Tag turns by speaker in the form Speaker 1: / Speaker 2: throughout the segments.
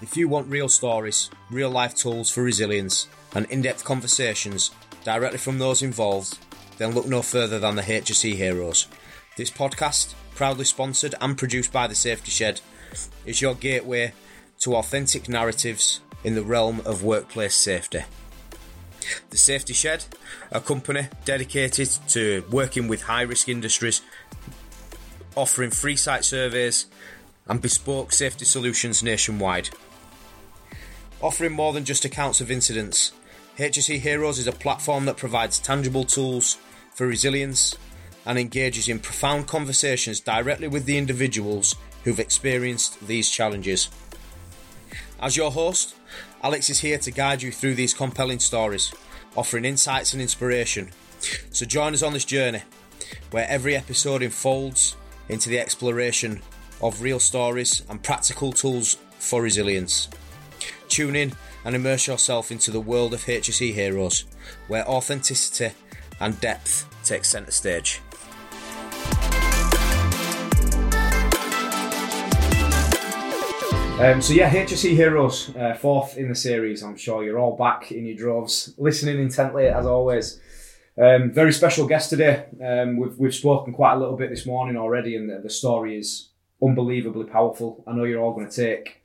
Speaker 1: If you want real stories, real life tools for resilience, and in depth conversations directly from those involved, then look no further than the HSE Heroes. This podcast, proudly sponsored and produced by The Safety Shed, is your gateway to authentic narratives in the realm of workplace safety. The Safety Shed, a company dedicated to working with high risk industries, offering free site surveys and bespoke safety solutions nationwide. Offering more than just accounts of incidents, HSE Heroes is a platform that provides tangible tools for resilience and engages in profound conversations directly with the individuals who've experienced these challenges. As your host, Alex is here to guide you through these compelling stories, offering insights and inspiration. So join us on this journey where every episode enfolds into the exploration of real stories and practical tools for resilience. Tune in and immerse yourself into the world of HSE heroes, where authenticity and depth take centre stage. Um, so yeah, HSE Heroes, uh, fourth in the series. I'm sure you're all back in your droves, listening intently as always. Um, very special guest today. Um, we've we've spoken quite a little bit this morning already, and the, the story is unbelievably powerful. I know you're all going to take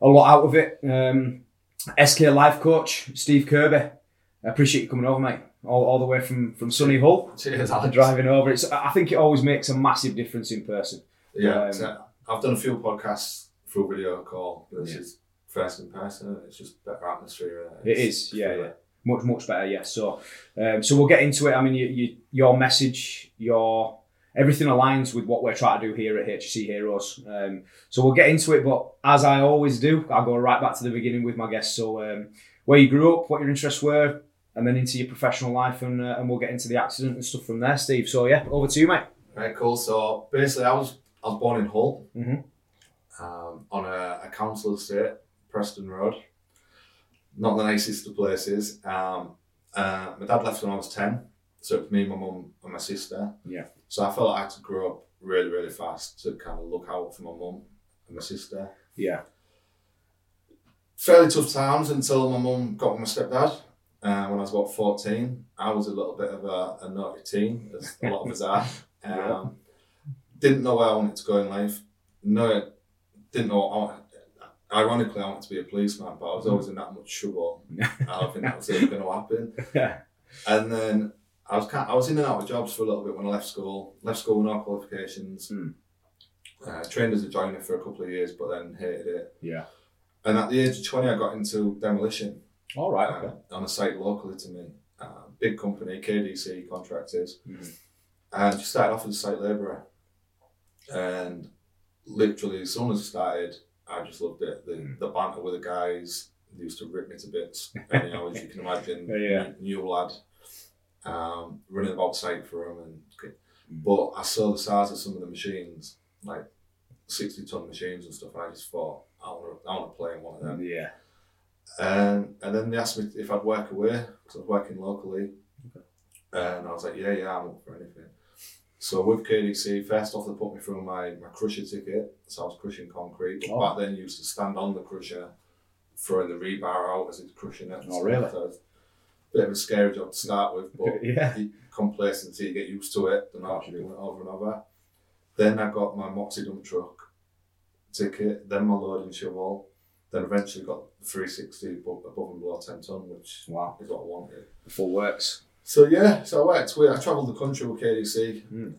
Speaker 1: a lot out of it. Um, SK Life Coach Steve Kirby, I appreciate you coming over, mate. All, all the way from from sunny Hull.
Speaker 2: Cheers,
Speaker 1: for
Speaker 2: Alex.
Speaker 1: driving over. It's I think it always makes a massive difference in person.
Speaker 2: Yeah,
Speaker 1: Um,
Speaker 2: so I've done a few podcasts through video call, but this is first in person. It's just better atmosphere. uh,
Speaker 1: It
Speaker 2: it's-
Speaker 1: is, yeah, yeah. much much better. Yes. So, um, so we'll get into it. I mean, you, you, your message, your everything aligns with what we're trying to do here at HC Heroes. Um, so we'll get into it. But as I always do, I go right back to the beginning with my guests. So, um, where you grew up, what your interests were, and then into your professional life, and uh, and we'll get into the accident and stuff from there, Steve. So yeah, over to you, mate.
Speaker 2: Right, cool. So basically, I was I was born in Hull
Speaker 1: Mhm.
Speaker 2: um, on a, a council estate, Preston Road. Not the nicest of places. Um, uh, my dad left when I was ten, so it was me, my mum, and my sister.
Speaker 1: Yeah.
Speaker 2: So I felt like I had to grow up really, really fast to kind of look out for my mum and my sister.
Speaker 1: Yeah.
Speaker 2: fairly tough times until my mum got with my stepdad uh, when I was about 14. I was a little bit of a, a naughty teen, as a lot of us are. Um,
Speaker 1: Yeah.
Speaker 2: Didn't know where I wanted to go in life. No, didn't know. I, wa- ironically, I wanted to be a policeman, but I was always in that much trouble. I don't think that was ever going to happen.
Speaker 1: Yeah.
Speaker 2: And then I was kind I was in and out of jobs for a little bit when I left school. Left school with no qualifications.
Speaker 1: Hmm.
Speaker 2: Uh, trained as a joiner for a couple of years, but then hated it.
Speaker 1: Yeah.
Speaker 2: And at the age of 20, I got into demolition
Speaker 1: All right.
Speaker 2: uh, on a site locally to me. Uh, big company, KDC contractors.
Speaker 1: Mhm.
Speaker 2: And just started off as a site labourer. And literally, as soon as I started, I just loved it. The,
Speaker 1: Mm.
Speaker 2: the banter with the guys, they used to rip me to bits. Anyhow, as you can imagine,
Speaker 1: Yeah, yeah.
Speaker 2: New, new lad, um, running about site for them. And,
Speaker 1: Mm.
Speaker 2: but I saw the size of some of the machines, like 60 ton machines and stuff, and I just thought, I want to I wanna play in one of them.
Speaker 1: Yeah.
Speaker 2: Um, and then they asked me if I'd work away because I was working locally. And I was like, yeah, yeah, I'm up for anything. So with KDC, first off, they put me through my, my crusher ticket. So I was crushing concrete. But
Speaker 1: Oh.
Speaker 2: back then, you used to stand on the crusher, throwing the rebar out as it's crushing it.
Speaker 1: Oh, really?
Speaker 2: So it's a bit of a scary job to start with, but
Speaker 1: Yeah.
Speaker 2: the complacency, you get used to it, and I actually went over and over. Then I got my Moxie dump truck ticket, then my loading shovel, then eventually got 360 above, above and below 10 ton, which
Speaker 1: Wow.
Speaker 2: is what I wanted.
Speaker 1: Full works.
Speaker 2: So yeah, so I worked with, I travelled the country with KDC,
Speaker 1: Mm.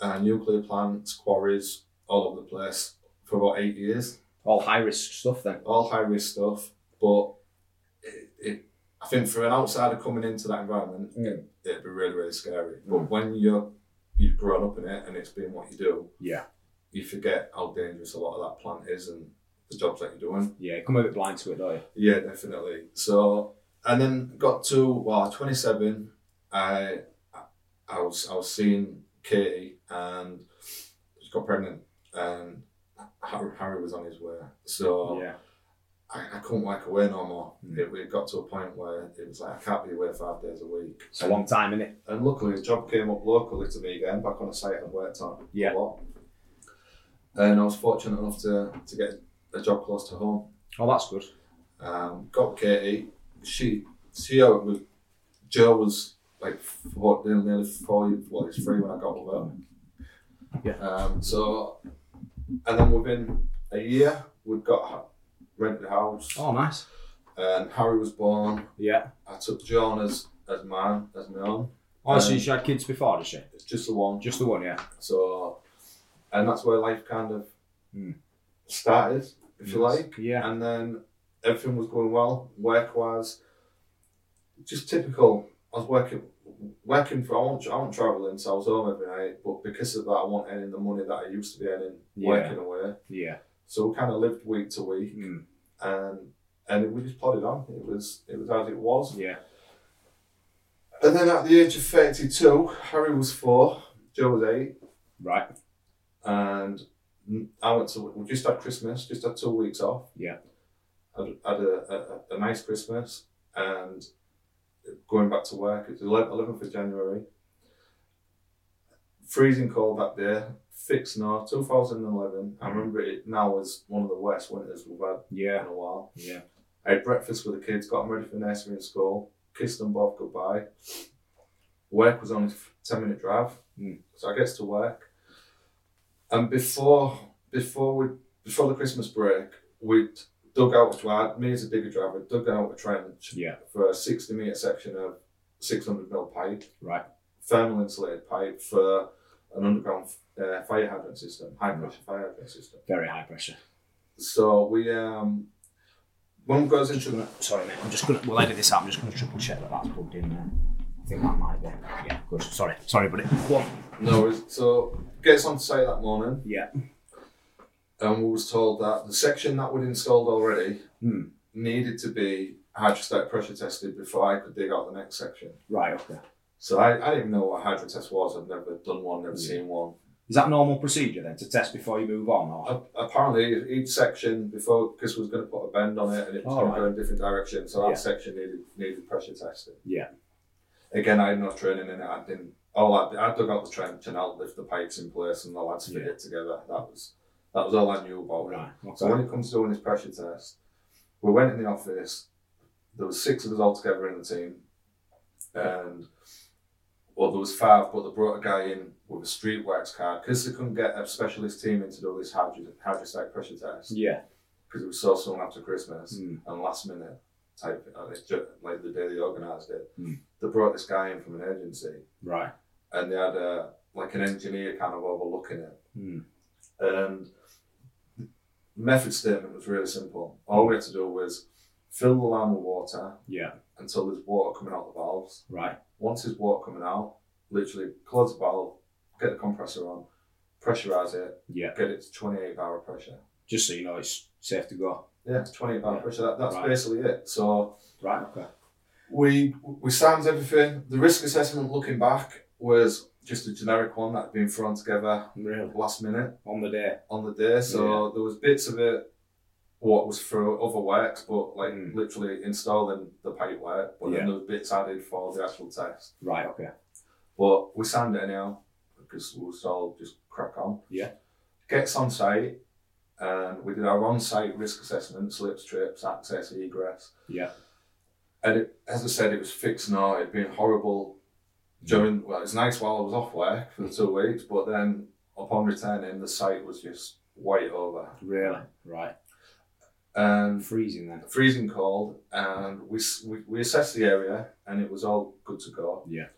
Speaker 2: uh, nuclear plants, quarries, all over the place for about eight years
Speaker 1: All high risk stuff then.
Speaker 2: all high risk stuff, but it, it, I think for an outsider coming into that environment,
Speaker 1: Mm.
Speaker 2: it, it'd be really, really scary.
Speaker 1: Mm.
Speaker 2: But when you're you've grown up in it and it's been what you do,
Speaker 1: Yeah.
Speaker 2: you forget how dangerous a lot of that plant is and the jobs that you're doing.
Speaker 1: Yeah. Come a bit blind to it, don't you?
Speaker 2: Yeah, definitely. So and then got to well, 27. I I- I was I was seeing Katie and she got pregnant and Harry, Harry was on his way. So
Speaker 1: Yeah.
Speaker 2: I, I couldn't work away no more.
Speaker 1: Mm.
Speaker 2: It, it got to a point where it was like, I can't be away five days a week.
Speaker 1: It's a long time, isn't it?
Speaker 2: And luckily, a job came up locally to me again, back on a site I'd worked on
Speaker 1: Yeah.
Speaker 2: a lot. And I was fortunate enough to, to get a job close to home.
Speaker 3: Oh, that's good.
Speaker 2: Um, got Katie. She she uh, was Joe was like four, nearly four. Well, he's three when I got with her.
Speaker 3: Yeah.
Speaker 2: Um, so, and then within a year, we'd got ha- rented a house,
Speaker 3: Oh, nice.
Speaker 2: and Harry was born.
Speaker 3: Yeah.
Speaker 2: I took John as as mine as my own.
Speaker 3: Oh, so
Speaker 2: Um,
Speaker 3: she had kids before, did she?
Speaker 2: It's just the one.
Speaker 3: Just the one, yeah.
Speaker 2: So, and that's where life kind of
Speaker 3: Hmm.
Speaker 2: started, if you
Speaker 3: Yes.
Speaker 2: like.
Speaker 3: Yeah.
Speaker 2: And then everything was going well, work wise. Just typical. I was working, working for. I wasn't, I wasn't traveling, so I was home every night. But because of that, I wasn't earning the money that I used to be earning
Speaker 3: Yeah.
Speaker 2: working away.
Speaker 3: Yeah.
Speaker 2: So we kind of lived week to week,
Speaker 3: Mm.
Speaker 2: and and we just plodded on. It was it was as it was.
Speaker 3: Yeah.
Speaker 2: And then at the age of thirty two, Harry was four, Joe was eight,
Speaker 3: Right.
Speaker 2: and I went to we just had Christmas, just had two weeks off.
Speaker 3: Yeah.
Speaker 2: had, had a, a, a nice Christmas and going back to work. It's 11, 11th of January. Freezing cold that day, thick snow, 2011. I remember it now as one of the worst winters we've had
Speaker 3: Yeah.
Speaker 2: in a while.
Speaker 3: Yeah.
Speaker 2: I had breakfast with the kids, got them ready for nursery and school, kissed them both goodbye. Work was only a 10 minute drive,
Speaker 3: Mm.
Speaker 2: so I gets to work. And before before we before the Christmas break, we'd dug out, so I, me as a digger driver, dug out a trench
Speaker 3: Yeah.
Speaker 2: for a 60 metre section of 600 mil pipe,
Speaker 3: Right.
Speaker 2: thermal insulated pipe for an underground uh, fire hydrant system, high pressure fire hydrant system.
Speaker 3: Very high pressure.
Speaker 2: So we, um, one goes into the
Speaker 3: Sorry, mate. I'm just gonna. We'll edit this out. I'm just gonna triple check that that's plugged in there. I think that might be. Yeah. Good. Sorry. Sorry, buddy. Go on.
Speaker 2: No, worries. so gets on site that morning,
Speaker 3: Yeah.
Speaker 2: and we was told that the section that we'd installed already
Speaker 3: Hmm.
Speaker 2: needed to be hydrostatic pressure tested before I could dig out the next section.
Speaker 3: Right. Okay.
Speaker 2: So I, I didn't even know what hydro test was. I've never done one, never seen one.
Speaker 3: Is that normal procedure then to test before you move on? Or?
Speaker 2: A- apparently, each section before because we was going to put a bend on it and it was
Speaker 3: All
Speaker 2: going to go
Speaker 3: right.
Speaker 2: in different directions, so that
Speaker 3: Yeah.
Speaker 2: section needed needed pressure testing.
Speaker 3: Yeah.
Speaker 2: Again, I had no training in it. I didn't. All I, did- I dug out the trench and I lift the pipes in place and the lads fit
Speaker 3: Yeah.
Speaker 2: it together. That was that was all I knew about it.
Speaker 3: Right. Okay.
Speaker 2: So when it comes to doing this pressure test, we went in the office. There was six of us all together in the team, and well, there was five, but they brought a guy in with a street works card because they couldn't get a specialist team in to do this hydro- hydrostatic pressure test
Speaker 3: yeah.
Speaker 2: because it was so soon after Christmas
Speaker 3: Hmm.
Speaker 2: and last minute type uh, it's ju- like the day they organised it.
Speaker 3: Hmm.
Speaker 2: They brought this guy in from an agency,
Speaker 3: Right.
Speaker 2: and they had a like an engineer kind of overlooking it.
Speaker 3: Mm.
Speaker 2: And the method statement was really simple. All we had to do was fill the line with water
Speaker 3: Yeah.
Speaker 2: until there's water coming out the valves.
Speaker 3: Right.
Speaker 2: Once there's water coming out, literally close the valve, get the compressor on, pressurize it,
Speaker 3: Yeah.
Speaker 2: get it to 28 bar of pressure.
Speaker 3: Just so you know, it's safe to go.
Speaker 2: Yeah, 28 bar
Speaker 3: Yeah.
Speaker 2: pressure. That, that's
Speaker 3: Right.
Speaker 2: basically it. So
Speaker 3: Right. Okay.
Speaker 2: we we signed everything. The risk assessment looking back was just a generic one that had been thrown together
Speaker 3: Really.
Speaker 2: last minute.
Speaker 3: On the day.
Speaker 2: on the day. So there was bits of it what was for other works, but like
Speaker 3: Mm.
Speaker 2: literally installing the pipe work. But
Speaker 3: Yeah.
Speaker 2: then there was bits added for the actual test.
Speaker 3: Right. Okay.
Speaker 2: But we signed it anyhow because we was all just crack on.
Speaker 3: Yeah.
Speaker 2: Gets on site and we did our on site risk assessment, slips, trips, access, egress.
Speaker 3: Yeah.
Speaker 2: And it, as I said, it was fixed now. It'd been horrible during, well, it was nice while I was off work
Speaker 3: Mm.
Speaker 2: for the two weeks, but then upon returning, the site was just white over.
Speaker 3: Really. Right.
Speaker 2: and
Speaker 3: Freezing then.
Speaker 2: freezing cold and we, s- we we assessed the area and it was all good to go
Speaker 3: Yeah.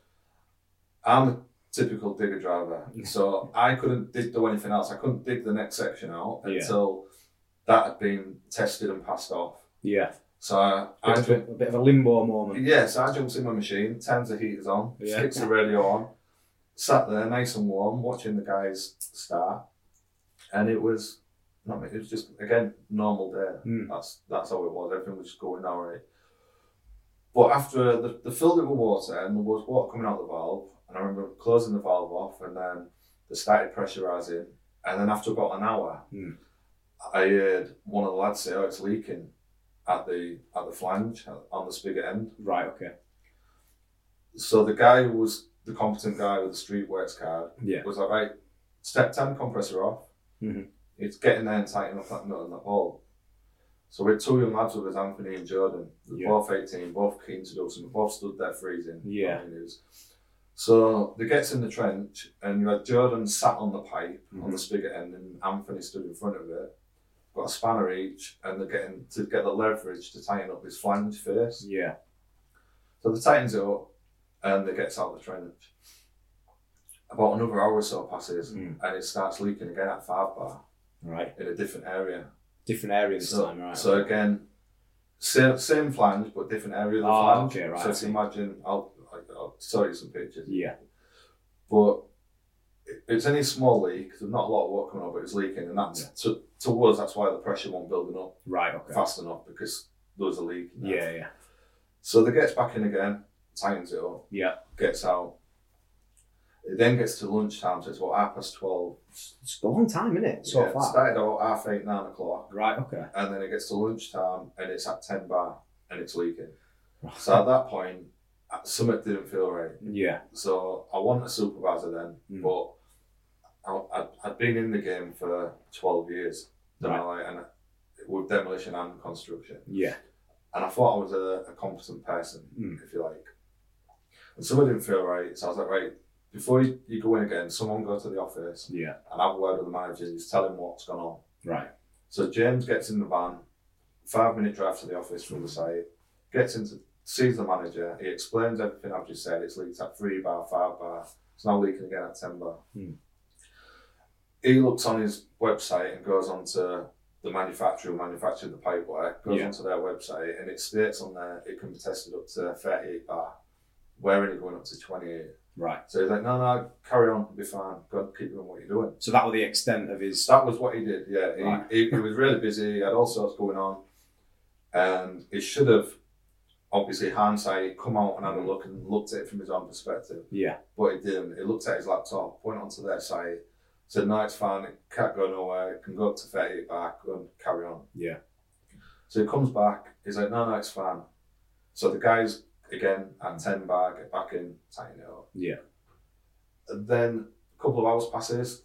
Speaker 2: i'm a typical digger driver so i couldn't did do anything else i couldn't dig the next section out
Speaker 3: Yeah.
Speaker 2: until that had been tested and passed off
Speaker 3: Yeah.
Speaker 2: so i, I
Speaker 3: Bit of
Speaker 2: jumped,
Speaker 3: a, a bit of a limbo moment.
Speaker 2: yeah so i jumped in my machine turns the heaters on
Speaker 3: Yeah.
Speaker 2: sticks the radio on sat there nice and warm watching the guys start and it was not it was just again normal day
Speaker 3: Mm.
Speaker 2: that's that's how it was. Everything was just going all right. But after the, the filled it with water and there was water coming out the valve, and I remember closing the valve off, and then they started pressurising, and then after about an hour,
Speaker 3: Hmm.
Speaker 2: I heard one of the lads say, "Oh, it's leaking at the at the flange on the spigot end."
Speaker 3: Right. Okay.
Speaker 2: So the guy who was the competent guy with the street works card
Speaker 3: Yeah.
Speaker 2: was like, "Right, step ten compressor off.
Speaker 3: Mhm.
Speaker 2: It's getting there and tightening up that nut in the hole." So we had two young lads with us, Anthony and Jordan. They're
Speaker 3: Yeah.
Speaker 2: both 18, both keen to do something, both stood there freezing.
Speaker 3: Yeah.
Speaker 2: I mean, it was- So they gets in the trench, and you had Jordan sat on the pipe on
Speaker 3: Mm-hmm.
Speaker 2: the spigot end, and Anthony stood in front of it. Got a spanner each, and they're getting to get the leverage to tighten up his flange first.
Speaker 3: Yeah.
Speaker 2: So they tightens it up, and they gets out the trench. About another hour or so passes,
Speaker 3: Mm.
Speaker 2: and it starts leaking again at five bar
Speaker 3: Right.
Speaker 2: in a different area.
Speaker 3: Different area this
Speaker 2: So,
Speaker 3: time, right?
Speaker 2: so again, same, same flange but different area of the
Speaker 3: Oh,
Speaker 2: flange.
Speaker 3: okay, right,
Speaker 2: So
Speaker 3: I
Speaker 2: if
Speaker 3: see.
Speaker 2: you imagine, I'll, I- I'll show you some pictures.
Speaker 3: yeah.
Speaker 2: But it- it's any small leak. There's not a lot of work coming on, but it's leaking, and that's
Speaker 3: Yeah.
Speaker 2: to, to us. That's why the pressure wasn't building up
Speaker 3: Right. Okay.
Speaker 2: fast enough because there was a leak. in there.
Speaker 3: Yeah. Yeah.
Speaker 2: So they gets back in again, tightens it up,
Speaker 3: Yeah.
Speaker 2: gets out. It then gets to lunchtime, so it's what half past twelve.
Speaker 3: It's a long time, isn't it?
Speaker 2: Yeah, it started out half eight, nine o'clock.
Speaker 3: Right. Okay.
Speaker 2: and then it gets to lunchtime and it's at 10 bar and it's leaking.
Speaker 3: Right.
Speaker 2: So at that point, uh, something didn't feel right.
Speaker 3: Yeah.
Speaker 2: So I wasn't a supervisor then,
Speaker 3: Mm.
Speaker 2: but I, I'd, I'd been in the game for 12 years, demoli- and with demolition and construction.
Speaker 3: Yeah.
Speaker 2: And I thought I was a, a competent person,
Speaker 3: Mm.
Speaker 2: if you like. And something didn't feel right, so I was like, right, before you, you go in again, someone go to the office
Speaker 3: Yeah.
Speaker 2: and have a word with the manager and just tell him what's gone on.
Speaker 3: Right.
Speaker 2: So James gets in the van, five minute drive to the office from the site, gets into sees the manager, he explains everything I've just said, it's leaked at three bar, five bar, it's now leaking again at ten bar.
Speaker 3: Hmm.
Speaker 2: He looks on his website and goes on to the manufacturer who manufactured the pipework, goes
Speaker 3: Yeah.
Speaker 2: onto their website and it states on there it can be tested up to thirty eight bar. We're only going up to twenty eight.
Speaker 3: Right.
Speaker 2: So he's like, No, no, carry on, be fine, go keep doing what you're doing.
Speaker 3: So that was the extent of his.
Speaker 2: That was what he did. Yeah, he,
Speaker 3: Right.
Speaker 2: he, he was really busy. He had all sorts going on, and he should have, obviously hindsight, come out and had a look and looked at it from his own perspective.
Speaker 3: Yeah.
Speaker 2: But he didn't. He looked at his laptop, went onto their site, said, "No, it's fine. It can't go nowhere. It can go up to thirty back and carry on."
Speaker 3: Yeah.
Speaker 2: So he comes back. He's like, "No, no, it's fine." So the guys again at ten bar get back in, tighten it up.
Speaker 3: Yeah.
Speaker 2: And then a couple of hours passes,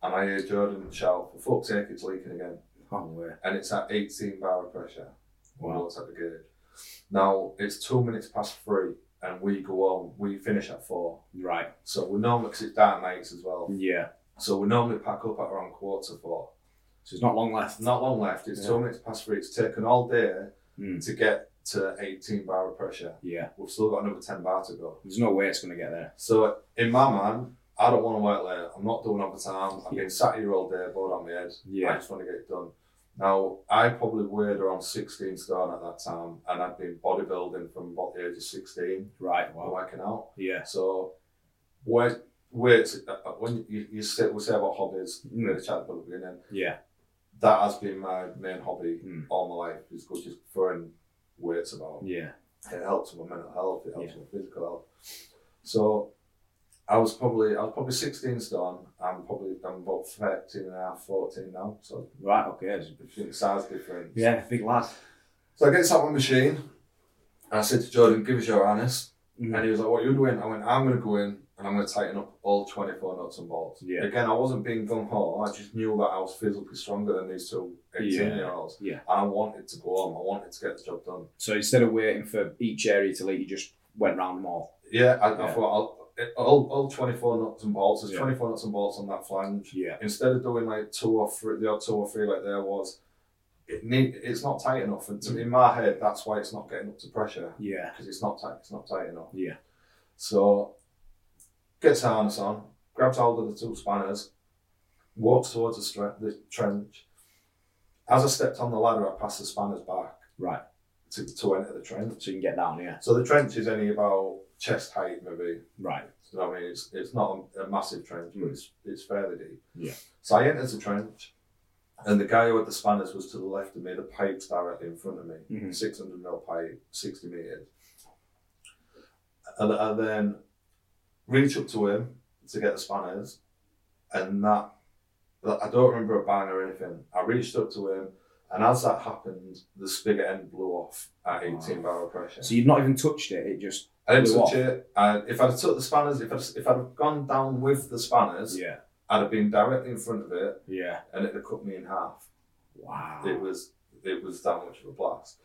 Speaker 2: and I hear Jordan shout, "For fuck's sake, it's leaking again!"
Speaker 3: Oh, where?
Speaker 2: And it's at 18 bar of pressure.
Speaker 3: Wow.
Speaker 2: Wow. It's at the gauge. Now it's two minutes past three, and we go on. We finish at four,
Speaker 3: Right.
Speaker 2: so we normally because it's dark nights as well.
Speaker 3: Yeah.
Speaker 2: So we normally pack up at around quarter to four.
Speaker 3: So it's not long left.
Speaker 2: Not long left. It's
Speaker 3: Yeah.
Speaker 2: two minutes past three. It's taken all day
Speaker 3: Mm.
Speaker 2: to get to 18 bar of pressure.
Speaker 3: Yeah.
Speaker 2: We've still got another 10 bar to go.
Speaker 3: There's no way it's going to get there.
Speaker 2: So in my mind, I don't want to work late. I'm not doing overtime. I've been sat here all day, bored on my head. I
Speaker 3: Yeah.
Speaker 2: just want to get it done. Now, I probably weighed around 16 stone at that time, and I'd been bodybuilding from about the age of 16,
Speaker 3: Right.
Speaker 2: while
Speaker 3: Wow.
Speaker 2: working out.
Speaker 3: Yeah.
Speaker 2: So, where, where it's, uh, uh, when you, you say, we say about hobbies,
Speaker 3: Mm.
Speaker 2: we had a chat about the beginning,
Speaker 3: Yeah.
Speaker 2: that has been my main hobby
Speaker 3: Mm.
Speaker 2: all my life, is go- just throwing weights about
Speaker 3: Yeah.
Speaker 2: it helps with my mental health, it helps
Speaker 3: Yeah.
Speaker 2: with my physical health. So I was probably I was probably 16 stone. I'm probably I'm about 13 and a half, 14 now. So
Speaker 3: Right. Okay.
Speaker 2: between the size difference.
Speaker 3: Yeah. Big lad.
Speaker 2: So I get out my machine. And I said to Jordan, "Give us your harness." And he was like, "What are you doing?" I went, "I'm going to go in and I'm going to tighten up all 24 nuts and bolts."
Speaker 3: Yeah.
Speaker 2: Again, I wasn't being gung ho. I just knew that I was physically stronger than these two 18
Speaker 3: Yeah.
Speaker 2: year olds.
Speaker 3: Yeah.
Speaker 2: And I wanted to go on. I wanted to get the job done.
Speaker 3: So instead of waiting for each area to leak, you just went round them all.
Speaker 2: Yeah, I, I
Speaker 3: Yeah.
Speaker 2: thought I'll, it- all, all 24 nuts and bolts. There's
Speaker 3: Yeah.
Speaker 2: 24 nuts and bolts on that flange.
Speaker 3: Yeah.
Speaker 2: Instead of doing like two or three, the odd two or three like there was, it need, it's not tight enough. And
Speaker 3: Mm.
Speaker 2: to, in my head, that's why it's not getting up to pressure
Speaker 3: Yeah.
Speaker 2: because it's not tight. It's not tight enough.
Speaker 3: Yeah.
Speaker 2: So gets the harness on, grabs hold of the two spanners, walks towards the, stre- the trench. As I stepped on the ladder, I passed the spanners back
Speaker 3: Right.
Speaker 2: to, to enter the trench.
Speaker 3: So you can get down. Yeah.
Speaker 2: So the trench is only about chest height, maybe.
Speaker 3: Right.
Speaker 2: You know what I mean? It's, it's not a, a massive trench, but it's, it's fairly deep.
Speaker 3: Yeah.
Speaker 2: So I entered the trench, and the guy who had the spanners was to the left of me, the pipe's directly in front of me,
Speaker 3: Mhm.
Speaker 2: 600 mil pipe, 60 metres. And I then reach up to him to get the spanners, and that, that I don't remember a bang or anything. I reached up to him, and as that happened, the spigot end blew off at 18
Speaker 3: Wow.
Speaker 2: barrel pressure.
Speaker 3: So you've not even touched it. It just.
Speaker 2: I didn't
Speaker 3: Blew
Speaker 2: touch
Speaker 3: off.
Speaker 2: it. And uh, if I'd have took the spanners, if I'd, if I'd have gone down with the spanners,
Speaker 3: Yeah.
Speaker 2: I'd have been directly in front of it
Speaker 3: Yeah.
Speaker 2: and it'd have cut me in half.
Speaker 3: Wow.
Speaker 2: It was it was that much of a blast.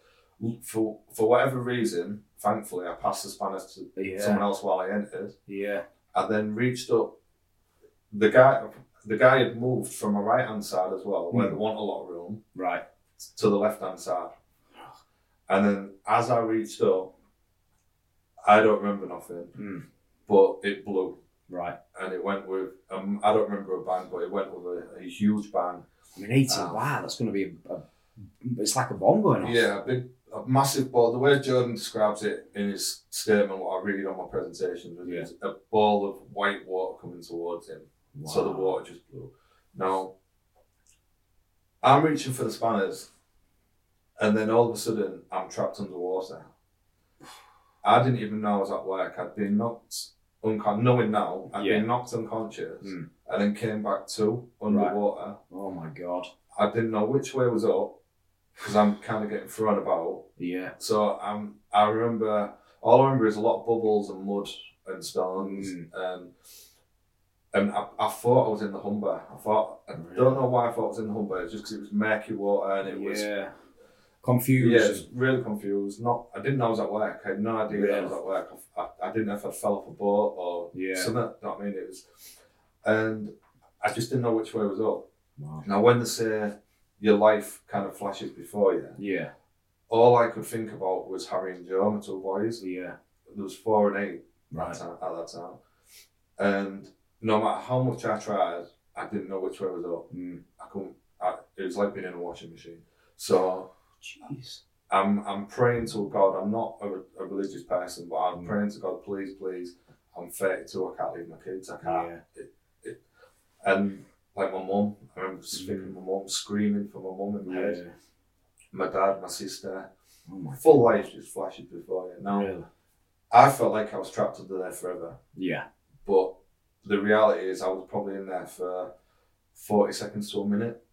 Speaker 2: For for whatever reason, thankfully, I passed the spanners to
Speaker 3: Yeah.
Speaker 2: someone else while I entered.
Speaker 3: Yeah.
Speaker 2: I then reached up. The guy, the guy had moved from my right hand side as well, where
Speaker 3: Hmm.
Speaker 2: there wasn't a lot of room,
Speaker 3: Right.
Speaker 2: to the left hand side. And then as I reached up, I don't remember nothing,
Speaker 3: Hmm.
Speaker 2: but it blew,
Speaker 3: Right.
Speaker 2: and it went with um, I don't remember a bang, but it went with a, a huge bang.
Speaker 3: I mean, 18,
Speaker 2: Um,
Speaker 3: wow, that's going to be a, a. It's like a bomb going off.
Speaker 2: Yeah, a big, a massive ball. The way Jordan describes it in his statement, what I read on my presentation, was
Speaker 3: Yeah.
Speaker 2: a ball of white water coming towards him.
Speaker 3: Wow.
Speaker 2: So the water just blew. Now, I'm reaching for the spanners, and then all of a sudden, I'm trapped underwater. I didn't even know I was at work. I'd been knocked unconscious, knowing now, i had
Speaker 3: Yeah.
Speaker 2: been knocked unconscious,
Speaker 3: Hmm.
Speaker 2: and then came back to underwater.
Speaker 3: Oh my god.
Speaker 2: I didn't know which way was up, because I'm kind of getting thrown about.
Speaker 3: Yeah.
Speaker 2: So um, I remember all I remember is a lot of bubbles and mud and stones.
Speaker 3: Mm.
Speaker 2: Um, and I, I thought I was in the Humber. I thought I don't know why I thought I was in the Humber. It's just because it was murky water and it was
Speaker 3: yeah.
Speaker 2: yeah, it
Speaker 3: Confused.
Speaker 2: was really confused. Not I didn't know I was at work. I had no idea that I was
Speaker 3: Really?
Speaker 2: at work. I, I, I didn't know if I'd fell off a boat or
Speaker 3: Yeah.
Speaker 2: something. You know what I mean, it was, and I just didn't know which way was up.
Speaker 3: Wow.
Speaker 2: Now when they say your life kind of flashes before you,
Speaker 3: Yeah.
Speaker 2: all I could think about was Harry and Joe, my two boys
Speaker 3: Yeah.
Speaker 2: there was four and eight
Speaker 3: Right.
Speaker 2: at, that time, at that time. And no matter how much I tried, I didn't know which way was up.
Speaker 3: Mm.
Speaker 2: I couldn't. I, it was like being in a washing machine. So
Speaker 3: Jeez.
Speaker 2: I'm I'm praying to God. I'm not a, a religious person, but I'm
Speaker 3: Mm.
Speaker 2: praying to God, please, please. I'm 32. I can't leave my kids. I can't.
Speaker 3: Yeah.
Speaker 2: And like my mum, I remember speaking to my mum, screaming for my mum in my head.
Speaker 3: Mm. Yeah.
Speaker 2: My dad, my sister.
Speaker 3: Oh my
Speaker 2: Full life just flashes before you. Now
Speaker 3: Really?
Speaker 2: I felt like I was trapped under there forever.
Speaker 3: Yeah.
Speaker 2: But the reality is, I was probably in there for 40 seconds to a minute.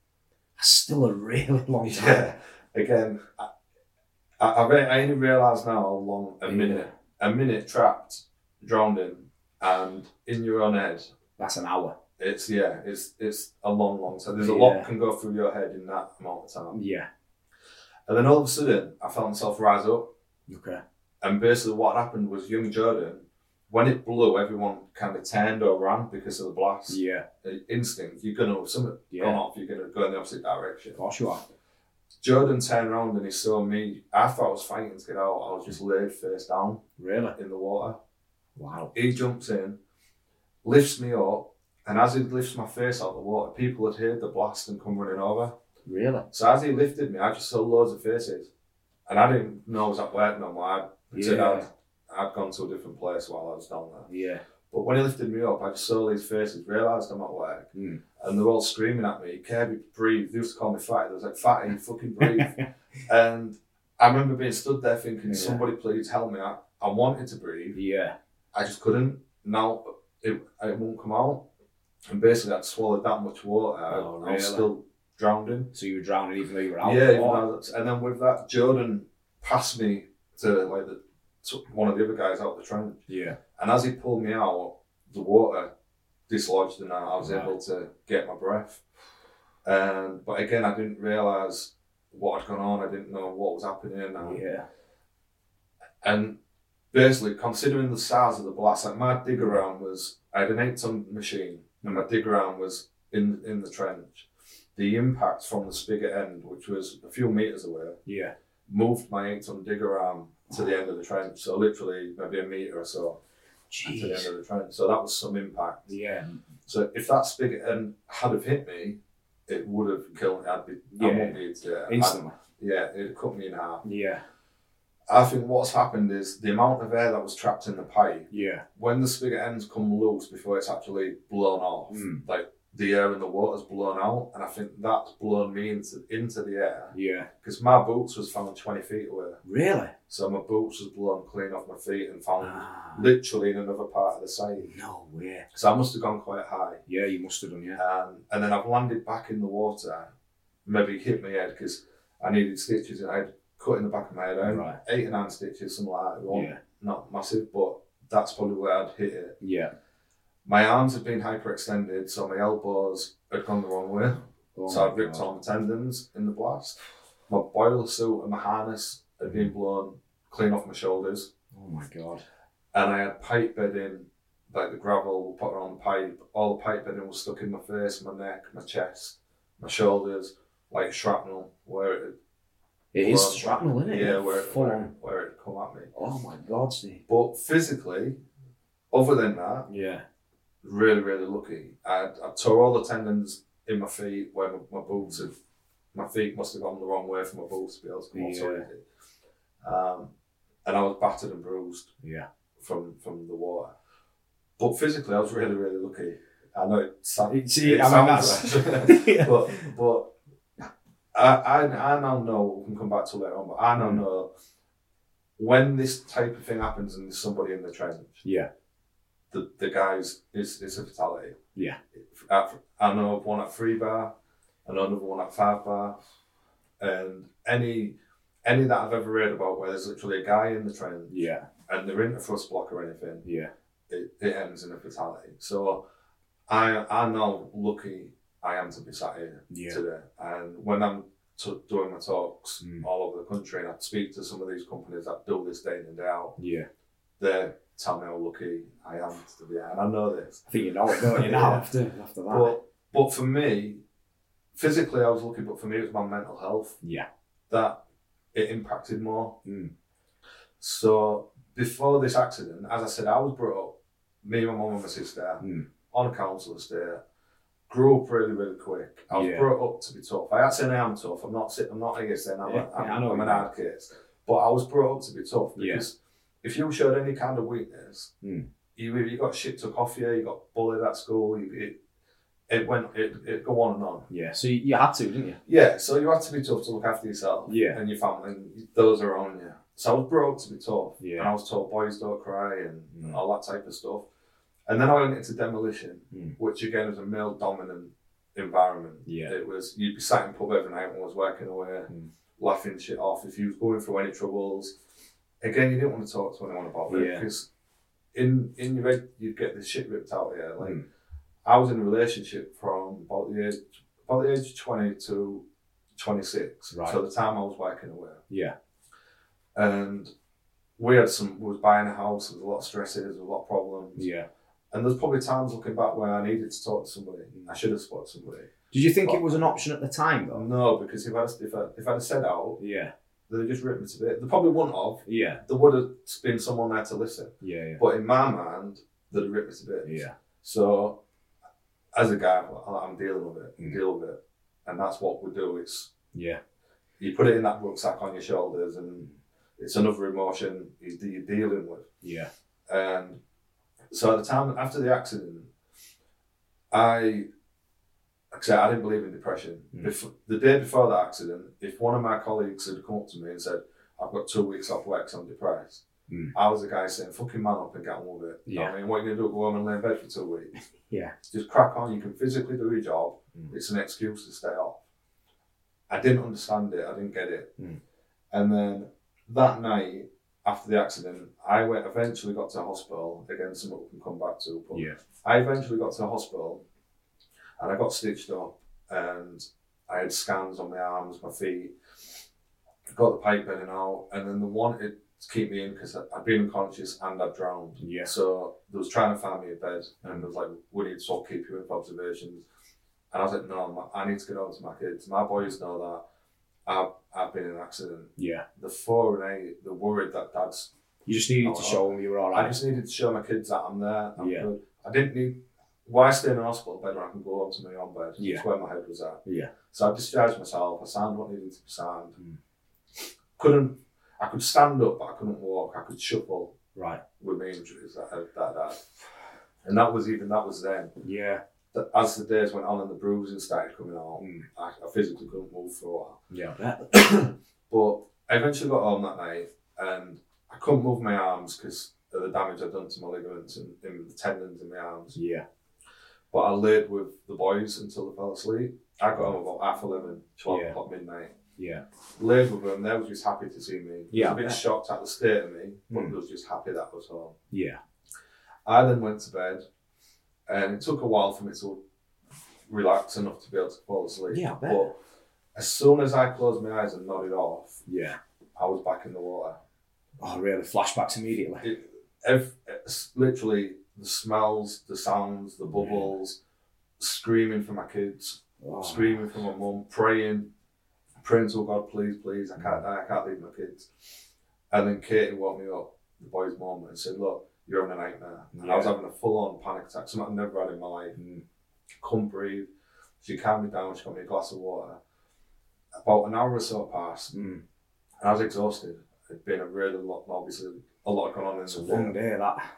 Speaker 3: That's still a really long time.
Speaker 2: Again, I, I, I re- I only realise now how long a
Speaker 3: Yeah.
Speaker 2: minute, a minute trapped, drowning, and in your own head.
Speaker 3: That's an hour.
Speaker 2: It's, yeah, it's it's a long, long time. There's a lot
Speaker 3: Yeah.
Speaker 2: can go through your head in that amount of time.
Speaker 3: Yeah.
Speaker 2: And then all of a sudden, I felt myself rise up.
Speaker 3: Okay.
Speaker 2: And basically, what happened was young Jordan, when it blew, everyone kind of turned or ran because of the blast. Uh,
Speaker 3: Yeah.
Speaker 2: instinct, you're gonna if something
Speaker 3: Yeah.
Speaker 2: gone off, you're gonna go in the opposite direction.
Speaker 3: Of course you are.
Speaker 2: Jordan turned around and he saw me. I thought I was fighting to get out. I was just laid face down
Speaker 3: Really?
Speaker 2: in the water.
Speaker 3: Wow.
Speaker 2: He jumps in, lifts me up, and as he lifts my face out of the water, people had heard the blast and come running over.
Speaker 3: Really?
Speaker 2: So as he lifted me, I just saw loads of faces, and I didn't know I was at work no more. I said
Speaker 3: Yeah.
Speaker 2: I'd, I'd gone to a different place while I was down there.
Speaker 3: Yeah.
Speaker 2: But when he lifted me up, I just saw these faces, realised I'm at work,
Speaker 3: Mm.
Speaker 2: and they're all screaming at me, Kirby, breathe. They used to call me fatty. They was like, fatty, fucking breathe. and I remember being stood there thinking,
Speaker 3: Yeah.
Speaker 2: somebody please help me. I, I wanted to breathe,
Speaker 3: Yeah.
Speaker 2: I just couldn't. Now it, it won't come out. And basically, I'd swallowed that much water. I-
Speaker 3: Oh,
Speaker 2: I was
Speaker 3: really?
Speaker 2: still drowning.
Speaker 3: So you were drowning even though you were out.
Speaker 2: yeah,
Speaker 3: of water.
Speaker 2: and, I- and then with that, Jordan passed me to like the to one of the other guys out the trench.
Speaker 3: Yeah.
Speaker 2: And as he pulled me out, the water dislodged and I I was
Speaker 3: Right.
Speaker 2: able to get my breath. Um, but again, I didn't realise what had gone on. I didn't know what was happening. And,
Speaker 3: Yeah.
Speaker 2: and basically, considering the size of the blast, like my dig around was, I had an eight ton machine and my dig around was in, in the trench. The impact from the spigot end, which was a few metres away,
Speaker 3: Yeah.
Speaker 2: moved my eight ton dig around to the end of the trench. So literally maybe a metre or so to the end
Speaker 3: Jeez.
Speaker 2: of the trench. So that was some impact.
Speaker 3: Yeah.
Speaker 2: So if that spigot end had have hit me, it would have killed me. I'd be, I
Speaker 3: Yeah.
Speaker 2: wouldn't be able to-
Speaker 3: Instantly.
Speaker 2: I'd- yeah, it cut me in half.
Speaker 3: Yeah.
Speaker 2: I think what's happened is the amount of air that was trapped in the pipe,
Speaker 3: Yeah.
Speaker 2: when the spigot ends come loose before it's actually blown off,
Speaker 3: Mm.
Speaker 2: like the air in the water's blown out, and I think that's blown me into into the air
Speaker 3: Yeah.
Speaker 2: because my boots was found twenty feet away,
Speaker 3: Really?
Speaker 2: so my boots was blown clean off my feet and found
Speaker 3: Ah,
Speaker 2: literally in another part of the site.
Speaker 3: no way.
Speaker 2: So I must have gone quite high.
Speaker 3: Yeah, you must have done, yeah.
Speaker 2: Um, and then I've landed back in the water, maybe hit my head because I needed stitches and I had cut in the back of my head. I had
Speaker 3: Right.
Speaker 2: Eight or nine stitches, something like that. It wasn't-
Speaker 3: Yeah.
Speaker 2: Not massive, but that's probably where I'd hit it.
Speaker 3: Yeah.
Speaker 2: My arms had been hyperextended, so my elbows had gone the wrong way.
Speaker 3: Oh
Speaker 2: so
Speaker 3: my
Speaker 2: I'd ripped
Speaker 3: God.
Speaker 2: all my tendons in the blast. My boiler suit and my harness had been blown clean off my shoulders.
Speaker 3: Oh my god.
Speaker 2: and I had pipe bedding, like the gravel put on the pipe. All the pipe bedding was stuck in my face, my neck, my chest, my shoulders, like shrapnel, where it
Speaker 3: It is shrapnel, isn't it?
Speaker 2: yeah, where it,
Speaker 3: Full
Speaker 2: where,
Speaker 3: on.
Speaker 2: it- where it come at me.
Speaker 3: Oh my god, Steve.
Speaker 2: But physically, other than that,
Speaker 3: Yeah.
Speaker 2: really, really lucky. I, I tore all the tendons in my feet where my, my boots have, my feet must have gone the wrong way for my boots to be able to come off. so
Speaker 3: Yeah.
Speaker 2: easy. Um, and I was battered and bruised.
Speaker 3: Yeah.
Speaker 2: from from the water. But physically, I was really really lucky. I know it, sound,
Speaker 3: It's- yeah,
Speaker 2: it
Speaker 3: I mean,
Speaker 2: sounds
Speaker 3: that's-
Speaker 2: bad, but but I, I I now know we can come back to it later on. But I now
Speaker 3: Mm.
Speaker 2: know when this type of thing happens and there's somebody in the trench,
Speaker 3: Yeah.
Speaker 2: the the guys it's it's a fatality.
Speaker 3: Yeah.
Speaker 2: I, I know of one at three bar, I know another one at five bar, and any any that I've ever read about where there's literally a guy in the trench
Speaker 3: Yeah.
Speaker 2: and they're in a thrust block or anything
Speaker 3: Yeah.
Speaker 2: it, it ends in a fatality. So I I'm now lucky I am to be sat here
Speaker 3: Yeah.
Speaker 2: today. And when I'm t- doing my talks
Speaker 3: Mm.
Speaker 2: all over the country and I speak to some of these companies that do this day in and day out,
Speaker 3: Yeah.
Speaker 2: they tell me how lucky I am to be here. And I know this.
Speaker 3: I think you know it, don't you? Now
Speaker 2: Yeah.
Speaker 3: after after that.
Speaker 2: But but for me, physically I was lucky, but for me it was my mental health
Speaker 3: yeah.
Speaker 2: that it impacted more.
Speaker 3: Mm.
Speaker 2: So before this accident, as I said, I was brought up, me, my mum and my sister,
Speaker 3: Mm.
Speaker 2: on a council estate. Grew up really, really quick. I was
Speaker 3: Yeah.
Speaker 2: brought up to be tough. I actually I am tough. I'm not. sit- I'm not here saying I'm,
Speaker 3: Yeah,
Speaker 2: a, I'm,
Speaker 3: yeah, I know
Speaker 2: I'm
Speaker 3: what
Speaker 2: an
Speaker 3: you
Speaker 2: hard case, but I was brought up to be tough
Speaker 3: Yeah.
Speaker 2: because if you showed any kind of weakness,
Speaker 3: Mm.
Speaker 2: you you got shit took off you. You got bullied at school. You, it it went it it go on and on.
Speaker 3: Yeah. So you, you had to, didn't you?
Speaker 2: Yeah, so you had to be tough to look after yourself
Speaker 3: Yeah.
Speaker 2: and your family, and those are on you. So I was brought up to be tough,
Speaker 3: Yeah.
Speaker 2: and I was told boys don't cry and
Speaker 3: Mm.
Speaker 2: all that type of stuff. And then I went into demolition,
Speaker 3: Mm.
Speaker 2: which again was a male dominant environment.
Speaker 3: Yeah.
Speaker 2: It was, you'd be sat in pub every night and was working away,
Speaker 3: Mm.
Speaker 2: laughing shit off. If you was going through any troubles, again, you didn't want to talk to anyone about it
Speaker 3: Yeah.
Speaker 2: because in, in your head, you'd get the shit ripped out of you. Like,
Speaker 3: Mm.
Speaker 2: I was in a relationship from about the age about the age of twenty to twenty six.
Speaker 3: Right.
Speaker 2: So the time I was working away,
Speaker 3: Yeah.
Speaker 2: and we had some. We was buying a house. There was a lot of stresses. There was a lot of problems.
Speaker 3: Yeah.
Speaker 2: And there's probably times looking back where I needed to talk to somebody.
Speaker 3: Mm.
Speaker 2: I should have spoke to somebody.
Speaker 3: Did you think it was an option at the time though?
Speaker 2: No, because if I if I if I'd have said out,
Speaker 3: Yeah.
Speaker 2: they'd just ripped me to bits. They probably wouldn't have.
Speaker 3: Yeah.
Speaker 2: There would have been someone there to listen.
Speaker 3: Yeah. Yeah.
Speaker 2: But in my mind, they'd have ripped me to bits.
Speaker 3: Yeah.
Speaker 2: So, as a guy, I'm- "Oh, I'm dealing with it,
Speaker 3: Mm.
Speaker 2: deal with it, and that's what we do. It's
Speaker 3: Yeah.
Speaker 2: you put it in that rucksack on your shoulders, and it's another emotion you- you're dealing with.
Speaker 3: Yeah.
Speaker 2: And Um, so, at the time after the accident, I, like I said, I didn't believe in depression.
Speaker 3: Mm.
Speaker 2: Bef- the day before the accident, if one of my colleagues had come up to me and said, "I've got two weeks off work, so I'm depressed."
Speaker 3: Mm.
Speaker 2: I was the guy saying, "Fucking man up and get on with it."
Speaker 3: Yeah.
Speaker 2: I mean, what are you gonna do? Go home and lay in bed for two weeks?
Speaker 3: Yeah.
Speaker 2: just crack on. You can physically do your job.
Speaker 3: Mm.
Speaker 2: It's an excuse to stay off. I didn't understand it. I didn't get it.
Speaker 3: Mm.
Speaker 2: And then that night after the accident, I went. Eventually got to hospital. Again, something we can come back to. But
Speaker 3: Yeah.
Speaker 2: I eventually got to hospital, and I got stitched up, and I had scans on my arms, my feet. Got the pipe bedding out, and then they wanted to keep me in because I'd been unconscious and I'd drowned.
Speaker 3: Yeah.
Speaker 2: So they was trying to find me a bed, and it was like, "We need to sort of keep you in for observations." And I was like, "No, ma- I need to get over to my kids. My boys know that I've, I've been in an accident.
Speaker 3: Yeah.
Speaker 2: The four and eight, they're worried that dad's.
Speaker 3: You just needed to show them you were all
Speaker 2: I
Speaker 3: right.
Speaker 2: just needed to show my kids that I'm there. I'm
Speaker 3: Yeah.
Speaker 2: good. I didn't need. Why stay in a hospital bed when I can go home to my own bed?
Speaker 3: Yeah.
Speaker 2: That's where my head was at.
Speaker 3: Yeah.
Speaker 2: So I discharged myself. I signed what needed to be signed.
Speaker 3: Mm.
Speaker 2: Couldn't. I could stand up, but I couldn't walk. I could shuffle
Speaker 3: Right.
Speaker 2: with my injuries that that, that, that. and that was even that was then.
Speaker 3: Yeah.
Speaker 2: That- As the days went on and the bruising started coming out,
Speaker 3: Mm.
Speaker 2: I, I physically couldn't move for a while.
Speaker 3: Yeah. I bet.
Speaker 2: But I eventually got home that night, and I couldn't move my arms because of the damage I'd done to my ligaments and, and the tendons in my arms.
Speaker 3: Yeah.
Speaker 2: But I laid with the boys until they fell asleep. I got home about half 11, 12
Speaker 3: Yeah.
Speaker 2: o'clock midnight.
Speaker 3: Yeah.
Speaker 2: Laid with them, they were just happy to see me.
Speaker 3: Yeah,
Speaker 2: a bit
Speaker 3: yeah.
Speaker 2: shocked at the state of me, but
Speaker 3: Mm.
Speaker 2: they was just happy that I was home.
Speaker 3: Yeah.
Speaker 2: I then went to bed, and it took a while for me to relax enough to be able to fall asleep.
Speaker 3: Yeah, I bet.
Speaker 2: But As soon as I closed my eyes and nodded off,
Speaker 3: Yeah.
Speaker 2: I was back in the water.
Speaker 3: Oh, really? Flashbacks immediately.
Speaker 2: It, ev- it's literally the smells, the sounds, the bubbles, screaming for my kids,
Speaker 3: Oh.
Speaker 2: screaming for my mum, praying, praying to God, please, please, I can't die, I can't leave my kids. And then Katie woke me up, the boy's mum, and said, Look, you're having a nightmare. And I was
Speaker 3: Yeah.
Speaker 2: having a full on panic attack, something I've never had in my life.
Speaker 3: Mm.
Speaker 2: couldn't breathe. She calmed me down, she got me a glass of water. About an hour or so passed,
Speaker 3: Mm.
Speaker 2: and I was exhausted. It'd been a really lot, obviously, a lot going on in
Speaker 3: It's a
Speaker 2: the
Speaker 3: long
Speaker 2: world.
Speaker 3: day, that.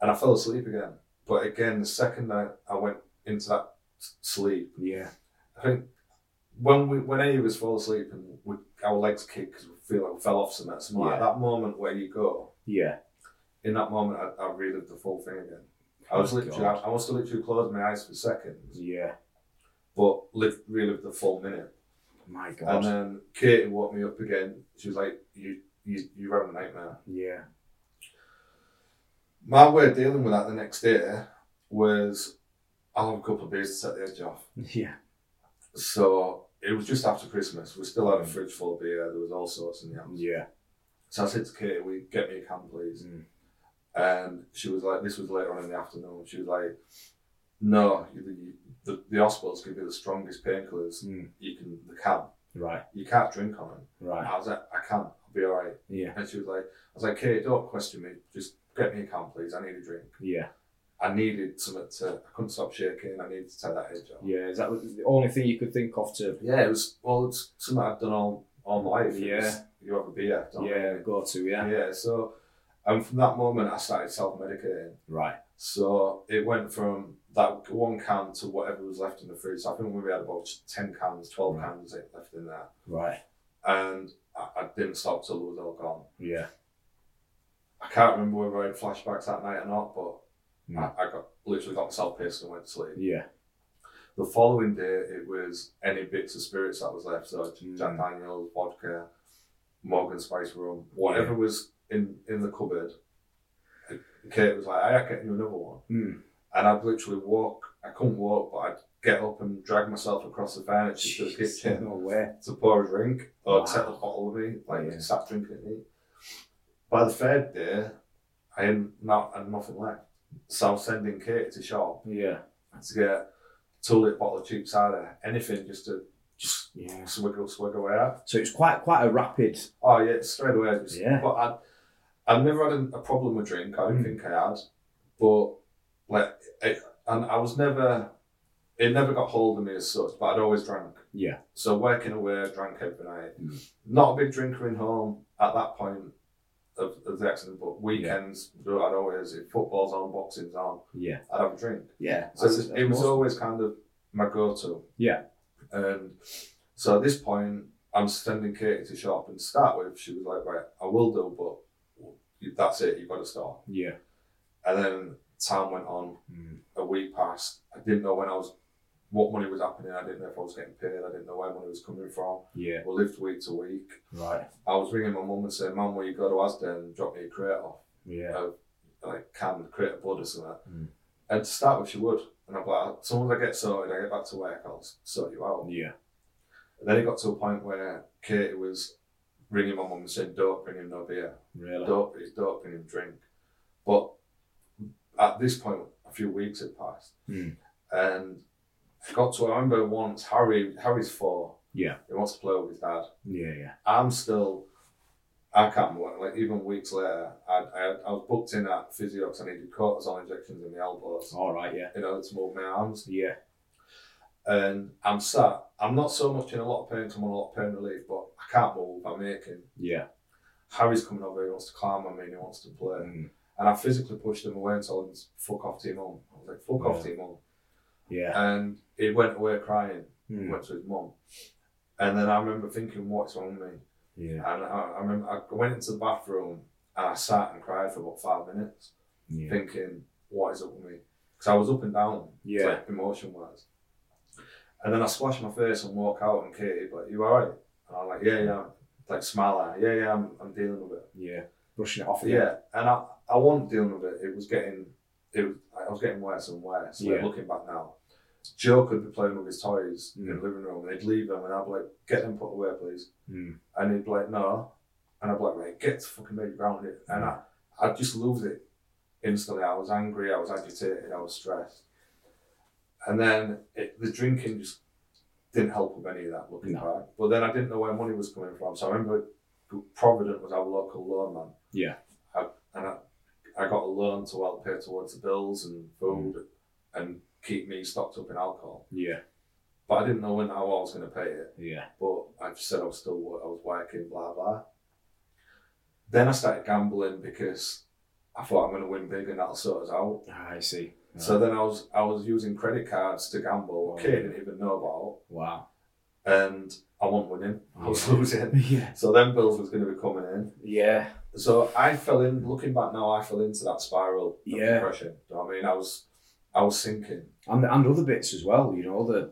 Speaker 2: And I fell asleep again. But again, the second I, I went into that s- sleep,
Speaker 3: Yeah.
Speaker 2: I think when we when any of us fall asleep and we, our legs kick because we feel like we fell off something, something like
Speaker 3: Yeah.
Speaker 2: that moment where you go,
Speaker 3: Yeah.
Speaker 2: in that moment, I, I relived the full thing again. I was
Speaker 3: Oh,
Speaker 2: literally, I,
Speaker 3: God.
Speaker 2: I must have literally closed my eyes for seconds,
Speaker 3: Yeah.
Speaker 2: but lived, relived the full minute.
Speaker 3: My
Speaker 2: And
Speaker 3: God.
Speaker 2: then Katie woke me up again. She was like, "You, you, you're having a nightmare."
Speaker 3: yeah.
Speaker 2: My way of dealing with that the next day was, I'll have a couple of beers to set the edge off.
Speaker 3: Yeah.
Speaker 2: So it was just after Christmas. We still had a fridge full of beer. There was all sorts in the house.
Speaker 3: Yeah.
Speaker 2: So I said to Katie, "We get me a can, please."
Speaker 3: Mm.
Speaker 2: And she was like, "This was later on in the afternoon." She was like, "No, you, you, the the hospitals give you the strongest painkillers
Speaker 3: Mm.
Speaker 2: you can. The can
Speaker 3: Right.
Speaker 2: you can't drink on them."
Speaker 3: Right.
Speaker 2: I was like, "I can't. I'll be all right."
Speaker 3: Yeah.
Speaker 2: And she was like, I was like, Kate, don't question me. Just get me a can, please. I need a drink.
Speaker 3: Yeah.
Speaker 2: I needed something to, I couldn't stop shaking. I needed to take that edge off.
Speaker 3: Yeah. Is that the only thing you could think of to
Speaker 2: Yeah, it was, well, it's something I've done all, all my life. It was,
Speaker 3: Yeah.
Speaker 2: you have a beer, don't
Speaker 3: yeah go to? Yeah.
Speaker 2: you? Yeah, so, and from that moment, I started self medicating.
Speaker 3: Right.
Speaker 2: So it went from that one can to whatever was left in the fridge. So I think we had about 10 cans, 12
Speaker 3: Right.
Speaker 2: cans left in there.
Speaker 3: Right.
Speaker 2: And I, I didn't stop till it was all gone.
Speaker 3: Yeah.
Speaker 2: I can't remember whether I had flashbacks that night or not, but
Speaker 3: Mm.
Speaker 2: I, I got literally got myself pissed and went to sleep.
Speaker 3: Yeah.
Speaker 2: The following day, it was any bits of spirits that was left, so
Speaker 3: Mm.
Speaker 2: Jack Daniels, vodka, Morgan Spice rum, whatever was in in the cupboard. Kate was like, "I get you another one,"
Speaker 3: Mm.
Speaker 2: and I'd literally walk. I couldn't walk, but I'd get up and drag myself across the furniture to the
Speaker 3: Jeez,
Speaker 2: kitchen
Speaker 3: No way.
Speaker 2: to pour a drink or
Speaker 3: Wow.
Speaker 2: take a bottle with me, like
Speaker 3: Yeah.
Speaker 2: start drinking it. neat. By the third day, I had not had nothing left, so I was sending Kate to shop
Speaker 3: Yeah.
Speaker 2: to get two litre bottle of cheap cider, anything just to just
Speaker 3: Yeah.
Speaker 2: swig swig away out.
Speaker 3: So it's quite quite a rapid.
Speaker 2: Oh yeah, straight away. Just,
Speaker 3: Yeah.
Speaker 2: But I, I've never had a, a problem with drink. I don't
Speaker 3: Mm.
Speaker 2: think I had, but like, it, and I was never. It never got hold of me as such, but I'd always drank.
Speaker 3: Yeah.
Speaker 2: So working away, I drank every night.
Speaker 3: Mm.
Speaker 2: Not a big drinker in home at that point of, of the accident, but weekends, I'd always, if football's on, boxing's on,
Speaker 3: Yeah.
Speaker 2: I'd have a drink.
Speaker 3: Yeah.
Speaker 2: So it
Speaker 3: That's-
Speaker 2: was,
Speaker 3: that's
Speaker 2: it was
Speaker 3: most-
Speaker 2: always kind of my go-to.
Speaker 3: Yeah.
Speaker 2: And so at this point, I'm sending Katie to shop and start with. She was like, "Right, I will do, but you- that's it. You've got to stop."
Speaker 3: Yeah.
Speaker 2: And then time went on.
Speaker 3: Mm.
Speaker 2: A week passed. I didn't know when I was, what money was happening. I didn't know if I was getting paid. I didn't know where money was coming from.
Speaker 3: Yeah.
Speaker 2: We lived week to week.
Speaker 3: Right.
Speaker 2: I was ringing my mum and saying, "Mum, will you go to Asda and drop me a crate off?"
Speaker 3: Yeah.
Speaker 2: like can create a blood or something.
Speaker 3: Mm.
Speaker 2: And to start with, she would. And I'm like, as soon as I get sorted, I get back to work, I'll s- sort you out.
Speaker 3: Yeah.
Speaker 2: And then it got to a point where Katie was ringing my mum and saying, don't bring him no beer.
Speaker 3: Really.
Speaker 2: Don't, don't bring him drink. But at this point, a few weeks had passed.
Speaker 3: Mm.
Speaker 2: And I got to, I remember once, Harry, Harry's four.
Speaker 3: Yeah.
Speaker 2: He wants to play with his dad.
Speaker 3: Yeah. Yeah.
Speaker 2: I'm still, I can't work. Like even weeks later, I, I, I was booked in at physio because I needed cortisone injections in my elbows
Speaker 3: All right. Yeah.
Speaker 2: in order to move my arms.
Speaker 3: Yeah.
Speaker 2: And I'm sat. I'm not so much in a lot of pain. 'cause I'm on a lot of pain relief, but I can't move. I'm aching.
Speaker 3: Yeah.
Speaker 2: Harry's coming over. He wants to climb on me. and He wants to play.
Speaker 3: Mm.
Speaker 2: And I physically pushed him away and told him, "Fuck off, team on." I was like, "Fuck off,
Speaker 3: Yeah.
Speaker 2: team on."
Speaker 3: Yeah.
Speaker 2: And he went away crying. He
Speaker 3: Mm.
Speaker 2: went to his mum. And then I remember thinking, "What's wrong with me?"
Speaker 3: Yeah.
Speaker 2: And I, I remember I went into the bathroom and I sat and cried for about five minutes,
Speaker 3: Yeah.
Speaker 2: thinking, what is up with me? Because I was up and down,
Speaker 3: Yeah.
Speaker 2: like, emotion wise. And then I splashed my face and walk out, and Katie, like, you alright? And I'm like, yeah, yeah. Like, smile at her. Yeah, yeah, I'm, I'm dealing with it.
Speaker 3: Yeah. Brushing it off.
Speaker 2: But
Speaker 3: again.
Speaker 2: yeah, and I, I wasn't dealing with it. It was getting, it was, I was getting worse and worse. Like,
Speaker 3: Yeah.
Speaker 2: looking back now. Joe could be playing with his toys in the living room, and he'd leave them, and I'd be like, "Get them put away, please."
Speaker 3: Mm.
Speaker 2: And he'd be like, "No," and I'd be like, "Right, get to fucking make around it." And I, I just lose it instantly. I was angry, I was agitated, I was stressed, and then it, the drinking just didn't help with any of that. Looking
Speaker 3: No.
Speaker 2: back, but then I didn't know where money was coming from, so I remember Provident was our local loan man
Speaker 3: Yeah.
Speaker 2: and I, I got a loan to help pay towards the bills and food and keep me stocked up in alcohol.
Speaker 3: Yeah.
Speaker 2: But I didn't know when how I was going to pay it.
Speaker 3: Yeah.
Speaker 2: But I just said I was still wo- I was working, blah blah. Then I started gambling because I thought I'm going to win big and that'll sort us out.
Speaker 3: Ah, I see.
Speaker 2: So then I was I was using credit cards to gamble.
Speaker 3: Wow.
Speaker 2: Okay, I didn't even know
Speaker 3: wow.
Speaker 2: about, and I wasn't winning. I was
Speaker 3: Yeah.
Speaker 2: losing.
Speaker 3: Yeah.
Speaker 2: So then bills was going to be coming in.
Speaker 3: Yeah.
Speaker 2: So I fell in. Looking back now, I fell into that spiral of
Speaker 3: Yeah.
Speaker 2: depression. Do you know what I mean? I was, I was sinking.
Speaker 3: And and other bits as well. You know the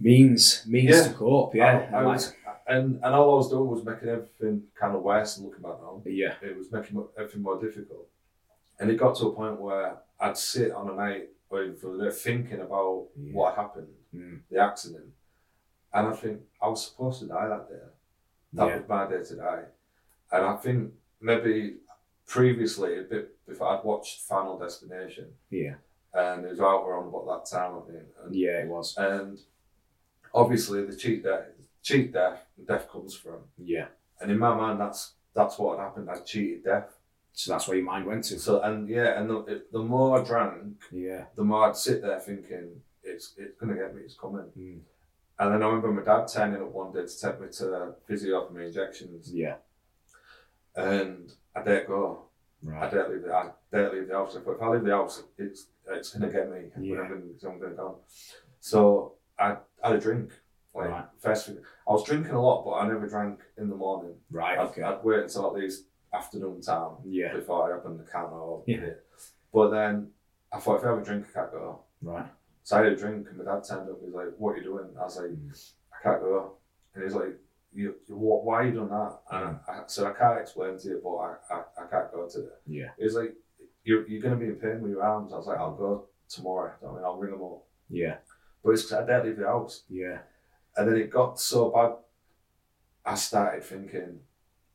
Speaker 3: means means
Speaker 2: Yeah. Oh,
Speaker 3: to cope. Yeah.
Speaker 2: I, I
Speaker 3: And
Speaker 2: was, and and all I was doing was making everything kind of worse. And looking back now,
Speaker 3: like- yeah.
Speaker 2: it was making mo- everything more difficult. And it got to a point where I'd sit on a night over thinking about
Speaker 3: Yeah.
Speaker 2: what happened,
Speaker 3: Mm.
Speaker 2: the accident, and I think I was supposed to die that day. That
Speaker 3: Yeah.
Speaker 2: was my day to die. And I think maybe previously, a bit before I'd watched Final Destination.
Speaker 3: Yeah.
Speaker 2: and it was out around about that time, I think. And,
Speaker 3: Yeah. It was.
Speaker 2: and obviously, the cheat death, cheat death, death comes from.
Speaker 3: Yeah.
Speaker 2: And in my mind, that's that's what had happened. I cheated death.
Speaker 3: So that's where your mind went to.
Speaker 2: So and yeah, and the, the more I drank,
Speaker 3: Yeah.
Speaker 2: the more I'd sit there thinking it's it's gonna get me, it's coming.
Speaker 3: Mm.
Speaker 2: And then I remember my dad turning up one day to take me to physio for my injections,
Speaker 3: Yeah.
Speaker 2: and I dare go. I
Speaker 3: Right.
Speaker 2: don't leave the I don't leave the house. If I leave the house, it's it's gonna get me.
Speaker 3: Yeah.
Speaker 2: When I'm gonna, I'm gonna go. So I had a drink. Like
Speaker 3: Right.
Speaker 2: first thing, I was drinking a lot, but I never drank in the morning.
Speaker 3: Right.
Speaker 2: I'd,
Speaker 3: Okay.
Speaker 2: I'd wait until at least afternoon time
Speaker 3: Yeah.
Speaker 2: before I opened the can or
Speaker 3: Yeah.
Speaker 2: it. But then I thought if I have a drink, I can't go.
Speaker 3: Right.
Speaker 2: So I had a drink, and my dad turned up. He's like, "What are you doing?" I was like, "I can't go." And he's like, "You, you what, why are you doing that?" And I, I said, "I can't explain to you, but I, I, I can't go today."
Speaker 3: Yeah.
Speaker 2: He was like, you're, you're going to be in pain with your arms. I was like, I'll go tomorrow. I mean, I'll ring them up.
Speaker 3: Yeah.
Speaker 2: But it's 'cause I didn't leave the house.
Speaker 3: Yeah.
Speaker 2: And then it got so bad, I started thinking,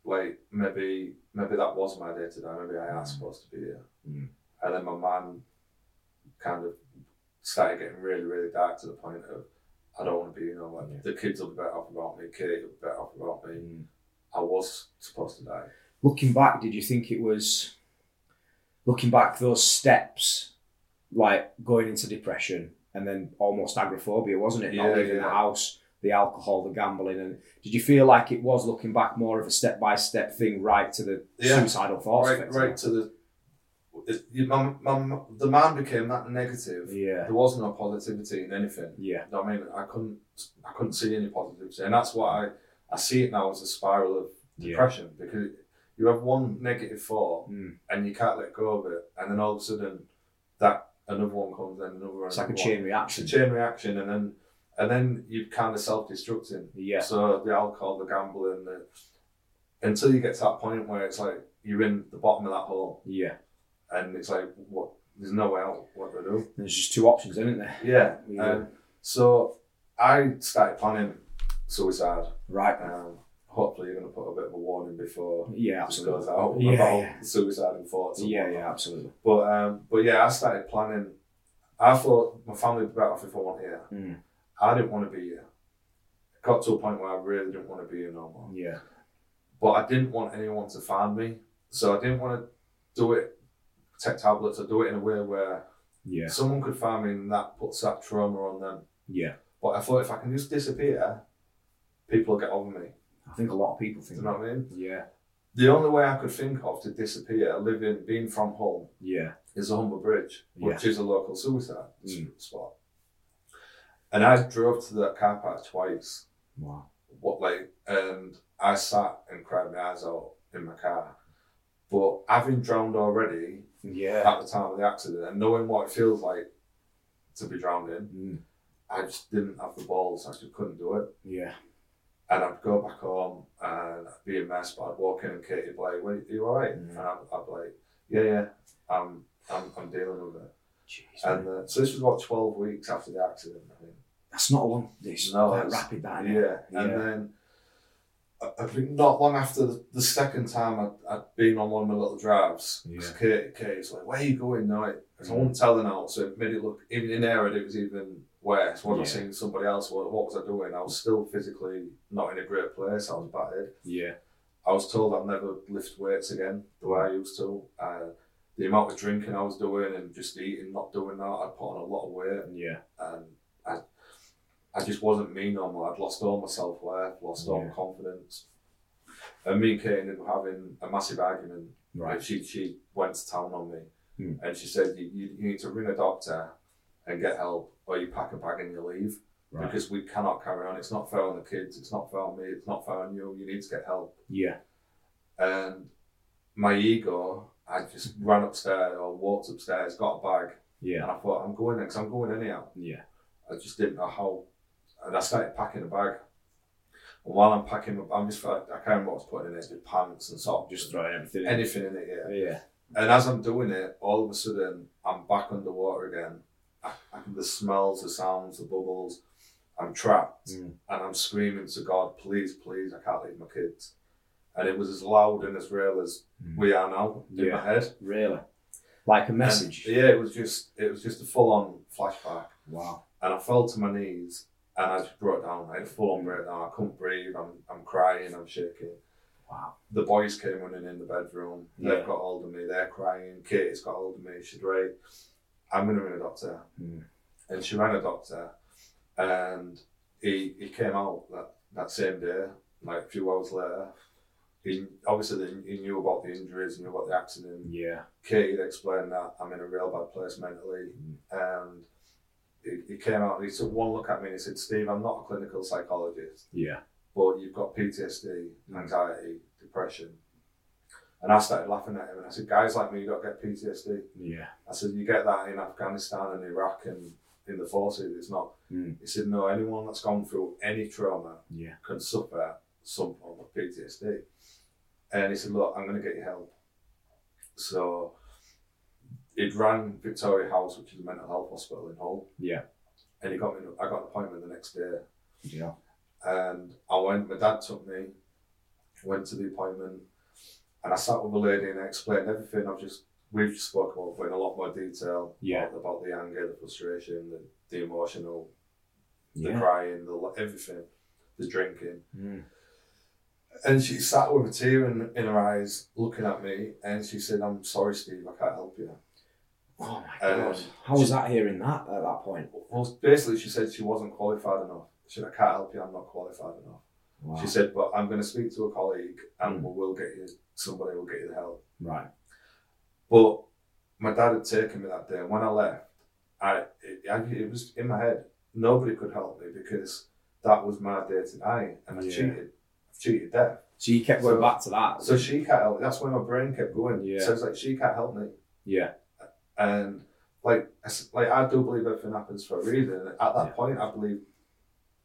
Speaker 2: like, maybe maybe that was my day today. Maybe I am supposed to be here.
Speaker 3: Mm.
Speaker 2: And then my mind kind of started getting really, really dark to the point of, I don't want to be, you know, like,
Speaker 3: Yeah.
Speaker 2: the kids will be better off without me, Kate will be better off without me.
Speaker 3: Mm.
Speaker 2: I was supposed to die.
Speaker 3: Looking back, did you think it was? Looking back, those steps, like going into depression and then almost agoraphobia, wasn't it?
Speaker 2: Yeah,
Speaker 3: Not leaving the
Speaker 2: yeah.
Speaker 3: house, the alcohol, the gambling, and did you feel like it was looking back more of a step by step thing, right to the
Speaker 2: Yeah.
Speaker 3: suicidal thoughts?
Speaker 2: right, right to the. It, you, my, my, the man became that negative.
Speaker 3: Yeah.
Speaker 2: There was no positivity in anything.
Speaker 3: Yeah.
Speaker 2: You know what I mean, I couldn't, I couldn't see any positivity, and that's why I, I see it now as a spiral of
Speaker 3: Yeah.
Speaker 2: depression because you have one negative thought
Speaker 3: Mm.
Speaker 2: and you can't let go of it, and then all of a sudden, that another one comes, then another one.
Speaker 3: It's like a
Speaker 2: another
Speaker 3: chain
Speaker 2: one. It's a
Speaker 3: reaction.
Speaker 2: chain reaction, and then and then you kind of self-destructing.
Speaker 3: Yeah.
Speaker 2: So the alcohol, the gambling, the, until you get to that point where it's like you're in the bottom of that hole,
Speaker 3: Yeah.
Speaker 2: and it's like what there's no way out. What do I do?
Speaker 3: There's just two options, isn't there?
Speaker 2: Yeah.
Speaker 3: Yeah.
Speaker 2: Um, so I started planning suicide.
Speaker 3: Right.
Speaker 2: Um, hopefully, you're going to put a bit of a warning before
Speaker 3: Yeah.
Speaker 2: it
Speaker 3: Absolutely.
Speaker 2: goes out
Speaker 3: Yeah,
Speaker 2: about
Speaker 3: yeah.
Speaker 2: suicide and thoughts. And
Speaker 3: Yeah.
Speaker 2: whatnot.
Speaker 3: Yeah. Absolutely.
Speaker 2: But um, but yeah, I started planning. I thought my family would be better off if I weren't here.
Speaker 3: Mm.
Speaker 2: I didn't want to be here. Got to a point where I really didn't want to be here no more.
Speaker 3: Yeah.
Speaker 2: but I didn't want anyone to find me. So I didn't want to do it, take tablets, or do it in a way where
Speaker 3: Yeah.
Speaker 2: someone could find me and that puts that trauma on them.
Speaker 3: Yeah.
Speaker 2: But I thought if I can just disappear, people will get over me.
Speaker 3: I think a lot of people
Speaker 2: Do
Speaker 3: think
Speaker 2: you know
Speaker 3: that.
Speaker 2: what I mean?
Speaker 3: Yeah.
Speaker 2: The only way I could think of to disappear, living, being from home,
Speaker 3: Yeah.
Speaker 2: is the Humber Bridge, which is a local suicide s-
Speaker 3: Mm.
Speaker 2: spot. And I drove to that car park twice.
Speaker 3: Wow.
Speaker 2: what like and I sat and cried my eyes out in my car. But having drowned already
Speaker 3: Yeah.
Speaker 2: at the time of the accident and knowing what it feels like to be drowned in,
Speaker 3: Mm.
Speaker 2: I just didn't have the balls. I just couldn't do it.
Speaker 3: Yeah.
Speaker 2: And I'd go back home and I'd be a mess, but I'd walk in and Katie would be like, Wait, are you alright?
Speaker 3: Mm.
Speaker 2: And I'd, I'd be like, Yeah, yeah, I'm, I'm I'm dealing with it.
Speaker 3: Jeez, man.
Speaker 2: And uh, so this was about 12 weeks after the accident, I think.
Speaker 3: that's not a long. It's
Speaker 2: No,
Speaker 3: quite
Speaker 2: it's-
Speaker 3: rapid, that. Isn't it?
Speaker 2: Yeah. And then I- I think not long after the, the second time I'd, I'd been on one of my little drives,
Speaker 1: Yeah.
Speaker 2: because Kate, Kate's like, Where are you going? No, it, I won't tell her now. So it made it look, even in there, it was even worse. When I
Speaker 3: Yeah.
Speaker 2: seen somebody else, what, what was I doing? I was still physically not in a great place. I was battered.
Speaker 3: Yeah.
Speaker 2: I was told I'd never lift weights again the way I used to. Uh, the amount of drinking I was doing and just eating, not doing that, I'd put on a lot of weight
Speaker 3: Yeah.
Speaker 2: and I, I just wasn't me normal. I'd lost all my self worth, lost all my
Speaker 3: Yeah.
Speaker 2: confidence. And me and Kate ended up having a massive argument.
Speaker 3: Right.
Speaker 2: She, she went to town on me
Speaker 3: Hmm.
Speaker 2: and she said, you, you, you need to ring a doctor and get help, or you pack a bag and you leave
Speaker 3: Right.
Speaker 2: because we cannot carry on. It's not fair on the kids, it's not fair on me, it's not fair on you. You need to get help
Speaker 3: yeah.
Speaker 2: and my ego, I just ran upstairs or walked upstairs, got a bag,
Speaker 3: Yeah.
Speaker 2: and I thought, I'm going in 'cause I'm going anyhow.
Speaker 3: Yeah.
Speaker 2: I just didn't know how, and I started packing the bag. And while I'm packing, my- I'm just, I can't remember what I was putting in it, just pants and socks,
Speaker 3: Just
Speaker 2: just
Speaker 3: throwing everything. In.
Speaker 2: anything in it, yeah.
Speaker 3: Yeah.
Speaker 2: And as I'm doing it, all of a sudden, I'm back underwater again. I, I can, the smells, the sounds, the bubbles. I'm trapped
Speaker 3: Mm.
Speaker 2: and I'm screaming to God, please, please, I can't leave my kids. And it was as loud and as real as
Speaker 3: Mm.
Speaker 2: we are now in
Speaker 3: Yeah.
Speaker 2: my head.
Speaker 3: Really. Like a
Speaker 2: And,
Speaker 3: message.
Speaker 2: yeah, it was just it was just a full on flashback.
Speaker 3: Wow.
Speaker 2: And I fell to my knees and I just broke down. I had a full on breakdown. I couldn't breathe. I'm, I'm crying. I'm shaking
Speaker 3: Wow.
Speaker 2: the boys came running in the bedroom.
Speaker 3: Yeah.
Speaker 2: They've got hold of me. They're crying. Katie's got hold of me. She's right. I'm going to ring a doctor.
Speaker 3: Hmm.
Speaker 2: And she rang a doctor. And he, he came out that, that same day, like a few hours later. He Obviously, they- he knew about the injuries, he knew about the accident.
Speaker 3: Yeah.
Speaker 2: Katie had explained that I'm in a real bad place mentally. And he, he came out and he took one look at me and he said, Steve, I'm not a clinical psychologist
Speaker 3: Yeah.
Speaker 2: but you've got PTSD, anxiety, depression. And I started laughing at him and I said, guys like me, you don't get PTSD.
Speaker 3: Yeah.
Speaker 2: I said, you get that in Afghanistan and Iraq and in the forces, it's not.
Speaker 3: Mm.
Speaker 2: He said, no, anyone that's gone through any trauma
Speaker 3: Yeah.
Speaker 2: can suffer some form of PTSD. And he said, look, I'm going to get you help. So it ran Victoria House, which is a mental health hospital in Hull.
Speaker 3: Yeah.
Speaker 2: And he got me, I got an appointment the next day
Speaker 3: Yeah.
Speaker 2: and I went. My dad took me, went to the appointment, and I sat with a lady and I explained everything I've just we've just spoken about, but in a lot more detail.
Speaker 3: Yeah.
Speaker 2: About, about the anger, the frustration, the, the emotional, the
Speaker 3: Yeah.
Speaker 2: crying, the lo- everything, the drinking.
Speaker 3: Mm.
Speaker 2: And she sat with a tear in, in her eyes, looking at me, and she said, "I'm sorry, Steve, I can't help you."
Speaker 3: Oh my
Speaker 2: Um,
Speaker 3: god. How was that hearing that at that point?
Speaker 2: Well, basically, she said she wasn't qualified enough. She said, "I can't help you. I'm not qualified enough."
Speaker 3: Wow.
Speaker 2: She said, "But I'm going to speak to a colleague, and
Speaker 3: Mm.
Speaker 2: we will get you somebody. will get you the help."
Speaker 3: Right.
Speaker 2: But my dad had taken me that day, and when I left, I it, I, it was in my head. Nobody could help me because that was my day to die, and I
Speaker 3: Yeah.
Speaker 2: cheated. I cheated death.
Speaker 3: So you kept going
Speaker 2: So-
Speaker 3: back to that.
Speaker 2: So she can't help. That's where my brain kept going.
Speaker 3: Yeah.
Speaker 2: So it's like she can't help me,
Speaker 3: yeah.
Speaker 2: and like I s- like I do believe everything happens for a reason. And at that
Speaker 3: Yeah.
Speaker 2: point, I believe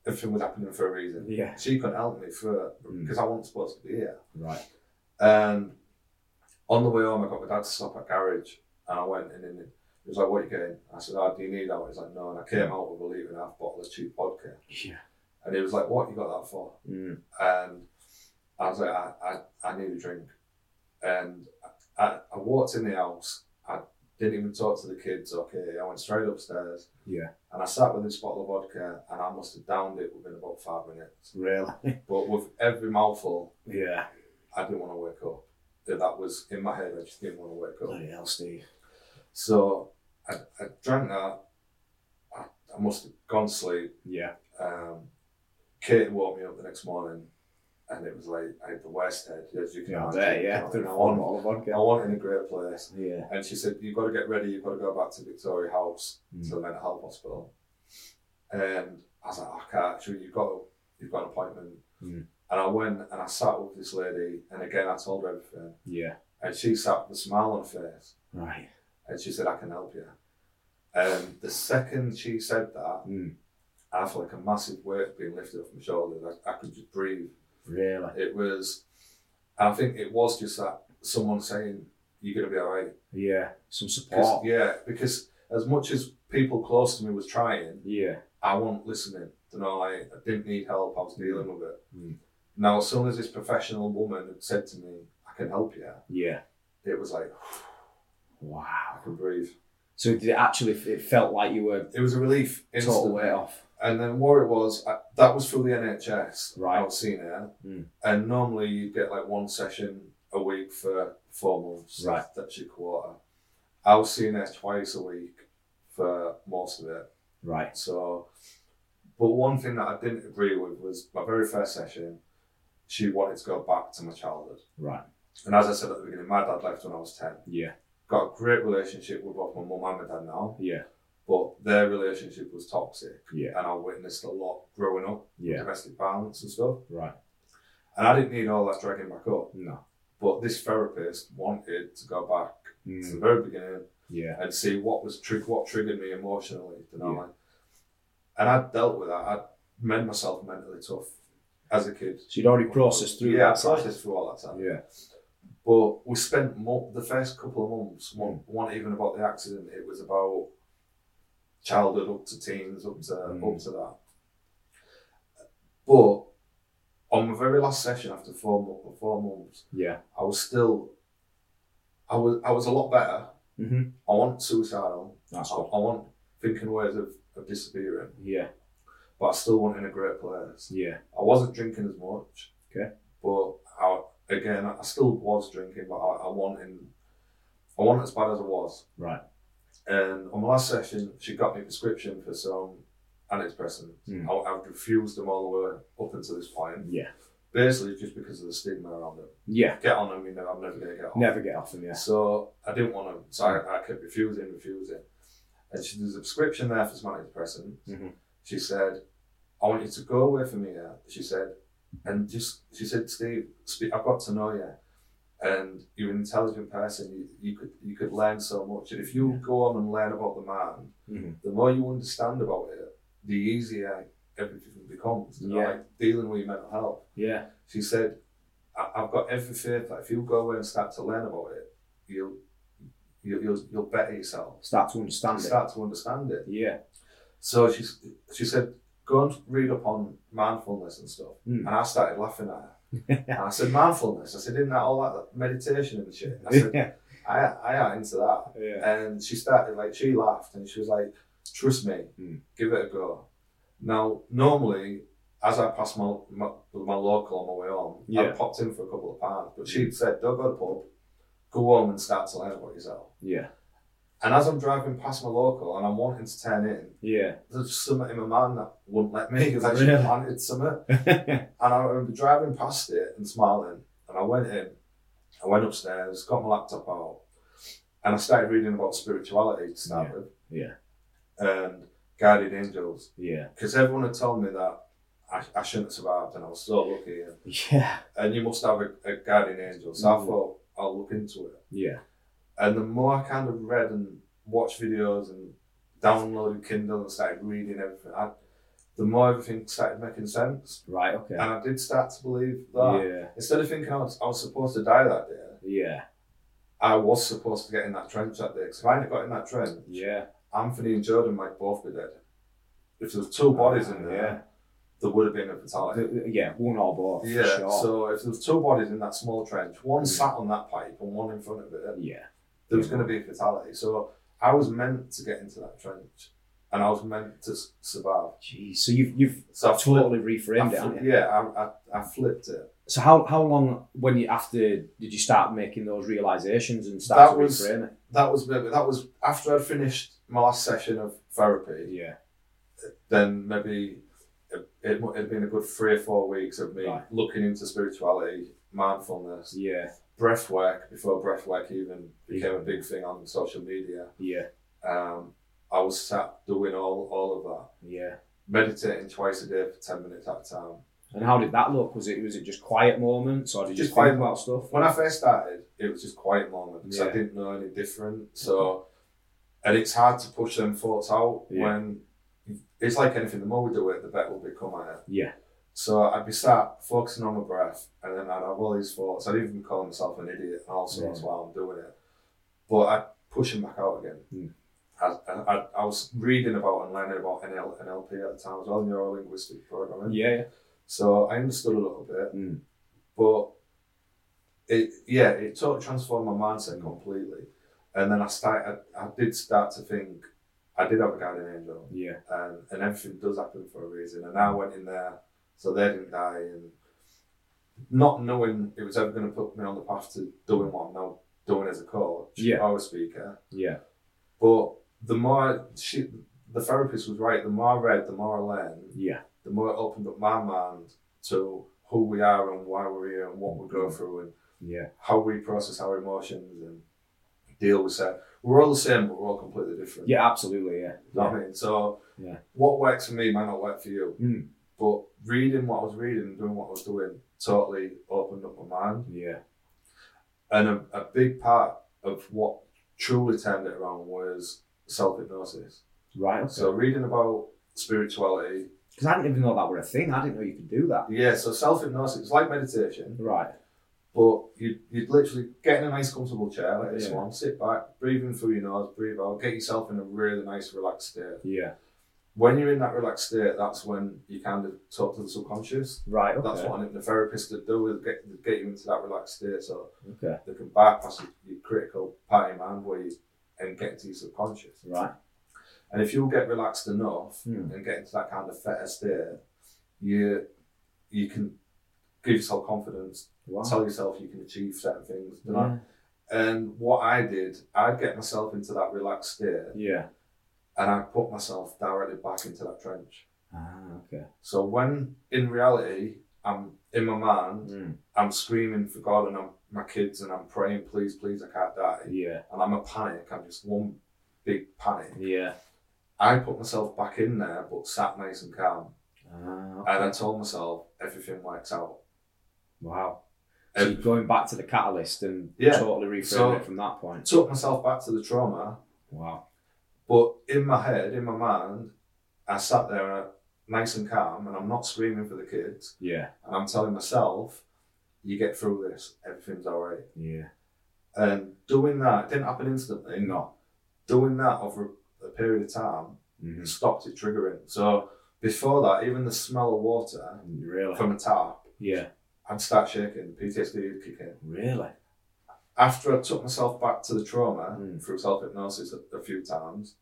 Speaker 2: everything was happening for a reason.
Speaker 3: Yeah.
Speaker 2: She couldn't help me for
Speaker 3: Mm.
Speaker 2: because I wasn't supposed to be here.
Speaker 3: Right.
Speaker 2: And on the way home, I got my dad to stop at garage, and I went in, and he was like, "What are you getting?" I said, "Oh, do you need that?" He's like, "No," and I came out with a litre and a half bottle of cheap vodka,
Speaker 3: Yeah.
Speaker 2: and he was like, "What you got that for?"
Speaker 3: Mm.
Speaker 2: And Um, I was like, "I, I, I need a drink," and I, I walked in the house. I didn't even talk to the kids. Okay, I went straight upstairs.
Speaker 3: Yeah.
Speaker 2: And I sat with this bottle of vodka, and I must have downed it within about five minutes.
Speaker 3: Really.
Speaker 2: But with every mouthful,
Speaker 3: Yeah.
Speaker 2: I didn't want to wake up. That that was in my head. I just didn't want to wake up.
Speaker 3: Bloody hell, Steve.
Speaker 2: So I, I drank that. I, I must have gone to sleep.
Speaker 3: Yeah.
Speaker 2: Um, Kate woke me up the next morning, and it was like I had the worst head as you can
Speaker 3: Yeah.
Speaker 2: imagine.
Speaker 3: There. Yeah.
Speaker 2: I,
Speaker 3: Through the
Speaker 2: want,
Speaker 3: whole
Speaker 2: I
Speaker 3: vodka.
Speaker 2: want in a great place.
Speaker 3: Yeah.
Speaker 2: And she said, "You've got to get ready. You've got to go back to Victoria House
Speaker 3: Mm.
Speaker 2: to the mental health hospital." And I was like, "Oh, "I can't. She went, You've got you've got an appointment."
Speaker 3: Mm.
Speaker 2: And I went and I sat with this lady, and again I told her everything.
Speaker 3: Yeah.
Speaker 2: And she sat with a smile on her face.
Speaker 3: Right.
Speaker 2: And she said, I can help you. Um, the second she said that,
Speaker 3: Mm.
Speaker 2: I felt like a massive weight being lifted off my shoulders. I, I could just breathe.
Speaker 3: Really.
Speaker 2: It was, and I think it was just that someone saying, You're going to be all right.
Speaker 3: Yeah. Some
Speaker 2: 'Cause-
Speaker 3: support.
Speaker 2: Yeah, because as much as people close to me was trying,
Speaker 3: Yeah.
Speaker 2: I wasn't listening. You know, like, I didn't need help. I was dealing with it.
Speaker 3: Mm.
Speaker 2: Now, as soon as this professional woman had said to me, "I can help you,"
Speaker 3: Yeah.
Speaker 2: it was like I
Speaker 3: Wow.
Speaker 2: could breathe.
Speaker 3: So did it actually? It felt like you were
Speaker 2: It was a relief.
Speaker 3: total
Speaker 2: instantly.
Speaker 3: weight off.
Speaker 2: And then what it was, I, that was through the NHS.
Speaker 3: Right.
Speaker 2: I was seeing it.
Speaker 3: Mm.
Speaker 2: And normally you get like one session a week for four months.
Speaker 3: Right.
Speaker 2: That's your quarter. I was seeing it twice a week for most of it.
Speaker 3: Right.
Speaker 2: So, but one thing that I didn't agree with was my very first session, she wanted to go back to my childhood.
Speaker 3: Right.
Speaker 2: And as I said at the beginning, my dad left when I was 10.
Speaker 3: Yeah.
Speaker 2: Got a great relationship with both my mum and my dad now,
Speaker 3: Yeah.
Speaker 2: but their relationship was toxic.
Speaker 3: Yeah.
Speaker 2: And I witnessed a lot growing up
Speaker 3: Yeah.
Speaker 2: domestic violence and stuff.
Speaker 3: Right.
Speaker 2: And I didn't need all that dragging back up.
Speaker 3: No.
Speaker 2: But this therapist wanted to go back to the
Speaker 3: Mm.
Speaker 2: very beginning
Speaker 3: Yeah.
Speaker 2: and see what was trig- what triggered me emotionally. You know,
Speaker 3: Yeah.
Speaker 2: like- and I dealt with that. I made myself mentally tough as a kid.
Speaker 3: So you'd already processed through
Speaker 2: yeah,
Speaker 3: that.
Speaker 2: I processed through all that time.
Speaker 3: Yeah.
Speaker 2: But we spent mo- the first couple of months,
Speaker 3: Hmm.
Speaker 2: one, one even about the accident, it was about childhood up to teens, up to,
Speaker 3: Mm.
Speaker 2: up to that. But on my very last session after four, mo- four months,
Speaker 3: Yeah.
Speaker 2: I was still, I was, I was a lot better.
Speaker 3: Mm-hmm.
Speaker 2: I wasn't suicidal.
Speaker 3: That's
Speaker 2: I,
Speaker 3: good.
Speaker 2: I wasn't thinking ways of, of disappearing,
Speaker 3: Yeah.
Speaker 2: but I still wasn't in a great place.
Speaker 3: Yeah.
Speaker 2: I wasn't drinking as much.
Speaker 3: Okay.
Speaker 2: But I, again, I still was drinking, but I, I wasn't in, I wasn't as bad as I was.
Speaker 3: Right.
Speaker 2: And on my last session, she got me a prescription for some antidepressants.
Speaker 3: Mm.
Speaker 2: I, I've refused them all the way up until this point,
Speaker 3: Yeah.
Speaker 2: basically just because of the stigma around it.
Speaker 3: Yeah.
Speaker 2: Get on them, you know, I'm never going to get off.
Speaker 3: Never get off them. Yeah.
Speaker 2: So I didn't want to, so I, I kept refusing, refusing. And she, there's a prescription there for some antidepressant.
Speaker 3: Mhm.
Speaker 2: She said, I want you to go away from here. She said, and just, she said, Steve, spe- I've got to know you. And you're an intelligent person. You, you could you could learn so much. And if you
Speaker 3: Yeah.
Speaker 2: go on and learn about the man,
Speaker 3: Mhm.
Speaker 2: the more you understand about it, the easier everything becomes. You know,
Speaker 3: Yeah.
Speaker 2: like dealing with your mental health.
Speaker 3: Yeah.
Speaker 2: She said, I- I've got every faith that if you go away and start to learn about it, you'll you'll you'll, you'll better yourself.
Speaker 3: Start to understand it.
Speaker 2: Start to understand it.
Speaker 3: Yeah.
Speaker 2: So she s- she said, go and read up on mindfulness and stuff.
Speaker 3: Mm.
Speaker 2: And I started laughing at her. and I said, mindfulness. I said, isn't that all that meditation and shit? I said,
Speaker 3: yeah.
Speaker 2: I I ain't into that.
Speaker 3: Yeah.
Speaker 2: And she started like she laughed and she was like, trust me,
Speaker 3: Mm.
Speaker 2: give it a go. Now normally, as I passed my my, my local on my way home, I
Speaker 3: Yeah. Hmm.
Speaker 2: popped in for a couple of pounds, but she'd said, don't go to the pub, go home and start to learn about yourself.
Speaker 3: Yeah.
Speaker 2: And as I'm driving past my local and I'm wanting to turn in,
Speaker 3: Yeah.
Speaker 2: there's just something in my mind that wouldn't let me because I just
Speaker 3: Really?
Speaker 2: wanted something. And I remember driving past it and smiling. And I went in, I went upstairs, got my laptop out, and I started reading about spirituality to start
Speaker 3: Yeah.
Speaker 2: with.
Speaker 3: Yeah.
Speaker 2: And guided angels.
Speaker 3: yeah.
Speaker 2: Because everyone had told me that I, I shouldn't have survived, and I was so lucky. And,
Speaker 3: Yeah.
Speaker 2: and you must have a, a guardian angel. So I
Speaker 3: Mhm.
Speaker 2: thought, I'll look into it.
Speaker 3: Yeah.
Speaker 2: And the more I kind of read and watched videos and downloaded Kindle and started reading everything, I, the more everything started making sense.
Speaker 3: Right. Okay.
Speaker 2: And I did start to believe that
Speaker 3: Yeah.
Speaker 2: instead of thinking I was, I was supposed to die that day,
Speaker 3: Yeah.
Speaker 2: I was supposed to get in that trench that day. Because if I hadn't got in that trench,
Speaker 3: Yeah.
Speaker 2: Anthony and Jordan might both be dead. If there was two bodies in there, there would have been a fatality.
Speaker 3: Th- th- Yeah. One or both. for
Speaker 2: yeah,
Speaker 3: Sure.
Speaker 2: so if there was two bodies in that small trench, one
Speaker 3: Mm.
Speaker 2: sat on that pipe and one in front of it,
Speaker 3: yeah.
Speaker 2: there was going to be a fatality. So I was meant to get into that trench, and I was meant to s- survive.
Speaker 3: Jeez. So you've you've
Speaker 2: So I flipped,
Speaker 3: totally reframed
Speaker 2: I
Speaker 3: it, haven't
Speaker 2: flipped
Speaker 3: you?
Speaker 2: yeah, I, I, I flipped it.
Speaker 3: So how how long when you after did you start making those realizations and
Speaker 2: That
Speaker 3: start to
Speaker 2: was-
Speaker 3: reframe
Speaker 2: That was maybe that was after I'd finished my last session of therapy.
Speaker 3: it? Yeah.
Speaker 2: then maybe it, it mu- it'd been a good three or four weeks of me
Speaker 3: Right.
Speaker 2: looking into spirituality, mindfulness,
Speaker 3: Yeah.
Speaker 2: breath work before breath work even became a
Speaker 3: Yeah.
Speaker 2: big thing on social media.
Speaker 3: Yeah.
Speaker 2: Um, I was sat doing all, all of that,
Speaker 3: Yeah.
Speaker 2: meditating twice a day for 10 minutes at a time.
Speaker 3: And how did that look? Was it was it just quiet moments or did you
Speaker 2: Just
Speaker 3: just
Speaker 2: quiet
Speaker 3: think about stuff?
Speaker 2: When I first started, it was just quiet moments 'cause I
Speaker 3: Yeah. Mm-hmm.
Speaker 2: didn't know any different. So, and it's hard to push them thoughts out
Speaker 3: Yeah.
Speaker 2: when it's like anything, the more we do it, the better we become at it.
Speaker 3: Yeah.
Speaker 2: So I'd be sat focusing on my breath, and then I'd have all these thoughts. I'd even call myself an idiot and all sorts
Speaker 3: Yeah.
Speaker 2: while I'm doing it, but I'd push them back out again.
Speaker 3: Mm.
Speaker 2: I, I, I was reading about and learning about NL, NLP at the time as well, neuro linguistic programming.
Speaker 3: Yeah, yeah.
Speaker 2: So I understood a little bit,
Speaker 3: Mm.
Speaker 2: but it yeah, it totally transformed my mindset completely. And then I started, I, I did start to think I did have a guardian angel,
Speaker 3: Yeah.
Speaker 2: and, and everything does happen for a reason. And I went in there, so they didn't die, and not knowing it was ever going to put me on the path to doing what I'm now doing as a coach
Speaker 3: Yeah.
Speaker 2: or a speaker.
Speaker 3: Yeah.
Speaker 2: But the more she, the therapist was right, the more I read, the more I learned,
Speaker 3: Yeah.
Speaker 2: the more it opened up my mind to who we are and why we're here and what we go through and
Speaker 3: Yeah.
Speaker 2: how we process our emotions and deal with that. We're all the same, but we're all completely different.
Speaker 3: Yeah, absolutely. Yeah.
Speaker 2: You know what I mean? So,
Speaker 3: Yeah.
Speaker 2: what works for me might not work for you.
Speaker 3: Mm.
Speaker 2: But reading what I was reading and doing what I was doing totally opened up my mind.
Speaker 3: Yeah.
Speaker 2: And a, a big part of what truly turned it around was self hypnosis.
Speaker 3: Right. Okay.
Speaker 2: So reading about spirituality,
Speaker 3: Because I didn't even know that were a thing. I didn't know you could do that.
Speaker 2: yeah. So self hypnosis, it's like meditation,
Speaker 3: Right.
Speaker 2: but you you'd literally get in a nice comfortable chair like this
Speaker 3: Yeah.
Speaker 2: one, sit back, breathe in through your nose, breathe out, get yourself in a really nice relaxed state.
Speaker 3: Yeah.
Speaker 2: When you're in that relaxed state, that's when you kind of talk to the subconscious.
Speaker 3: Right. Okay.
Speaker 2: That's what an hypnotherapist would do is get get you into that relaxed state, so
Speaker 3: Okay.
Speaker 2: they can bypass your- your critical part of your mind where you, and get to your subconscious.
Speaker 3: Right.
Speaker 2: And if you get relaxed enough
Speaker 3: Hmm.
Speaker 2: and get into that kind of fetter state, you you can give yourself confidence,
Speaker 3: Wow. Hmm.
Speaker 2: tell yourself you can achieve certain things. you
Speaker 3: yeah.
Speaker 2: know? And what I did, I'd get myself into that relaxed state
Speaker 3: yeah.
Speaker 2: and I'd put myself directly back into that trench.
Speaker 3: Ah. Okay.
Speaker 2: So when in reality, I'm in my mind,
Speaker 3: Mm.
Speaker 2: I'm screaming for God and I'm, my kids and I'm praying, please, please, I can't die.
Speaker 3: Yeah.
Speaker 2: And I'm a panic, I'm just one big panic.
Speaker 3: Yeah.
Speaker 2: I put myself back in there, but sat nice and calm.
Speaker 3: Ah.
Speaker 2: And I told myself everything works out.
Speaker 3: Wow. So
Speaker 2: Um,
Speaker 3: you're going back to the catalyst and
Speaker 2: Yeah.
Speaker 3: totally reframing
Speaker 2: So-
Speaker 3: it from that
Speaker 2: I
Speaker 3: point.
Speaker 2: took myself back to the trauma,
Speaker 3: Wow.
Speaker 2: but in my head, in my mind, I sat there and I- nice and calm, and I'm not screaming for the kids,
Speaker 3: Yeah.
Speaker 2: and I'm telling myself, you get through this, everything's all right.
Speaker 3: Yeah.
Speaker 2: And doing that, it didn't happen instantly, no. Doing that over a period of time
Speaker 3: Mhm.
Speaker 2: stopped it triggering. So before that, even the smell of water
Speaker 3: Really.
Speaker 2: from a tap,
Speaker 3: Yeah.
Speaker 2: I'd start shaking, PTSD would kick in.
Speaker 3: Really.
Speaker 2: after I took myself back to the trauma
Speaker 3: Mm.
Speaker 2: through self hypnosis a, a few times,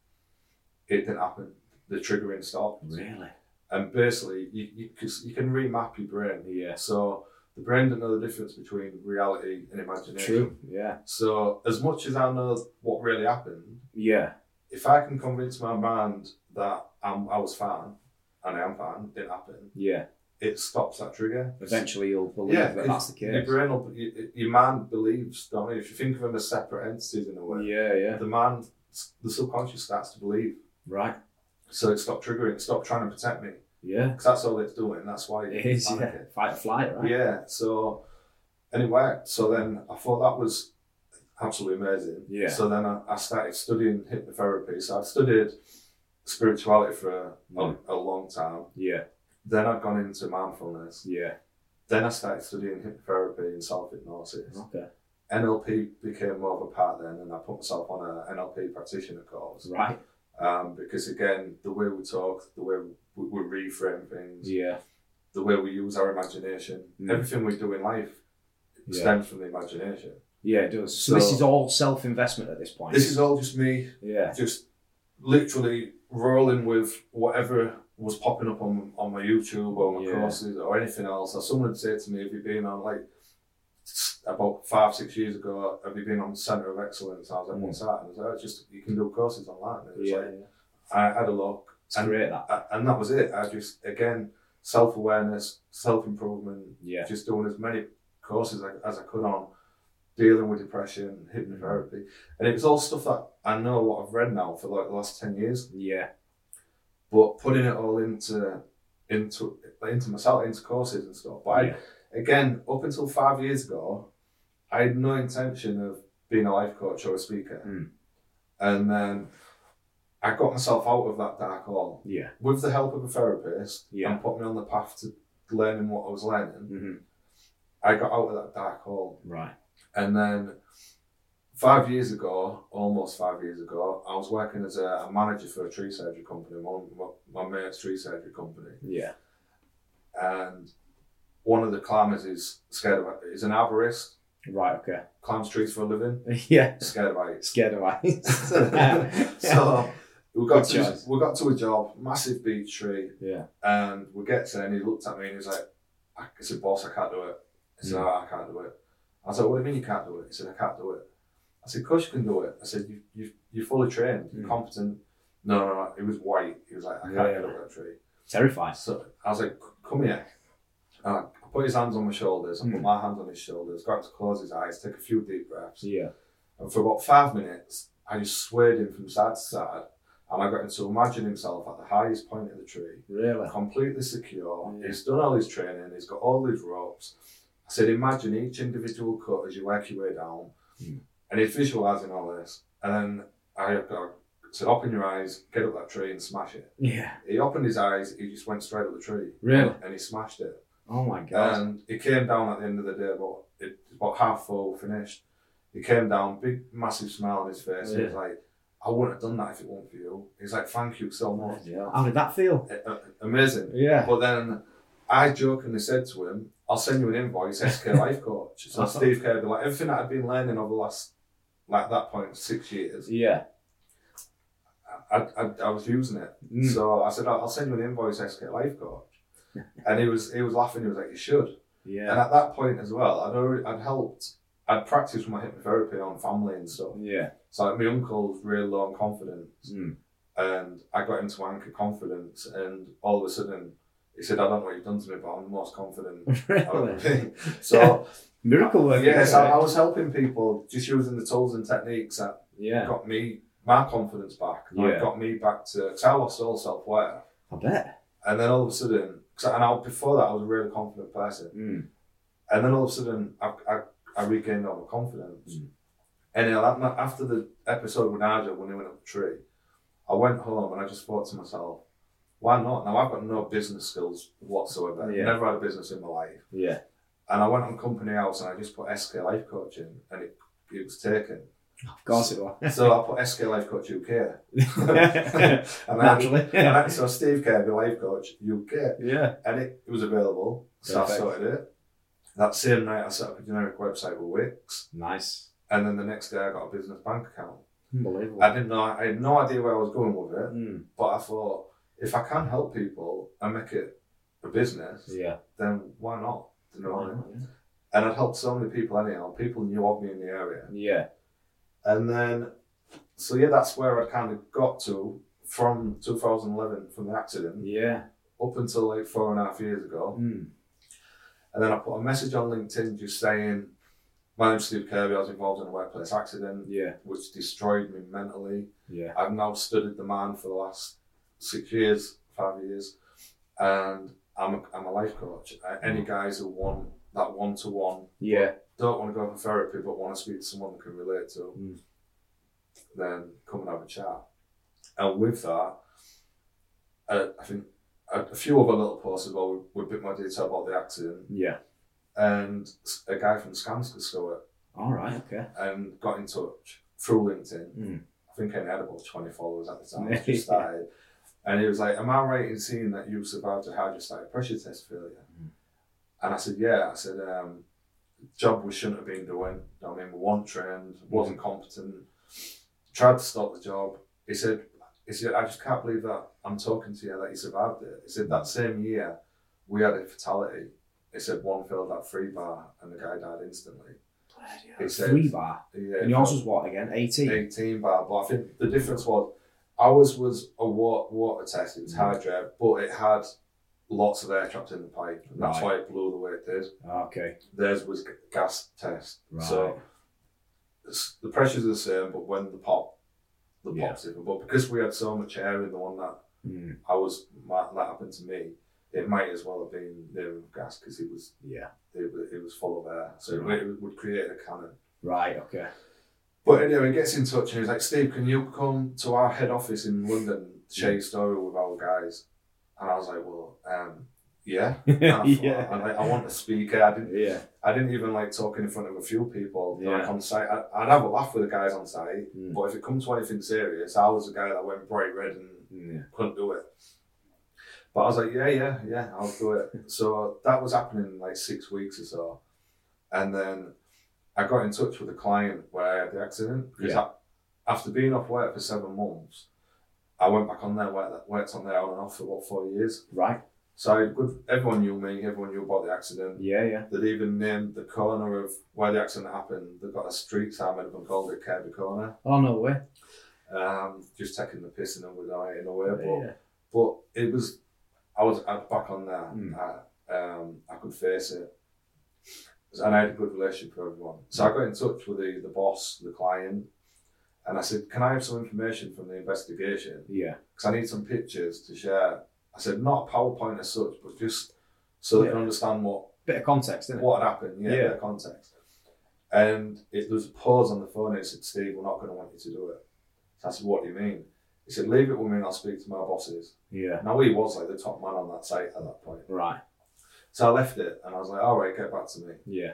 Speaker 2: it didn't happen. The triggering stopped.
Speaker 3: Really.
Speaker 2: And basically, you, you, 'cause you can remap your brain.
Speaker 3: Yeah.
Speaker 2: So the brain doesn't know the difference between reality and imagination.
Speaker 3: True. Yeah.
Speaker 2: So, as much as I know what really happened,
Speaker 3: Yeah.
Speaker 2: if I can convince my mind that I'm, I was fine, and I am fine, it didn't happen,
Speaker 3: Yeah.
Speaker 2: it stops that trigger.
Speaker 3: Eventually you'll believe that
Speaker 2: 'cause
Speaker 3: that's the
Speaker 2: Your
Speaker 3: case.
Speaker 2: brain, will, your, your mind believes, don't it? If you think of them as separate entities in a way,
Speaker 3: Yeah. Yeah.
Speaker 2: the man, the subconscious starts to believe.
Speaker 3: Right.
Speaker 2: So it stopped triggering, it stopped trying to protect me.
Speaker 3: Yeah.
Speaker 2: Because that's all it's doing. That's why
Speaker 3: It is. Yeah.
Speaker 2: panicking.
Speaker 3: Fight or flight. Right.
Speaker 2: Yeah. So, and it worked. So then I thought that was absolutely amazing.
Speaker 3: Yeah.
Speaker 2: So then I, I started studying hypnotherapy. So I studied spirituality for a,
Speaker 3: Mm.
Speaker 2: a long time.
Speaker 3: Yeah.
Speaker 2: Then I'd gone into mindfulness.
Speaker 3: Yeah.
Speaker 2: Then I started studying hypnotherapy and self hypnosis.
Speaker 3: Okay.
Speaker 2: NLP became more of a part then, and I put myself on a NLP practitioner course.
Speaker 3: Right.
Speaker 2: um, because again, the way we talk, the way we, we reframe things,
Speaker 3: Yeah.
Speaker 2: the way we use our imagination,
Speaker 3: Mm.
Speaker 2: everything we do in life
Speaker 3: Yeah.
Speaker 2: stems from the imagination.
Speaker 3: Yeah, it does. So,
Speaker 2: So-
Speaker 3: this is all self-investment at this point.
Speaker 2: This is all just me,
Speaker 3: yeah,
Speaker 2: just literally rolling with whatever was popping up on, on my YouTube or my
Speaker 3: Yeah.
Speaker 2: courses or anything else. Or someone would say to me, "Have you been on like?" About five, six years ago, have you been on Centre of Excellence? I was like,
Speaker 3: Mm.
Speaker 2: what's that? And it's like, "Oh, it's just you can do courses online. And it was
Speaker 3: yeah.
Speaker 2: like, I had a look.
Speaker 3: It's
Speaker 2: and
Speaker 3: great that.
Speaker 2: A- and that was it. I just again self awareness, self improvement,
Speaker 3: Yeah,
Speaker 2: just doing as many courses as I, as I could on dealing with depression, hypnotherapy, and it was all stuff that I know what I've read now for like the last ten years,
Speaker 3: yeah,
Speaker 2: but putting it all into into into myself, into courses and stuff. But
Speaker 3: yeah.
Speaker 2: I, again, up until five years ago, I had no intention of being a life coach or a speaker,
Speaker 3: Mm.
Speaker 2: and then I got myself out of that dark hole
Speaker 3: yeah.
Speaker 2: with the help of a therapist
Speaker 3: Yeah.
Speaker 2: and put me on the path to learning what I was learning,
Speaker 3: hmm
Speaker 2: I got out of that dark hole.
Speaker 3: Right.
Speaker 2: And then five years ago, almost five years ago, I was working as a, a manager for a tree surgery company, one my, my mate's tree surgery company,
Speaker 3: Yeah.
Speaker 2: and one of the climbers is scared of is an arborist,
Speaker 3: Right. Okay.
Speaker 2: climbs trees for a living,
Speaker 3: yeah.
Speaker 2: scared of heights.
Speaker 3: Scared of heights.
Speaker 2: so we got
Speaker 3: Good
Speaker 2: to
Speaker 3: choice.
Speaker 2: we got to a job, massive beech tree,
Speaker 3: yeah.
Speaker 2: and we get to it and he looked at me and he was like, I I said, boss, I can't do it. He said,
Speaker 3: Mm.
Speaker 2: "Oh, I can't do it. I said, what do you mean you can't do it? He said, I can't do it. I said, of course you can do it. I said, you, you, you're fully trained, you're
Speaker 3: Mm.
Speaker 2: competent. No, no, no, he was white. He was like, I can't
Speaker 3: Yeah.
Speaker 2: get up that tree.
Speaker 3: Terrifying.
Speaker 2: So I was like, "C- come here. And I put his hands on my shoulders, I put
Speaker 3: Mm.
Speaker 2: my hands on his shoulders, got him to close his eyes, take a few deep breaths.
Speaker 3: Yeah.
Speaker 2: And for about five minutes, I just swayed him from side to side, and I got him to imagine himself at the highest point of the tree,
Speaker 3: Really.
Speaker 2: completely secure.
Speaker 3: Yeah.
Speaker 2: He's done all his training, he's got all his ropes. I said, imagine each individual cut as you work your way down.
Speaker 3: Hmm.
Speaker 2: And he's visualizing all this. And then I I said, open your eyes, get up that tree and smash it.
Speaker 3: Yeah.
Speaker 2: He opened his eyes, he just went straight up the tree.
Speaker 3: Really?
Speaker 2: And he smashed it.
Speaker 3: Oh my god.
Speaker 2: And it came down at the end of the day, but it about half full finished. He came down, big massive smile on his face. He was
Speaker 3: Yeah.
Speaker 2: like, I wouldn't have done that if it weren't for you. He's like, Thank you so much.
Speaker 3: Yeah. How did that feel?
Speaker 2: A- a- Amazing.
Speaker 3: Um, Yeah.
Speaker 2: But then I jokingly said to him, I'll send you an invoice, SK Life Coach. So Steve Kirby, like everything that I've been learning over the last like that point, six years,
Speaker 3: Yeah.
Speaker 2: I, I, I was using it.
Speaker 3: Mm.
Speaker 2: So I said, I'll I'll send you an invoice, SK Life Coach. and he was he was laughing, he was like, You should. And
Speaker 3: Yeah.
Speaker 2: at that point as well, I'd already, I'd helped, I'd practiced my hypnotherapy on family and stuff.
Speaker 3: Yeah.
Speaker 2: So like my uncle's real low on confidence,
Speaker 3: Mm.
Speaker 2: and I got him to anchor confidence, and all of a sudden he said, "I don't know what you've done to me, but I'm the most confident." I've ever
Speaker 3: Really.
Speaker 2: been." so
Speaker 3: Miracle work.
Speaker 2: yes, I,
Speaker 3: isn't
Speaker 2: I
Speaker 3: it?
Speaker 2: was helping people just using the tools and techniques that
Speaker 3: Yeah.
Speaker 2: got me my confidence back. Like,
Speaker 3: Yeah.
Speaker 2: got me back to because I lost all self worth,
Speaker 3: I bet.
Speaker 2: and then all of a sudden, 'cause I- and I, before that I was a really confident person.
Speaker 3: Mm.
Speaker 2: And then all of a sudden, I, I, I regained all my confidence.
Speaker 3: Mm.
Speaker 2: And then that night- after the episode with Nigel, when he went up the tree, I went home and I just thought to myself, why not? Now I've got no business skills whatsoever.
Speaker 3: Yeah.
Speaker 2: Never had a business in my life.
Speaker 3: Yeah.
Speaker 2: And I went on Company House and I just put SK Life Coach in and it, it was taken.
Speaker 3: Of course it was.
Speaker 2: so I put SK Life Coach UK. and then,
Speaker 3: Naturally.
Speaker 2: and then, so Steve Kirby, Life Coach UK
Speaker 3: Yeah.
Speaker 2: and it, it was available. So
Speaker 3: Perfect.
Speaker 2: I started it. That same night, I set up a generic website with Wix,
Speaker 3: Nice.
Speaker 2: and then the next day, I got a business bank account.
Speaker 3: Unbelievable.
Speaker 2: I didn't know, I had no idea where I was going with it,
Speaker 3: Mm.
Speaker 2: but I thought if I can help people and make it a business,
Speaker 3: Yeah. Mm-hmm.
Speaker 2: then why not? You know what I mean? And I'd helped so many people anyhow. People knew of me in the area,
Speaker 3: Yeah.
Speaker 2: and then so yeah, that's where I kind of got to from 2011 from the accident
Speaker 3: Yeah.
Speaker 2: up until like four and a half years ago.
Speaker 3: Mm.
Speaker 2: And then I put a message on LinkedIn just saying, My name's Steve Kirby, I was involved in a workplace accident
Speaker 3: Yeah.
Speaker 2: which destroyed me mentally.
Speaker 3: Yeah.
Speaker 2: I've now studied the man for the last six years, five years, and I'm a, I'm a life coach. Uh, Any guys who want that one to one,
Speaker 3: Yeah.
Speaker 2: don't want to go for therapy but want to speak to someone they can relate to,
Speaker 3: Mm.
Speaker 2: then come and have a chat. And with that, uh, I think a, a few other little posts as well with, with a bit more detail about the accident
Speaker 3: Yeah.
Speaker 2: and s- a guy from Skanska saw it
Speaker 3: All right. Okay.
Speaker 2: and um, got in touch through LinkedIn.
Speaker 3: Mm.
Speaker 2: I think I had about 20 followers at the time.
Speaker 3: Yeah.
Speaker 2: I just started. And he was like, Am I right in seeing that you survived a hydrostatic pressure test failure?
Speaker 3: Mm.
Speaker 2: And I said, Yeah. I said, um, Job we shouldn't have been doing. I mean, we weren't trained, wasn't competent, tried to stop the job. He said, he said, I just can't believe that I'm talking to you that you survived it. He said, That same year, we had a fatality. He said, One failed that free bar and the guy died instantly. It says-
Speaker 3: Three bar.
Speaker 2: Yeah,
Speaker 3: And yours was what again? 18?
Speaker 2: 18 bar, but I think the difference was ours was a water, water test, it was
Speaker 3: Mm-hmm.
Speaker 2: high drive, but it had lots of air trapped in the pipe, and that's
Speaker 3: Right.
Speaker 2: why it blew the way it did.
Speaker 3: Ah, Okay.
Speaker 2: Theirs was g- gas test,
Speaker 3: Right.
Speaker 2: so it's- the pressures are the same, but when the pop, the
Speaker 3: Yeah.
Speaker 2: pop's different. But because we had so much air in the one that
Speaker 3: Mm.
Speaker 2: I was my, that happened to me, it might as well have been near enough gas because it was
Speaker 3: Yeah.
Speaker 2: it, wa- it was full of air, so
Speaker 3: Right.
Speaker 2: it, it would create a cannon.
Speaker 3: Right. Okay.
Speaker 2: But anyway, he gets in touch and he's like, Steve, can you come to our head office in London, share your story with our guys? And I was like, well, um, yeah. And I thought,
Speaker 3: Yeah.
Speaker 2: I, like, I want to speak. I didn't.
Speaker 3: Yeah.
Speaker 2: I didn't even like talking in front of a few people
Speaker 3: Yeah.
Speaker 2: like on site. I, I'd have a laugh with the guys on site,
Speaker 3: Mm.
Speaker 2: but if it comes to anything serious, I was the guy that went bright red and
Speaker 3: Yeah.
Speaker 2: couldn't do it. But I was like, yeah, yeah, yeah, I'll do it. so that was happening in like six weeks or so, and then I got in touch with a client where I had the accident because
Speaker 3: Yeah.
Speaker 2: I- after being off work for seven months, I went back on there work, worked on there on and off for what four years.
Speaker 3: Right.
Speaker 2: So I good, everyone knew me, everyone knew about the accident.
Speaker 3: Yeah, yeah.
Speaker 2: They'd even named the corner of where the accident happened. They've got a street sign that had been called it Kirby Corner.
Speaker 3: Oh no way.
Speaker 2: Um, just taking the piss in a way, in a way.
Speaker 3: Yeah,
Speaker 2: But,
Speaker 3: yeah.
Speaker 2: but it was, I was I was back on that.
Speaker 3: Mm.
Speaker 2: I, um, I could face it. And I had a good relationship with everyone. So I got in touch with the, the boss, the client, and I said, Can I have some information from the investigation?
Speaker 3: Yeah.
Speaker 2: Because I need some pictures to share. I said, Not a PowerPoint as such, but just so they can
Speaker 3: Yeah.
Speaker 2: understand what
Speaker 3: Bit of context, isn't it?
Speaker 2: what had happened, yeah,
Speaker 3: Yeah.
Speaker 2: the context. And it, there was a pause on the phone and he said, Steve, we're not going to want you to do it. So I said, what do you mean? He said, leave it with me and I'll speak to my bosses.
Speaker 3: Yeah.
Speaker 2: Now he was like the top man on that site at that point.
Speaker 3: Right.
Speaker 2: So I left it and I was like, all right, get back to me.
Speaker 3: Yeah.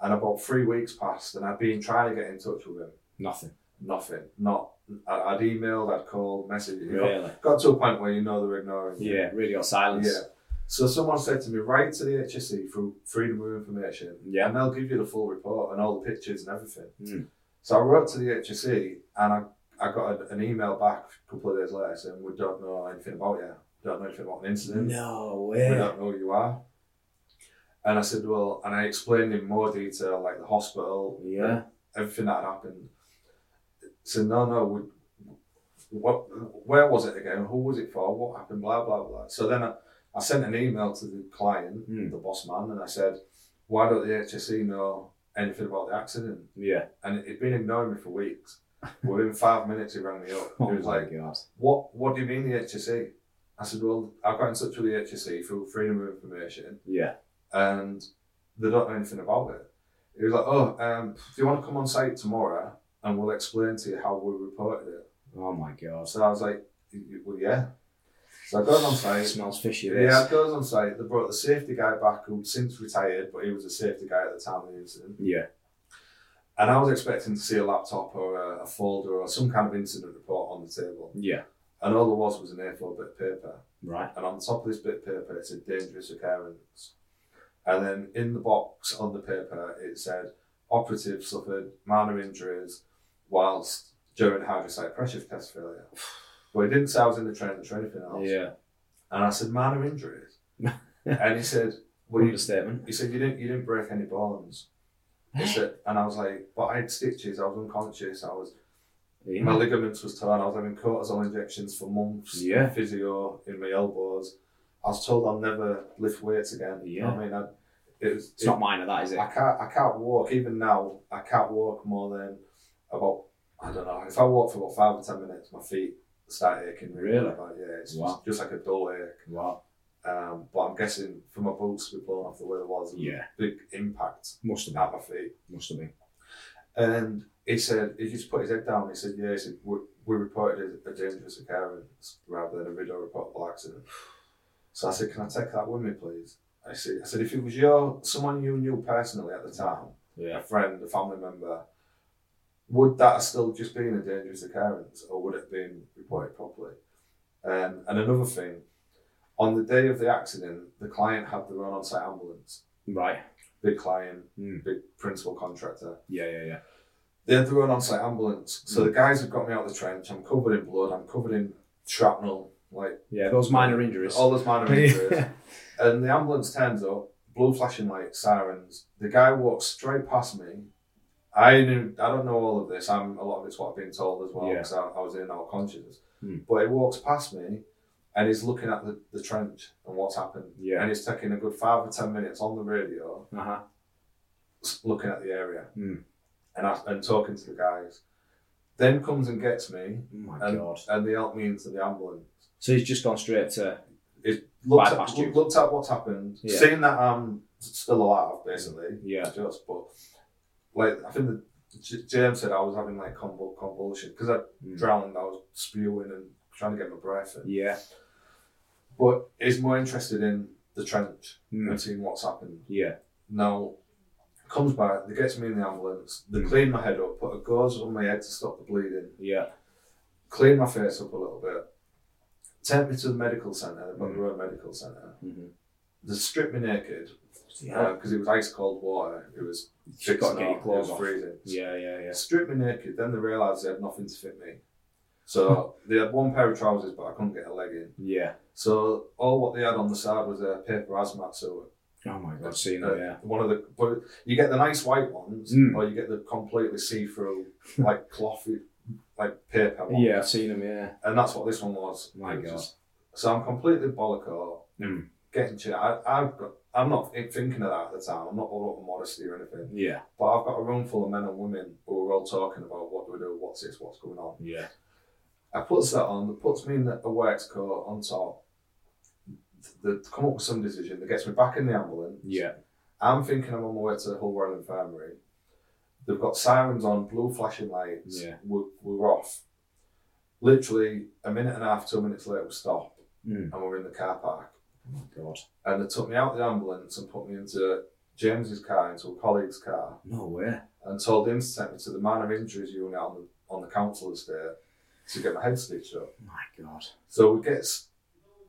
Speaker 2: And about three weeks passed and I'd been trying to get in touch with him.
Speaker 3: Nothing.
Speaker 2: Nothing. Not. I- I'd emailed, I'd called, messaged. you know.
Speaker 3: Really.
Speaker 2: Got to a point where you know they're ignoring you.
Speaker 3: Yeah. Radio silence.
Speaker 2: Yeah. So someone said to me, write to the HSE through Freedom of Information,
Speaker 3: Yeah.
Speaker 2: and they'll give you the full report and all the pictures and everything.
Speaker 3: Mm.
Speaker 2: So I wrote to the HSE, and I, I got a, an email back a couple of days later saying, we don't know anything about you, don't know anything about an incident,
Speaker 3: No
Speaker 2: we
Speaker 3: way.
Speaker 2: don't know who you are. And I said, well, and I explained in more detail, like the hospital,
Speaker 3: Yeah.
Speaker 2: everything that had happened. So no, no, we, what, where was it again? Who was it for? What happened? Blah blah blah. So then I, I sent an email to the client,
Speaker 3: Hmm.
Speaker 2: the boss man, and I said, why don't the HSE know anything about the accident?
Speaker 3: Yeah.
Speaker 2: And it had been ignoring me for weeks. Within five minutes, he rang me up. He
Speaker 3: Oh
Speaker 2: was
Speaker 3: my
Speaker 2: like,
Speaker 3: God.
Speaker 2: what What do you mean the HSE? I said, well, I got in touch with the HSE through Freedom of Information,
Speaker 3: Yeah.
Speaker 2: and they don't know anything about it. He was like, "Oh, um, do you want to come on site tomorrow, and we'll explain to you how we reported it."
Speaker 3: Oh my God.
Speaker 2: So I was like, "Well, yeah." So I goes on
Speaker 3: It
Speaker 2: site.
Speaker 3: smells fishy. This.
Speaker 2: Yeah, I goes on site. They brought the safety guy back, who'd since retired, but he was a safety guy at the time of the incident.
Speaker 3: Yeah.
Speaker 2: And I was expecting to see a laptop or a, a folder or some kind of incident report on the table.
Speaker 3: Yeah.
Speaker 2: And all there was was an A4 bit of paper.
Speaker 3: Right.
Speaker 2: And on top of this bit of paper, it said dangerous occurrence. And then in the box on the paper, it said operative suffered minor injuries whilst during hydrocyte pressure test failure. But it didn't say I was in the trench or anything else.
Speaker 3: Yeah.
Speaker 2: And I said minor injuries. and he said, well, you,
Speaker 3: Understatement.
Speaker 2: he said you didn't you didn't break any bones. He said, and I was like, but I had stitches. I was unconscious. I was my
Speaker 3: Yeah.
Speaker 2: ligaments was torn. I was having cortisol injections for months.
Speaker 3: Yeah.
Speaker 2: Physio in my elbows. I was told I'll never lift weights again. You know what I mean, I, it was.
Speaker 3: It's
Speaker 2: it-
Speaker 3: not minor, that is it?
Speaker 2: I can't. I can't walk. Even now, I can't walk more than about. I don't know. If I walk for about five or ten minutes, my feet start aching.
Speaker 3: Really?
Speaker 2: bad. yeah. It's
Speaker 3: Wow.
Speaker 2: just, just like a dull ache.
Speaker 3: Wow.
Speaker 2: Um, but I'm guessing from my boots were blown off the way it was. and
Speaker 3: Yeah.
Speaker 2: Big impact
Speaker 3: Must have been.
Speaker 2: at my feet.
Speaker 3: Must have been.
Speaker 2: And he said, he just put his head down. He said, yeah, he said, we, we reported it as a dangerous occurrence rather than a video reportable accident. So I said, can I take that with me, please? I said, I said if it was your, someone you knew personally at the time,
Speaker 3: Yeah.
Speaker 2: a friend, a family member, would that have still just been a dangerous occurrence or would it have been reported properly? Um, and another thing, on the day of the accident, the client had their own on-site ambulance.
Speaker 3: Right.
Speaker 2: Big client,
Speaker 3: Mm.
Speaker 2: big principal contractor.
Speaker 3: Yeah, yeah, yeah.
Speaker 2: They had their own on-site ambulance. So
Speaker 3: Mm.
Speaker 2: the guys have got me out of the trench. I'm covered in blood. I'm covered in shrapnel, like
Speaker 3: Yeah, those minor injuries.
Speaker 2: all those minor injuries. and the ambulance turns up, blue flashing lights, sirens. The guy walks straight past me. I knew, I don't know all of this. I'm a lot of it's what I've been told as well
Speaker 3: Yeah.
Speaker 2: because I, I was in and out of consciousness.
Speaker 3: Hmm.
Speaker 2: But he walks past me, and he's looking at the, the trench and what's happened.
Speaker 3: Yeah.
Speaker 2: And he's taking a good five or ten minutes on the radio
Speaker 3: Uh-huh.
Speaker 2: s- looking at the area
Speaker 3: Hmm.
Speaker 2: and, I, and talking to the guys. Then comes and gets me,
Speaker 3: Oh my
Speaker 2: and,
Speaker 3: God.
Speaker 2: and they help me into the ambulance.
Speaker 3: So he's just gone straight to.
Speaker 2: It looked
Speaker 3: Bypassed
Speaker 2: at,
Speaker 3: you.
Speaker 2: looked at what's happened,
Speaker 3: Yeah.
Speaker 2: seeing that I'm s- still alive, basically.
Speaker 3: Yeah.
Speaker 2: Just, but like I think the, J- James said, I was having like convul- convulsion because I
Speaker 3: Mm.
Speaker 2: drowned. I was spewing and trying to get my breath. In.
Speaker 3: Yeah.
Speaker 2: But he's more interested in the trench
Speaker 3: Mm.
Speaker 2: and seeing what's happened.
Speaker 3: Yeah.
Speaker 2: Now, comes back, they get me in the ambulance,
Speaker 3: Hmm.
Speaker 2: they clean my head up, put a gauze on my head to stop the bleeding,
Speaker 3: Yeah.
Speaker 2: clean my face up a little bit, take me to the medical
Speaker 3: Hmm.
Speaker 2: centre, but there were a medical centre.
Speaker 3: Mhm.
Speaker 2: They stripped me naked
Speaker 3: Yeah.
Speaker 2: because it was ice cold water. It was
Speaker 3: You've got to get
Speaker 2: out,
Speaker 3: your clothes
Speaker 2: it was
Speaker 3: off.
Speaker 2: freezing.
Speaker 3: Yeah, yeah, yeah.
Speaker 2: Stripped me naked, then they realised they had nothing to fit me. So
Speaker 3: Hmm.
Speaker 2: they had one pair of trousers, but I couldn't get a leg in.
Speaker 3: Yeah.
Speaker 2: So all what they had on the side was a paper hazmat suit.
Speaker 3: Oh my god, seen
Speaker 2: Uh,
Speaker 3: that, yeah.
Speaker 2: One of the but you get the nice white ones,
Speaker 3: Mm.
Speaker 2: or you get the completely see-through like cloth, like paper one.
Speaker 3: Yeah, I've seen them, yeah.
Speaker 2: and that's what this one was.
Speaker 3: My
Speaker 2: It was
Speaker 3: God.
Speaker 2: just- so I'm completely bollocker,
Speaker 3: Mm.
Speaker 2: getting to. I, I've got. I'm not thinking of that at the time. I'm not all about modesty or anything.
Speaker 3: Yeah,
Speaker 2: But I've got a room full of men and women who are all talking about what do we do, what's this, what's going on.
Speaker 3: yeah.
Speaker 2: I puts that on, that puts me in a works coat on top. They come up with some decision that gets me back in the ambulance.
Speaker 3: Yeah.
Speaker 2: I'm thinking I'm on my way to the Hull Royal Infirmary. They've got sirens on, blue flashing lights.
Speaker 3: Yeah.
Speaker 2: We're, we're off. Literally a minute and a half, two minutes later, we stop
Speaker 3: Mm.
Speaker 2: and we're in the car park.
Speaker 3: Oh my god.
Speaker 2: And they took me out the ambulance and put me into James's car, into a colleague's car,
Speaker 3: No way.
Speaker 2: and told him to take me to the minor injuries unit on the, on the council estate to get my head stitched up.
Speaker 3: My god.
Speaker 2: So we get, s-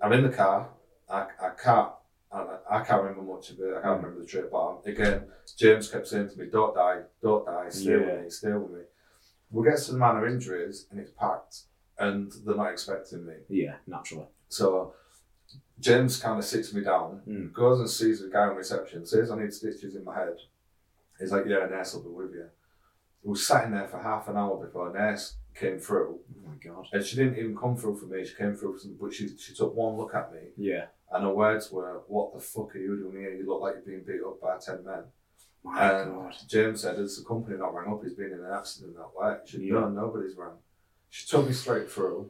Speaker 2: I'm in the car. I, I can't, I, I can't remember much of it. I can't remember the trip. But um, again, James kept saying to me, "Don't die, don't die, stay
Speaker 3: Yeah.
Speaker 2: with me, stay with me." We get to the man of injuries, and it's packed, and they're not expecting me.
Speaker 3: Yeah, naturally.
Speaker 2: So James kind of sits me down,
Speaker 3: Mm.
Speaker 2: goes and sees the guy on reception, says, "I need stitches in my head." He's like, "Yeah, a nurse will be with you." We sat in there for half an hour before a nurse came through.
Speaker 3: Oh my god.
Speaker 2: And she didn't even come through for me. She came through, for some, but she, she took one look at me,
Speaker 3: Yeah.
Speaker 2: and her words were, "What the fuck are you doing here? You look like you're being beat up by ten men."
Speaker 3: My
Speaker 2: and
Speaker 3: god.
Speaker 2: James said, "Has the company not rang up? He's been in an accident that way." She said, "No,
Speaker 3: Yeah.
Speaker 2: nobody's rang." She took me straight through,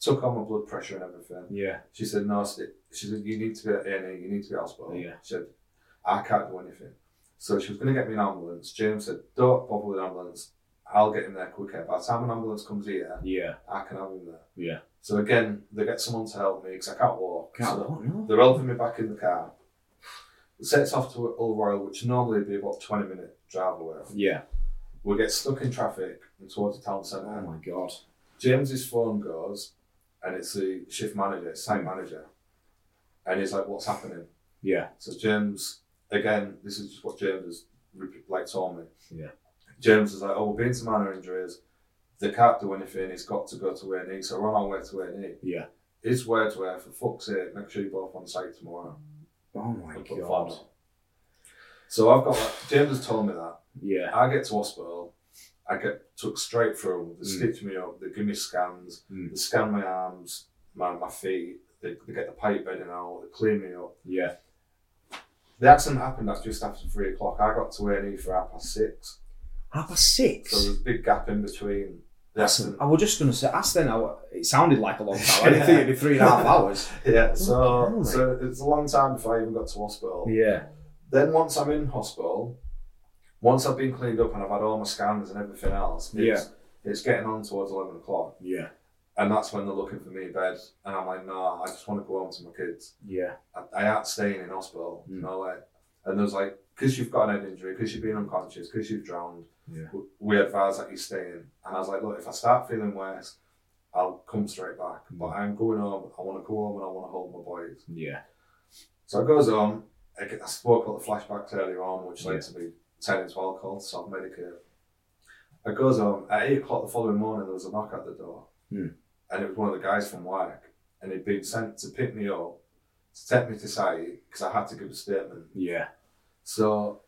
Speaker 2: took all my blood pressure and everything.
Speaker 3: Yeah.
Speaker 2: She said, "No, st- she said you need to be at A&E, you need to be at hospital."
Speaker 3: Yeah.
Speaker 2: She said, "I can't do anything." So she was going to get me an ambulance. James said, "Don't bother with an ambulance. I'll get him there quicker. By the time an ambulance comes here,
Speaker 3: Yeah.
Speaker 2: I can have him there."
Speaker 3: Yeah.
Speaker 2: So again, they get someone to help me because I can't walk.
Speaker 3: Can't
Speaker 2: so
Speaker 3: what, no?
Speaker 2: they're helping me back in the car. It sets off to Old Royal, which normally would be about 20 minute drive away.
Speaker 3: Yeah.
Speaker 2: We get stuck in traffic and towards the town
Speaker 3: Oh
Speaker 2: centre.
Speaker 3: my god.
Speaker 2: James's phone goes, and it's the shift manager, site manager. And he's like, What's happening?
Speaker 3: Yeah.
Speaker 2: So James, again, this is just what James has rep- like told me.
Speaker 3: Yeah.
Speaker 2: James is like, oh, we've been to minor injuries. They can't do anything. It's got to go to A&E. So we're on our way to E. A&E.
Speaker 3: Yeah.
Speaker 2: His words were, for fuck's sake, make sure you're both on site tomorrow.
Speaker 3: Oh my
Speaker 2: But
Speaker 3: god.
Speaker 2: fine. So I've got that. James has told me that.
Speaker 3: Yeah.
Speaker 2: I get to hospital. I get took straight through. They
Speaker 3: Mm.
Speaker 2: stitch me up. They give me scans.
Speaker 3: Mm.
Speaker 2: They scan my arms, my, my feet. They, they get the pipe bedding out. They clean me up.
Speaker 3: Yeah.
Speaker 2: The accident happened at just after three o'clock. I got to A&E for half past six.
Speaker 3: Half past
Speaker 2: So
Speaker 3: six.
Speaker 2: there's a big gap in between the
Speaker 3: Listen,
Speaker 2: accident.
Speaker 3: I was just gonna say ask then how it sounded like a long time. I didn't think it'd be three and a half hours.
Speaker 2: Yeah,
Speaker 3: Oh,
Speaker 2: so,
Speaker 3: really?
Speaker 2: so it's a long time before I even got to hospital.
Speaker 3: Yeah.
Speaker 2: Then once I'm in hospital, once I've been cleaned up and I've had all my scans and everything else, it's, it's getting on towards 11 o'clock.
Speaker 3: Yeah.
Speaker 2: And that's when they're looking for me in bed. And I'm like, nah, I just want to go home to my kids.
Speaker 3: Yeah.
Speaker 2: I, I ain't staying in hospital. You
Speaker 3: Mm.
Speaker 2: know, like, and there's like, because you've got an head injury, because you've been unconscious, because you've drowned,
Speaker 3: Yeah.
Speaker 2: w- we advise that you stay in. And I was like, look, if I start feeling worse, I'll come straight back. But I'm going home. I want to go home and I want to hold my boys.
Speaker 3: Yeah.
Speaker 2: So it goes on. I g- I spoke about the flashbacks earlier on, which led
Speaker 3: Yeah.
Speaker 2: to me turning to alcohol to self medicate. It goes on. At 8 o'clock the following morning, there was a knock at the door.
Speaker 3: Hmm.
Speaker 2: And it was one of the guys from work. And he'd been sent to pick me up, to take me to site, because I had to give a statement.
Speaker 3: Yeah.
Speaker 2: So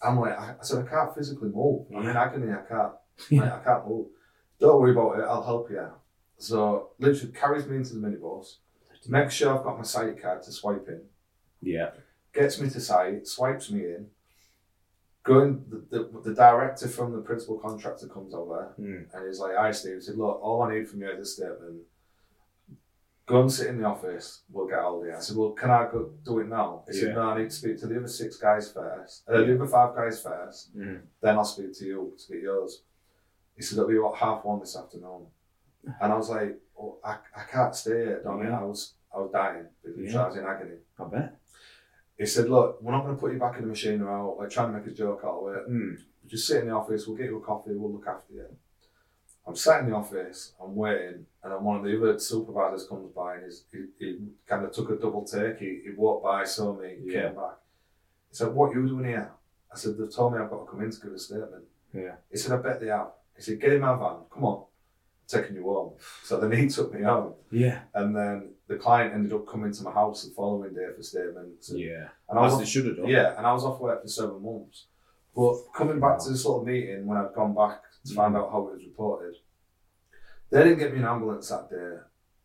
Speaker 2: I'm like, I, I said, I can't physically move. I'm in
Speaker 3: Yeah.
Speaker 2: agony. I can't. Like, I can't move. Don't worry about it. I'll help you out. So literally carries me into the minibus. Makes sure I've got my site card to swipe in.
Speaker 3: Yeah.
Speaker 2: Gets me to site. Swipes me in. Going, the, the, the director from the principal contractor comes over
Speaker 3: Mm.
Speaker 2: and he's like, "Hi, Steve." He said, "Look, all I need from you is a statement. Go and sit in the office. We'll get all the." I said, "Well, can I go do it now?" He
Speaker 3: Yeah.
Speaker 2: said, "No, I need to speak to the other six guys first. Uh,
Speaker 3: Yeah.
Speaker 2: The other five guys first.
Speaker 3: Mm.
Speaker 2: Then I'll speak to you to get yours." He said, "It'll be what half one this afternoon," and I was like, oh, "I, I can't stay here." Don't I?
Speaker 3: Yeah.
Speaker 2: I was I was dying because
Speaker 3: Yeah.
Speaker 2: I was in agony.
Speaker 3: I bet.
Speaker 2: He said, "Look, we're not going to put you back in the machine now. Like trying to make a joke out of it.
Speaker 3: Mm.
Speaker 2: Just sit in the office. We'll get you a coffee. We'll look after you." I'm sat in the office. I'm waiting, and then one of the other supervisors comes by, and he's, he, he kind of took a double take. He, he walked by, saw me, he
Speaker 3: Yeah.
Speaker 2: came back. He said, "What you doing here?" I said, "They've told me I've got to come in to give a statement."
Speaker 3: Yeah.
Speaker 2: He said, "I bet they have." He said, "Get in my van. Come on, I'm taking you home." So then he took me home.
Speaker 3: Yeah.
Speaker 2: And then the client ended up coming to my house the following day for statements. And,
Speaker 3: Yeah.
Speaker 2: and I was
Speaker 3: As
Speaker 2: off,
Speaker 3: they should have done.
Speaker 2: yeah, and I was off work for seven months. But coming back to this little meeting when I'd gone back to
Speaker 3: Mm.
Speaker 2: find out how it was reported, they didn't get me an ambulance that day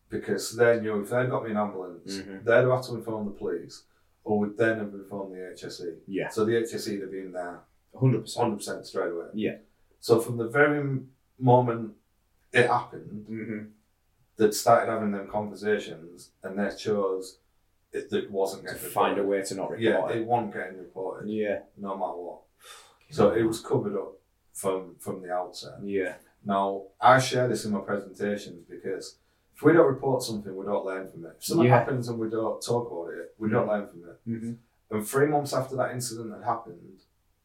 Speaker 2: because they knew if they got me an ambulance,
Speaker 3: Mhm.
Speaker 2: they'd have had to inform the police or would then have informed the HSE.
Speaker 3: Yeah.
Speaker 2: So the HSE would have been there
Speaker 3: Hundred percent.
Speaker 2: 100% straight away.
Speaker 3: Yeah.
Speaker 2: So from the very moment it happened,
Speaker 3: Mm-hmm.
Speaker 2: that started having them conversations and they chose it that wasn't
Speaker 3: To
Speaker 2: getting
Speaker 3: find a
Speaker 2: reported.
Speaker 3: way to not
Speaker 2: Yeah,
Speaker 3: report
Speaker 2: it
Speaker 3: it.
Speaker 2: wasn't getting reported
Speaker 3: Yeah.
Speaker 2: no matter what. So it was covered up from from the outset.
Speaker 3: Yeah.
Speaker 2: Now I share this in my presentations because if we don't report something, we don't learn from it. If something
Speaker 3: Yeah.
Speaker 2: happens and we don't talk about it, we don't learn from it.
Speaker 3: Mm-hmm.
Speaker 2: And three months after that incident had happened,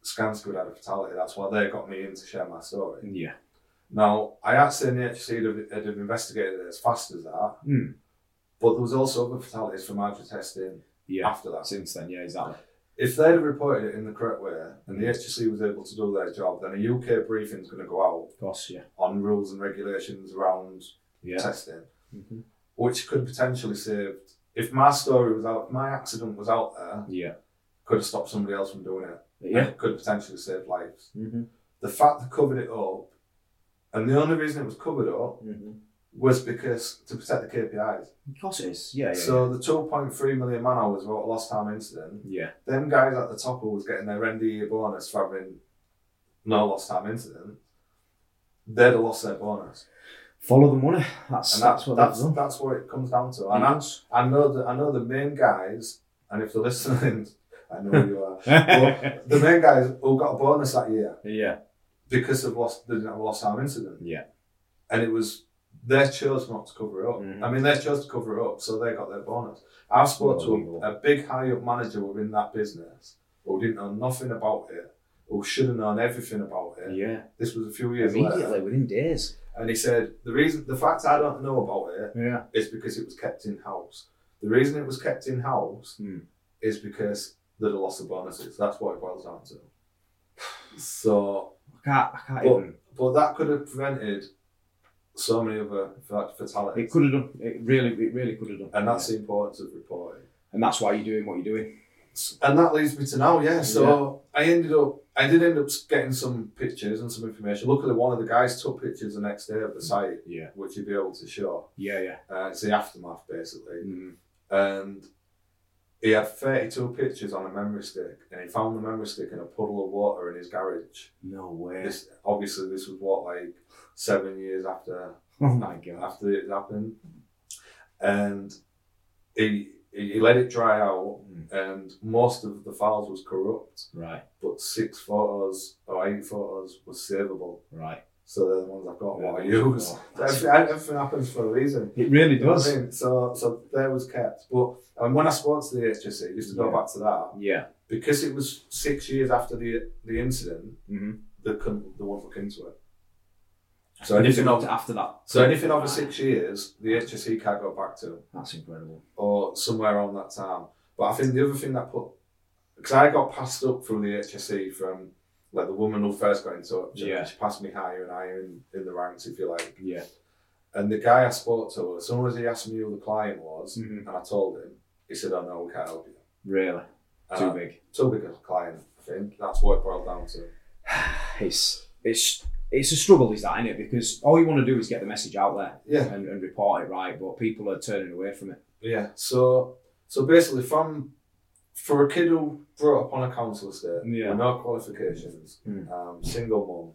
Speaker 2: Skanska had a fatality. That's why they got me in to share my story.
Speaker 3: Yeah.
Speaker 2: Now, I actually in the HC had, had investigated it as fast as that,
Speaker 3: Hmm.
Speaker 2: but there was also other fatalities from hydro testing
Speaker 3: Yeah.
Speaker 2: after that.
Speaker 3: Since then, yeah, exactly.
Speaker 2: If they'd have reported it in the correct way and the HC was able to do their job, then a UK briefing's going to go out
Speaker 3: Of course, yeah.
Speaker 2: on rules and regulations around
Speaker 3: Yeah.
Speaker 2: testing,
Speaker 3: Mm-hmm.
Speaker 2: which could potentially save. If my story was out, if my accident was out there,
Speaker 3: Yeah.
Speaker 2: could have stopped somebody else from doing it. and
Speaker 3: Yeah.
Speaker 2: it could have potentially saved lives.
Speaker 3: Mm-hmm.
Speaker 2: The fact they covered it up, and the only reason it was covered up
Speaker 3: Mm-hmm.
Speaker 2: was because to protect the KPIs.
Speaker 3: Of course it is. Yeah. Yeah.
Speaker 2: So the 2.3 million man hours were a lost time incident.
Speaker 3: yeah.
Speaker 2: Them guys at the top who was getting their NDE bonus for having no lost time incident, they'd have lost their bonus.
Speaker 3: Follow the money. That's
Speaker 2: And
Speaker 3: that's
Speaker 2: that's
Speaker 3: what
Speaker 2: that's
Speaker 3: they've
Speaker 2: that's,
Speaker 3: done.
Speaker 2: what it comes down to. And I, I know that I know the main guys, and if they're listening, I know you are. But the main guys who got a bonus that year
Speaker 3: yeah.
Speaker 2: because of lost they didn't have a lost time incident.
Speaker 3: Yeah.
Speaker 2: and it was they chose not to cover it up.
Speaker 3: Mhm.
Speaker 2: I mean, they chose to cover it up, so they got their bonus. I spoke to
Speaker 3: Unbelievable.
Speaker 2: a, a big high up manager within that business who didn't know nothing about it, who should have known everything about it.
Speaker 3: Yeah.
Speaker 2: This was a few years
Speaker 3: Immediately
Speaker 2: later,
Speaker 3: within days.
Speaker 2: and he said the reason, the fact I don't know about it
Speaker 3: Yeah.
Speaker 2: is because it was kept in house. The reason it was kept in house
Speaker 3: Hmm.
Speaker 2: is because they'd have lost the bonuses. That's what it boils down to. So
Speaker 3: I can't. I can't
Speaker 2: But-
Speaker 3: even.
Speaker 2: but that could have prevented so many other fat- fatalities.
Speaker 3: It could have done. It really. It really could have done.
Speaker 2: And that's the importance of reporting.
Speaker 3: and that's why you're doing what you're doing.
Speaker 2: S- And that leads me to now, yeah. So I ended up, I did end up getting some pictures and some information. Luckily, one of the guys took pictures the next day of the site,
Speaker 3: Yeah.
Speaker 2: which you'd be able to show.
Speaker 3: Yeah. Yeah.
Speaker 2: Uh, it's the aftermath, basically.
Speaker 3: Mm.
Speaker 2: And he had 32 pictures on a memory stick, and he found the memory stick in a puddle of water in his garage.
Speaker 3: No way.
Speaker 2: This, obviously, this was what, like seven years after
Speaker 3: oh my god.
Speaker 2: after it happened, and he, he he let it dry out,
Speaker 3: Mm.
Speaker 2: and most of the files was corrupt,
Speaker 3: Right.
Speaker 2: but six photos or eight photos was savable.
Speaker 3: Right.
Speaker 2: So they're the ones I've got what I
Speaker 3: Yeah.
Speaker 2: use. So everything, everything happens for a reason.
Speaker 3: It really
Speaker 2: You know
Speaker 3: does.
Speaker 2: what I mean? So so there was kept, but and when I spoke to the HSC, just to go
Speaker 3: Yeah.
Speaker 2: back to that,
Speaker 3: Yeah.
Speaker 2: because it was six years after the the incident,
Speaker 3: Mm-hmm.
Speaker 2: they couldn't they won't look into it. So
Speaker 3: So
Speaker 2: anything
Speaker 3: anything
Speaker 2: over,
Speaker 3: after that.
Speaker 2: so anything over six years, the HSC can't go back to.
Speaker 3: That's incredible.
Speaker 2: or somewhere on that time. But I think the other thing that put, because I got passed up through the HSE from like the woman who first got in touch. and
Speaker 3: Yeah.
Speaker 2: She passed me higher and higher in, in the ranks, if you like.
Speaker 3: Yeah.
Speaker 2: And the guy I spoke to, as soon as he asked me who the client was,
Speaker 3: Mhm.
Speaker 2: and I told him, he said, "Oh no, we can't help you."
Speaker 3: Really.
Speaker 2: And
Speaker 3: Too
Speaker 2: I-
Speaker 3: big.
Speaker 2: Too big a client. I think that's what it boiled down to.
Speaker 3: It's it's it's a struggle, is that, isn't it? Because all you want to do is get the message out there
Speaker 2: Yeah.
Speaker 3: and, and report it right, but people are turning away from it.
Speaker 2: Yeah. So, so basically, from for a kid who brought up on a council estate,
Speaker 3: Yeah.
Speaker 2: with no qualifications,
Speaker 3: Mm.
Speaker 2: um, single mum,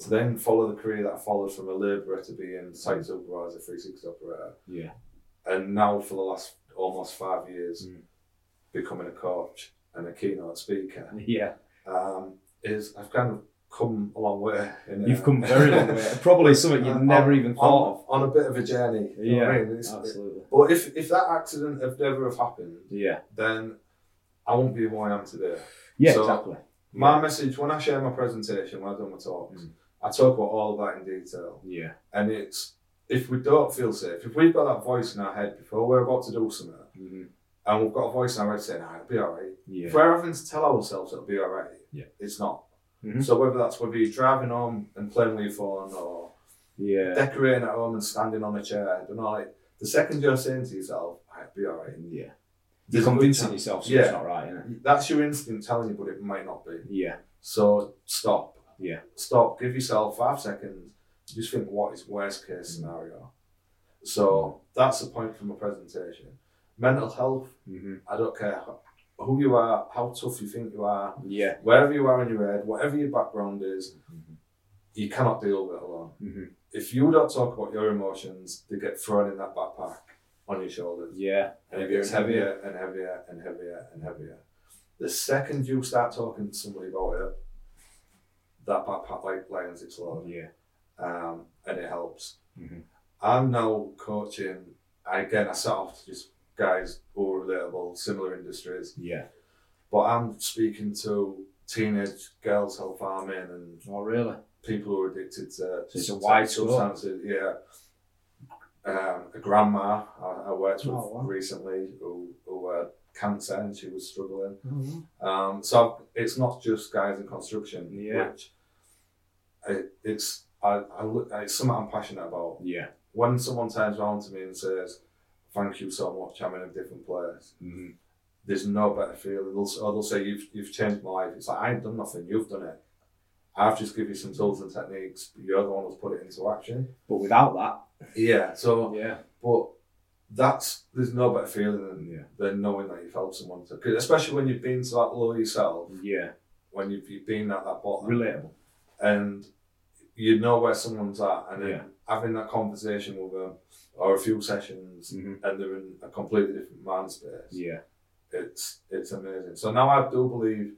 Speaker 2: to then follow the career that I followed from a labourer to being site supervisor, 360 operator,
Speaker 3: Yeah.
Speaker 2: and now for the last almost five years,
Speaker 3: Mm.
Speaker 2: becoming a coach and a keynote speaker,
Speaker 3: Yeah.
Speaker 2: um, is I've kind of come a long way. In,
Speaker 3: You've
Speaker 2: uh,
Speaker 3: come a very long way. Probably something you'd
Speaker 2: uh,
Speaker 3: never
Speaker 2: on-
Speaker 3: even thought
Speaker 2: on,
Speaker 3: of.
Speaker 2: On a bit of a journey. you know what I mean? It's-
Speaker 3: absolutely.
Speaker 2: But if, if that accident had never have happened,
Speaker 3: Yeah.
Speaker 2: then I won't be who I am today.
Speaker 3: Yeah,
Speaker 2: So-
Speaker 3: exactly.
Speaker 2: My message when I share my presentation, when I do my talks,
Speaker 3: Mm.
Speaker 2: I talk about all of that in detail.
Speaker 3: Yeah.
Speaker 2: And it's if we don't feel safe, if we've got that voice in our head before we're about to do something,
Speaker 3: Mhm.
Speaker 2: and we've got a voice in our head saying, "Ah, it'll be all right.
Speaker 3: Yeah.
Speaker 2: If we're having to tell ourselves it'll be all right,
Speaker 3: Yeah.
Speaker 2: it's not.
Speaker 3: Mhm.
Speaker 2: So whether that's whether you're driving home and playing with your phone or
Speaker 3: Yeah.
Speaker 2: decorating at home and standing on a chair, I don't know, like, the second you're saying to yourself, "Ah, it'll be all right,
Speaker 3: Yeah. You're
Speaker 2: There's a
Speaker 3: convincing
Speaker 2: good
Speaker 3: yourself so
Speaker 2: Yeah.
Speaker 3: it's not right, isn't it?
Speaker 2: that's your instinct telling you, but it might not be.
Speaker 3: Yeah.
Speaker 2: So stop.
Speaker 3: Yeah.
Speaker 2: Stop. Give yourself five seconds. Just think what is worst case scenario. So that's the point from my presentation. Mental health.
Speaker 3: Mm-hmm.
Speaker 2: I don't care wh- who you are, how tough you think you are,
Speaker 3: Yeah.
Speaker 2: wherever you are in your head, whatever your background is,
Speaker 3: Mhm.
Speaker 2: you cannot deal with it alone.
Speaker 3: Mm-hmm.
Speaker 2: If you don't talk about your emotions, they get thrown in that backpack on your shoulders.
Speaker 3: Yeah.
Speaker 2: And it gets heavier and heavier and heavier and heavier. The second you start talking to somebody about it, that backpack like lightens its load,
Speaker 3: Yeah.
Speaker 2: um, and it helps.
Speaker 3: Mhm.
Speaker 2: I'm now coaching again. I set off to just guys who are relatable, similar industries,
Speaker 3: Yeah.
Speaker 2: but I'm speaking to teenage girls, health farming, and
Speaker 3: Oh, really?
Speaker 2: people who are addicted to
Speaker 3: So it's a wide
Speaker 2: to
Speaker 3: scope.
Speaker 2: substances. Yeah. Um, a grandma I, I worked with
Speaker 3: Oh, wow.
Speaker 2: recently who, who had cancer and she was struggling.
Speaker 3: Mhm.
Speaker 2: Um, so it's not just guys in construction,
Speaker 3: Yeah.
Speaker 2: which it, it's I, I look, it's something I'm passionate about.
Speaker 3: Yeah.
Speaker 2: When someone turns around to me and says, "Thank you so much, I'm in a different place,"
Speaker 3: Mm-hmm.
Speaker 2: there's no better feeling. They'll, s- or they'll say, you've, you've changed my life. It's like, I ain't done nothing, you've done it. I've just given you some tools and techniques, but you're the one who's put it into action.
Speaker 3: But without that,
Speaker 2: Yeah, so,
Speaker 3: yeah.
Speaker 2: but that's, there's no better feeling than,
Speaker 3: Yeah.
Speaker 2: than knowing that you've helped someone. To, 'cause especially when you've been to that low yourself,
Speaker 3: Yeah.
Speaker 2: when you've, you've been at that bottom,
Speaker 3: Relatable.
Speaker 2: and you know where someone's at, and then
Speaker 3: Yeah.
Speaker 2: having that conversation with them or a few sessions,
Speaker 3: Mm-hmm.
Speaker 2: and they're in a completely different mind space
Speaker 3: Yeah.
Speaker 2: it's it's amazing. So now I do believe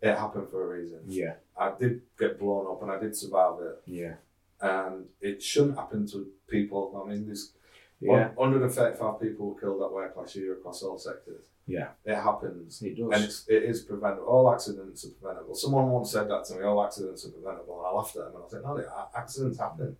Speaker 2: it happened for a reason.
Speaker 3: Yeah.
Speaker 2: I did get blown up and I did survive it,
Speaker 3: Yeah.
Speaker 2: and it shouldn't happen to people. I mean, there's
Speaker 3: Yeah.
Speaker 2: 135 people were killed at work last year across all sectors.
Speaker 3: Yeah.
Speaker 2: It happens,
Speaker 3: It
Speaker 2: and
Speaker 3: does.
Speaker 2: it's, it is preventable. All accidents are preventable. Someone once said that to me. All accidents are preventable, and I laughed at them and I said, "No, they are. accidents happen."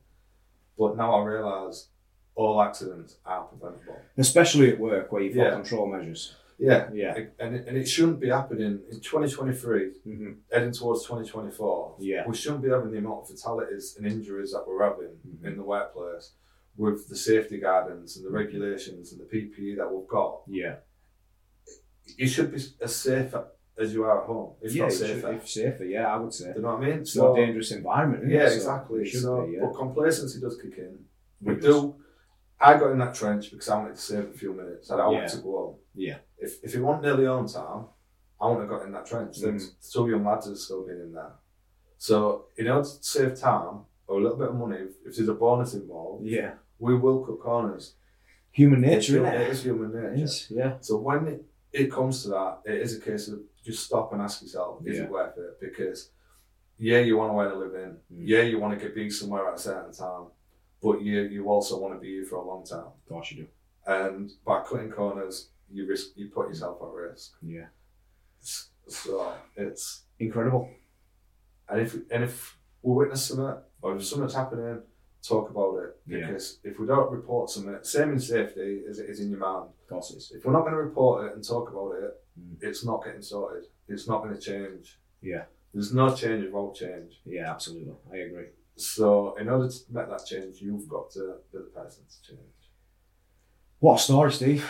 Speaker 2: But now I realise all accidents are preventable.
Speaker 3: Especially at work where you've
Speaker 2: Yeah.
Speaker 3: got control measures.
Speaker 2: Yeah,
Speaker 3: Yeah.
Speaker 2: and it, and it shouldn't be happening in 2023.
Speaker 3: Mm-hmm.
Speaker 2: heading towards 2024,
Speaker 3: Yeah.
Speaker 2: we shouldn't be having the amount of fatalities and injuries that we're having
Speaker 3: Mhm.
Speaker 2: in the workplace with the safety guidance and
Speaker 3: Mm-hmm.
Speaker 2: the regulations and the PPE that we've got.
Speaker 3: Yeah.
Speaker 2: You should be as safe as you are at home, if
Speaker 3: yeah,
Speaker 2: not
Speaker 3: it should-
Speaker 2: safer.
Speaker 3: If safer, yeah, I would say.
Speaker 2: Do you know what I mean?
Speaker 3: It's not a dangerous environment.
Speaker 2: Yeah,
Speaker 3: is it? So
Speaker 2: exactly.
Speaker 3: it should
Speaker 2: So,
Speaker 3: be, yeah.
Speaker 2: But complacency does kick in. We
Speaker 3: It does.
Speaker 2: do. I got in that trench because I wanted to save a few minutes. I wanted
Speaker 3: Yeah.
Speaker 2: to go home.
Speaker 3: Yeah.
Speaker 2: If, if it wasn't nearly on time, I wouldn't have got in that trench. Then
Speaker 3: Mm.
Speaker 2: two young lads would have still been in there. So, in order to save time or a little bit of money, if, if there's a bonus involved,
Speaker 3: Yeah.
Speaker 2: we will cut corners.
Speaker 3: Human
Speaker 2: It's
Speaker 3: nature,
Speaker 2: hu-
Speaker 3: innit?
Speaker 2: it is human nature.
Speaker 3: It is, yeah.
Speaker 2: So when it, it comes to that, it is a case of just stop and ask yourself, is
Speaker 3: Yeah.
Speaker 2: it worth it? Because yeah, you want to earn a living.
Speaker 3: Mm.
Speaker 2: Yeah, you want to get be somewhere at a certain time, but you you also want to be you for a long time.
Speaker 3: Of course you do.
Speaker 2: And by cutting corners, you risk you put yourself at risk.
Speaker 3: Yeah.
Speaker 2: S- So it's
Speaker 3: Incredible.
Speaker 2: and if and if we witness something or if something's happening, talk about it.
Speaker 3: Yeah.
Speaker 2: Because if we don't report something, same in safety as it is in your mind.
Speaker 3: Of course it is.
Speaker 2: If we're not going to report it and talk about it,
Speaker 3: Mm.
Speaker 2: it's not getting sorted. It's not going to change.
Speaker 3: Yeah.
Speaker 2: There's no change without change.
Speaker 3: Yeah, absolutely. I agree.
Speaker 2: So in order to make that change, you've got to be the person to change.
Speaker 3: What a story, Steve.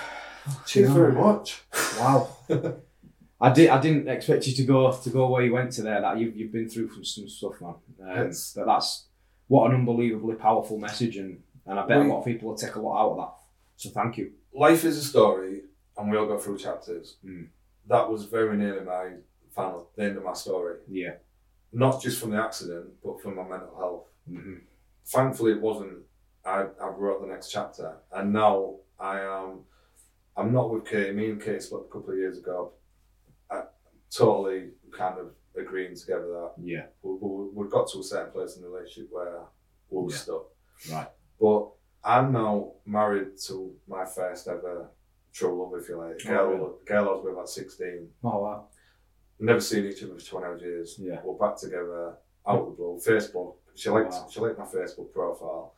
Speaker 2: Cheers
Speaker 3: Yeah.
Speaker 2: very much.
Speaker 3: Wow. I did. I didn't expect you to go to go where you went to there. That you've, you've been through from some stuff, man. Um,
Speaker 2: It's-
Speaker 3: but that's what an unbelievably powerful message, and, and I bet
Speaker 2: We-
Speaker 3: a lot of people will take a lot out of that. So thank you.
Speaker 2: Life is a story, and we all go through chapters.
Speaker 3: Mm.
Speaker 2: That was very nearly my final the end of my story.
Speaker 3: Yeah.
Speaker 2: Not just from the accident, but from my mental health.
Speaker 3: Mm-hmm.
Speaker 2: Thankfully, it wasn't. I, I wrote the next chapter, and now I am. I'm not with Kate. Me and Kate split a couple of years ago. I totally kind of agreeing together that
Speaker 3: Yeah.
Speaker 2: we, we, we got to a certain place in the relationship where we were
Speaker 3: Yeah.
Speaker 2: stuck.
Speaker 3: Right.
Speaker 2: But I'm now married to my first ever trouble love, if you like.
Speaker 3: Oh,
Speaker 2: Girl,
Speaker 3: really?
Speaker 2: girl I was with at 16.
Speaker 3: Oh wow.
Speaker 2: Never seen each other for 20 odd years.
Speaker 3: Yeah.
Speaker 2: We're back together, out of the blue. Facebook. She liked,
Speaker 3: Wow.
Speaker 2: she liked my Facebook profile.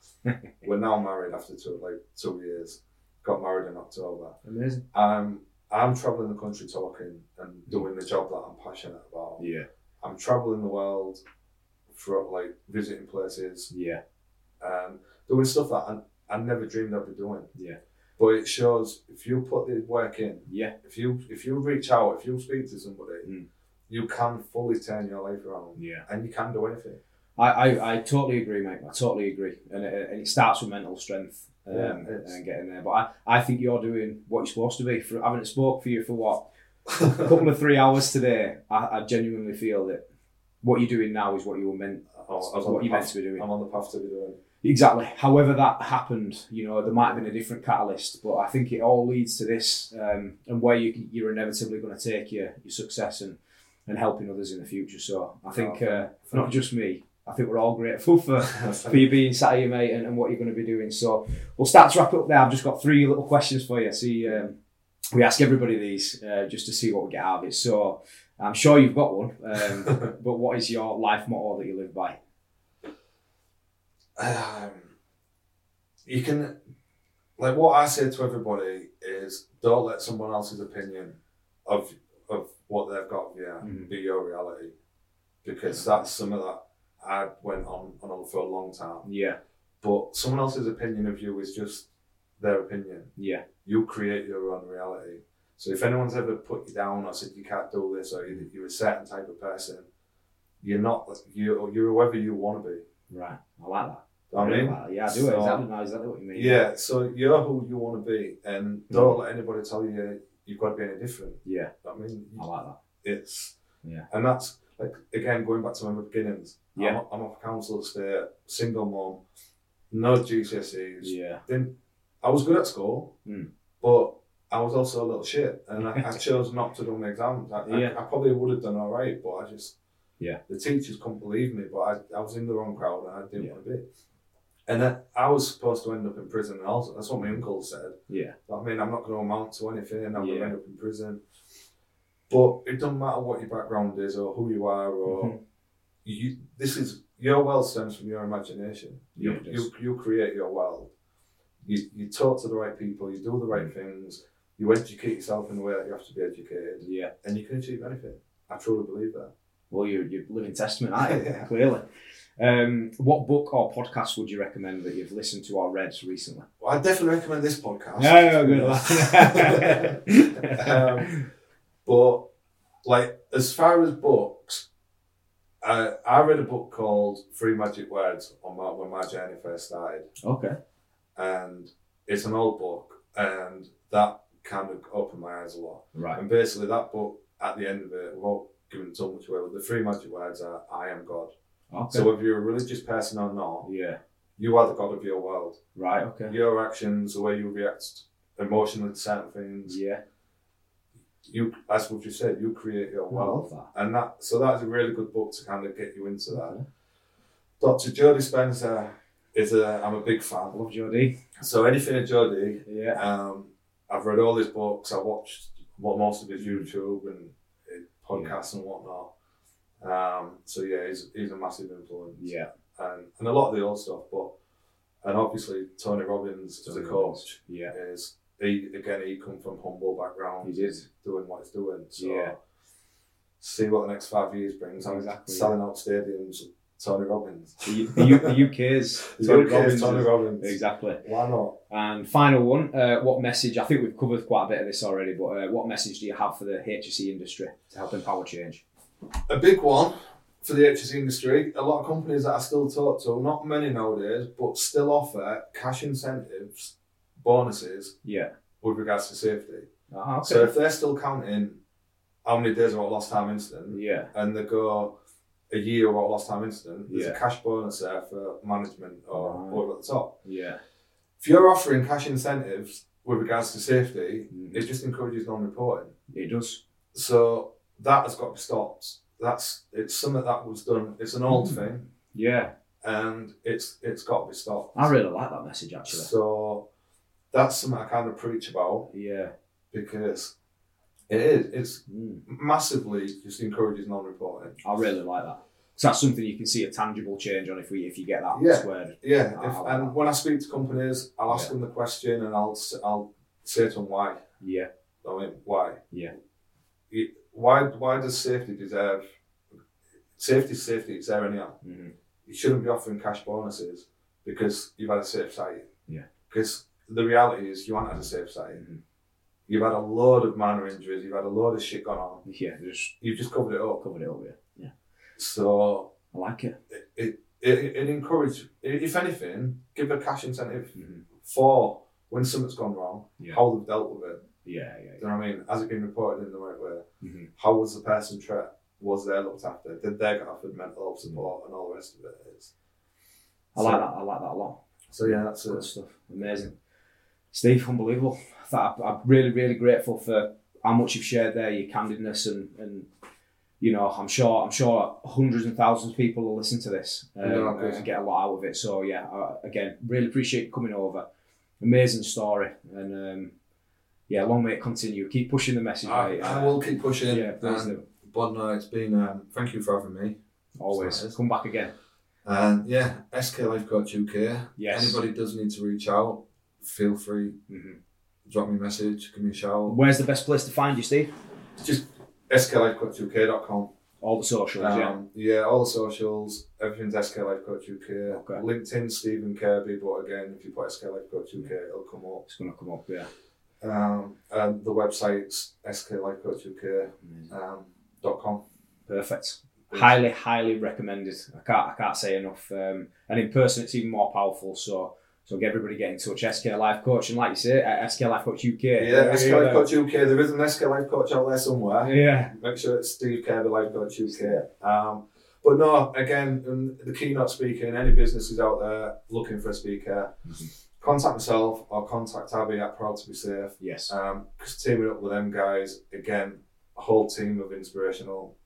Speaker 2: We're now married after two, like two years. Got married in October.
Speaker 3: Amazing.
Speaker 2: I'm I'm traveling the country talking and doing the job that I'm passionate about.
Speaker 3: Yeah.
Speaker 2: I'm traveling the world, for like visiting places,
Speaker 3: Yeah.
Speaker 2: um, doing stuff that I, I never dreamed I'd be doing.
Speaker 3: Yeah.
Speaker 2: But it shows if you put the work in,
Speaker 3: Yeah.
Speaker 2: if you if you reach out, if you speak to somebody,
Speaker 3: Mm.
Speaker 2: you can fully turn your life around,
Speaker 3: Yeah.
Speaker 2: and you can do anything.
Speaker 3: I, I, I totally agree, mate. I totally agree, and it, and it starts with mental strength um,
Speaker 2: Yeah, it is.
Speaker 3: and getting there. But I, I think you're doing what you're supposed to be. For having spoke for you for what a
Speaker 2: Oh,
Speaker 3: couple of three hours today, I, I genuinely feel that what you're doing now is what you were meant,
Speaker 2: I was- I was on
Speaker 3: what
Speaker 2: the
Speaker 3: you meant
Speaker 2: path-
Speaker 3: to be doing.
Speaker 2: I'm on the path to be doing.
Speaker 3: Exactly. However, that happened, you know, there might have been a different catalyst, but I think it all leads to this um, and where you, you're inevitably going to take your, your success and, and helping others in the future. So I think uh, not just me, I think we're all grateful for, for you being sat here, mate, and, and what you're going to be doing. So we'll start to wrap up there. I've just got three little questions for you. See, um, we ask everybody these uh, just to see what we get out of it. So I'm sure you've got one, um, but what is your life motto that you live by?
Speaker 2: um, you can like what I say to everybody is don't let someone else's opinion of of what they've got yeah
Speaker 3: Mhm.
Speaker 2: be your reality because that's some of that I went on and on for a long time
Speaker 3: Yeah,
Speaker 2: but someone else's opinion of you is just their opinion
Speaker 3: yeah,
Speaker 2: you create your own reality so if anyone's ever put you down or said you can't do this or you- you're a certain type of person you're not you or you're whoever you want to be
Speaker 3: right. I like that.
Speaker 2: Do you know what I mean
Speaker 3: Well, yeah, I do.
Speaker 2: So-
Speaker 3: exactly, no, exactly what you mean.
Speaker 2: Yeah, so you're who you want to be, and
Speaker 3: Hmm.
Speaker 2: don't let anybody tell you you've got to be any different.
Speaker 3: Yeah,
Speaker 2: I mean,
Speaker 3: I like that.
Speaker 2: it's
Speaker 3: Yeah.
Speaker 2: and that's like again going back to my beginnings. I'm,
Speaker 3: Yeah.
Speaker 2: a- I'm off council estate, single mom, no GCSEs.
Speaker 3: Yeah,
Speaker 2: Then I was good at school,
Speaker 3: Mm.
Speaker 2: but I was also a little shit, and I, I chose not to do my exams. I, I-
Speaker 3: Yeah.
Speaker 2: I, probably would have done all right, but I just
Speaker 3: Yeah.
Speaker 2: the teachers couldn't believe me, but I, I was in the wrong crowd and I didn't
Speaker 3: Yeah.
Speaker 2: want to be. And then I was supposed to end up in prison. and Also, that's what my uncle said.
Speaker 3: yeah,
Speaker 2: I mean, I'm not going to amount to anything. I'm going to
Speaker 3: Yeah.
Speaker 2: end up in prison. But it doesn't matter what your background is or who you are or
Speaker 3: Mm-hmm.
Speaker 2: you. This is your world stems from your imagination. You
Speaker 3: Yeah, it
Speaker 2: you, you create your world. You you talk to the right people. You do the right
Speaker 3: Mm-hmm.
Speaker 2: things. You educate yourself in the way that you have to be educated,
Speaker 3: yeah.
Speaker 2: and you can achieve anything. I truly believe that.
Speaker 3: Well, you're, you're living testament, aren't you?
Speaker 2: Yeah.
Speaker 3: Clearly. Um, what book or podcast would you recommend that you've listened to or read recently?
Speaker 2: Well, I definitely recommend this podcast. Um, But like as far as books, uh, I read a book called Three Magic Words on my, when my journey first started,
Speaker 3: okay.
Speaker 2: and it's an old book, and that kind of opened my eyes a lot.
Speaker 3: Right.
Speaker 2: And basically, that book at the end of it, without giving too much away, but the three magic words are "I am God."
Speaker 3: Okay.
Speaker 2: So whether you're a religious person or not,
Speaker 3: yeah.
Speaker 2: you are the God of your world.
Speaker 3: Right. Okay.
Speaker 2: Your actions, the way you react emotionally to certain things,
Speaker 3: Yeah.
Speaker 2: you as what you said, you create your
Speaker 3: Well, I
Speaker 2: world.
Speaker 3: love that.
Speaker 2: And that so that's a really good book to kind of get you into that. Dr. Jodie Spencer is a I'm a big fan.
Speaker 3: I love Jodie.
Speaker 2: So anything of Jodie,
Speaker 3: Yeah.
Speaker 2: um, I've read all his books. I watched what most of his YouTube and his podcasts and whatnot. Um, so yeah, he's, he's a massive influence.
Speaker 3: Yeah.
Speaker 2: and and a lot of the old stuff, but and obviously Tony Robbins as a
Speaker 3: Tony
Speaker 2: coach
Speaker 3: Yeah.
Speaker 2: is he again he come from humble background.
Speaker 3: He did.
Speaker 2: doing what he's doing. So
Speaker 3: Yeah.
Speaker 2: see what the next five years brings. I'm
Speaker 3: Exactly,
Speaker 2: selling out stadiums. Tony Robbins.
Speaker 3: The, U- the, U- the UK's
Speaker 2: Who
Speaker 3: Tony
Speaker 2: cares,
Speaker 3: Robbins
Speaker 2: Tony
Speaker 3: is-
Speaker 2: Robbins.
Speaker 3: Exactly.
Speaker 2: Why not?
Speaker 3: And final one, uh, what message? I think we've covered quite a bit of this already, but uh, what message do you have for the HSE industry to help empower change?
Speaker 2: A big one for the HSE industry. A lot of companies that I still talk to, not many nowadays, but still offer cash incentives, bonuses
Speaker 3: Yeah.
Speaker 2: with regards to safety.
Speaker 3: Ah, okay.
Speaker 2: So if they're still counting how many days about lost time incident,
Speaker 3: yeah.
Speaker 2: and they go a year about lost time incident, there's
Speaker 3: Yeah.
Speaker 2: a cash bonus there for management or
Speaker 3: Right.
Speaker 2: whoever at the top.
Speaker 3: Yeah.
Speaker 2: if you're offering cash incentives with regards to safety,
Speaker 3: Mm.
Speaker 2: it just encourages non-reporting.
Speaker 3: It does.
Speaker 2: So that has got to be stopped. That's it's something that was done. It's an old
Speaker 3: Hmm.
Speaker 2: thing,
Speaker 3: Yeah.
Speaker 2: and it's it's got to be stopped.
Speaker 3: I really like that message actually.
Speaker 2: So that's something I kind of preach about.
Speaker 3: Yeah.
Speaker 2: because it is it's
Speaker 3: Mm.
Speaker 2: massively just encourages non-reporting.
Speaker 3: I really like that. So that's something you can see a tangible change on if we if you get that
Speaker 2: Yeah.
Speaker 3: squared.
Speaker 2: Yeah,
Speaker 3: Ah,
Speaker 2: if,
Speaker 3: wow.
Speaker 2: and when I speak to companies, I'll ask
Speaker 3: Yeah.
Speaker 2: them the question and I'll s- I'll say to them why.
Speaker 3: Yeah,
Speaker 2: I mean, why?
Speaker 3: Yeah.
Speaker 2: It- why why does safety deserve safety? Safety it's there anyhow.
Speaker 3: hmm
Speaker 2: You shouldn't be offering cash bonuses because you've had a safe site.
Speaker 3: Yeah.
Speaker 2: Because the reality is, you haven't had a safe site.
Speaker 3: Mhm.
Speaker 2: You've had a load of minor injuries. You've had a load of shit gone on.
Speaker 3: yeah. they Just
Speaker 2: You've just covered it up.
Speaker 3: covered it up. Yeah,
Speaker 2: So
Speaker 3: I like it.
Speaker 2: it it, it, it encourage. If anything, give a cash incentive
Speaker 3: hmm
Speaker 2: for when something's gone wrong,
Speaker 3: Yeah.
Speaker 2: how they've dealt with it.
Speaker 3: Yeah, yeah,
Speaker 2: Do you know what I mean? Has it been reported in the right way?
Speaker 3: yeah. hmm
Speaker 2: How was the person treated? Was they looked after? Did they get offered mental health support and all the rest of it? It's,
Speaker 3: I like that. I like that a lot.
Speaker 2: So yeah, that's
Speaker 3: Good
Speaker 2: it.
Speaker 3: stuff. Amazing. Steve, unbelievable. I thought- I'm really, really grateful for how much you've shared there, your candidness, and, and you know, I'm sure, I'm sure hundreds and thousands of people will listen to this um,
Speaker 2: Yeah, of course.
Speaker 3: and get a lot out of it. So yeah, I, again, really appreciate you coming over. Amazing story, and um, yeah, long may it continue. Keep pushing the message.
Speaker 2: I,
Speaker 3: mate.
Speaker 2: I will keep pushing.
Speaker 3: Yeah, please
Speaker 2: and,
Speaker 3: do.
Speaker 2: but no, it's been. Um, thank you for having me.
Speaker 3: Always
Speaker 2: Sorry.
Speaker 3: come back again.
Speaker 2: And yeah, SK Life Coach UK.
Speaker 3: Yes.
Speaker 2: Anybody does need to reach out, feel free.
Speaker 3: Mhm.
Speaker 2: Drop me a message. Give me a shout.
Speaker 3: Where's the best place to find you, Steve?
Speaker 2: Just sklifecoachuk.com.
Speaker 3: All the socials. yeah.
Speaker 2: Um, yeah, all the socials, everything's SK Life Coach UK.
Speaker 3: Okay.
Speaker 2: LinkedIn, Stephen Kirby, but again, if you put SK Life Coach UK,
Speaker 3: Mm.
Speaker 2: it'll come up.
Speaker 3: It's gonna come up. Yeah.
Speaker 2: Um, and the website's sklifecoachuk.com. um, com.
Speaker 3: Perfect. Highly, highly recommended. I can't, I can't say enough. Um, and in person, it's even more powerful. So, so get everybody get in touch. SK Life Coach, and like you say, uh, SK Life Coach UK.
Speaker 2: yeah, SK Life Coach UK. There is an SK Life Coach out there somewhere.
Speaker 3: Yeah.
Speaker 2: Make sure it's Steve Kirby, Life Coach UK. Um, but no, again, um, the keynote speaker and any businesses out there looking for a speaker,
Speaker 3: Mm-hmm.
Speaker 2: contact myself or contact Abby at Proud to Be Safe.
Speaker 3: Yes.
Speaker 2: Um, 'cause teaming up with them guys again, a whole team of inspirational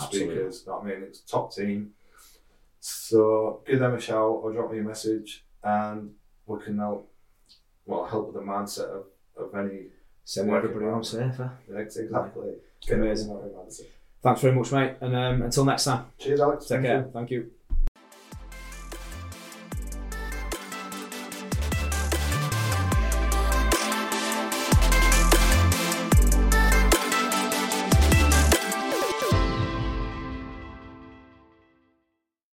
Speaker 3: Absolutely.
Speaker 2: speakers. know what I mean, it's top team. So give them a shout or drop me a message, and we can help. Well, help with the mindset of, of any
Speaker 3: Send everybody on safe. eh?
Speaker 2: ex- exactly. Get
Speaker 3: Amazing.
Speaker 2: them on the mindset.
Speaker 3: Thanks very much, mate. And um, until next time,
Speaker 2: Cheers, Alex.
Speaker 3: take
Speaker 2: Thank
Speaker 3: care.
Speaker 2: you.
Speaker 3: Thank you.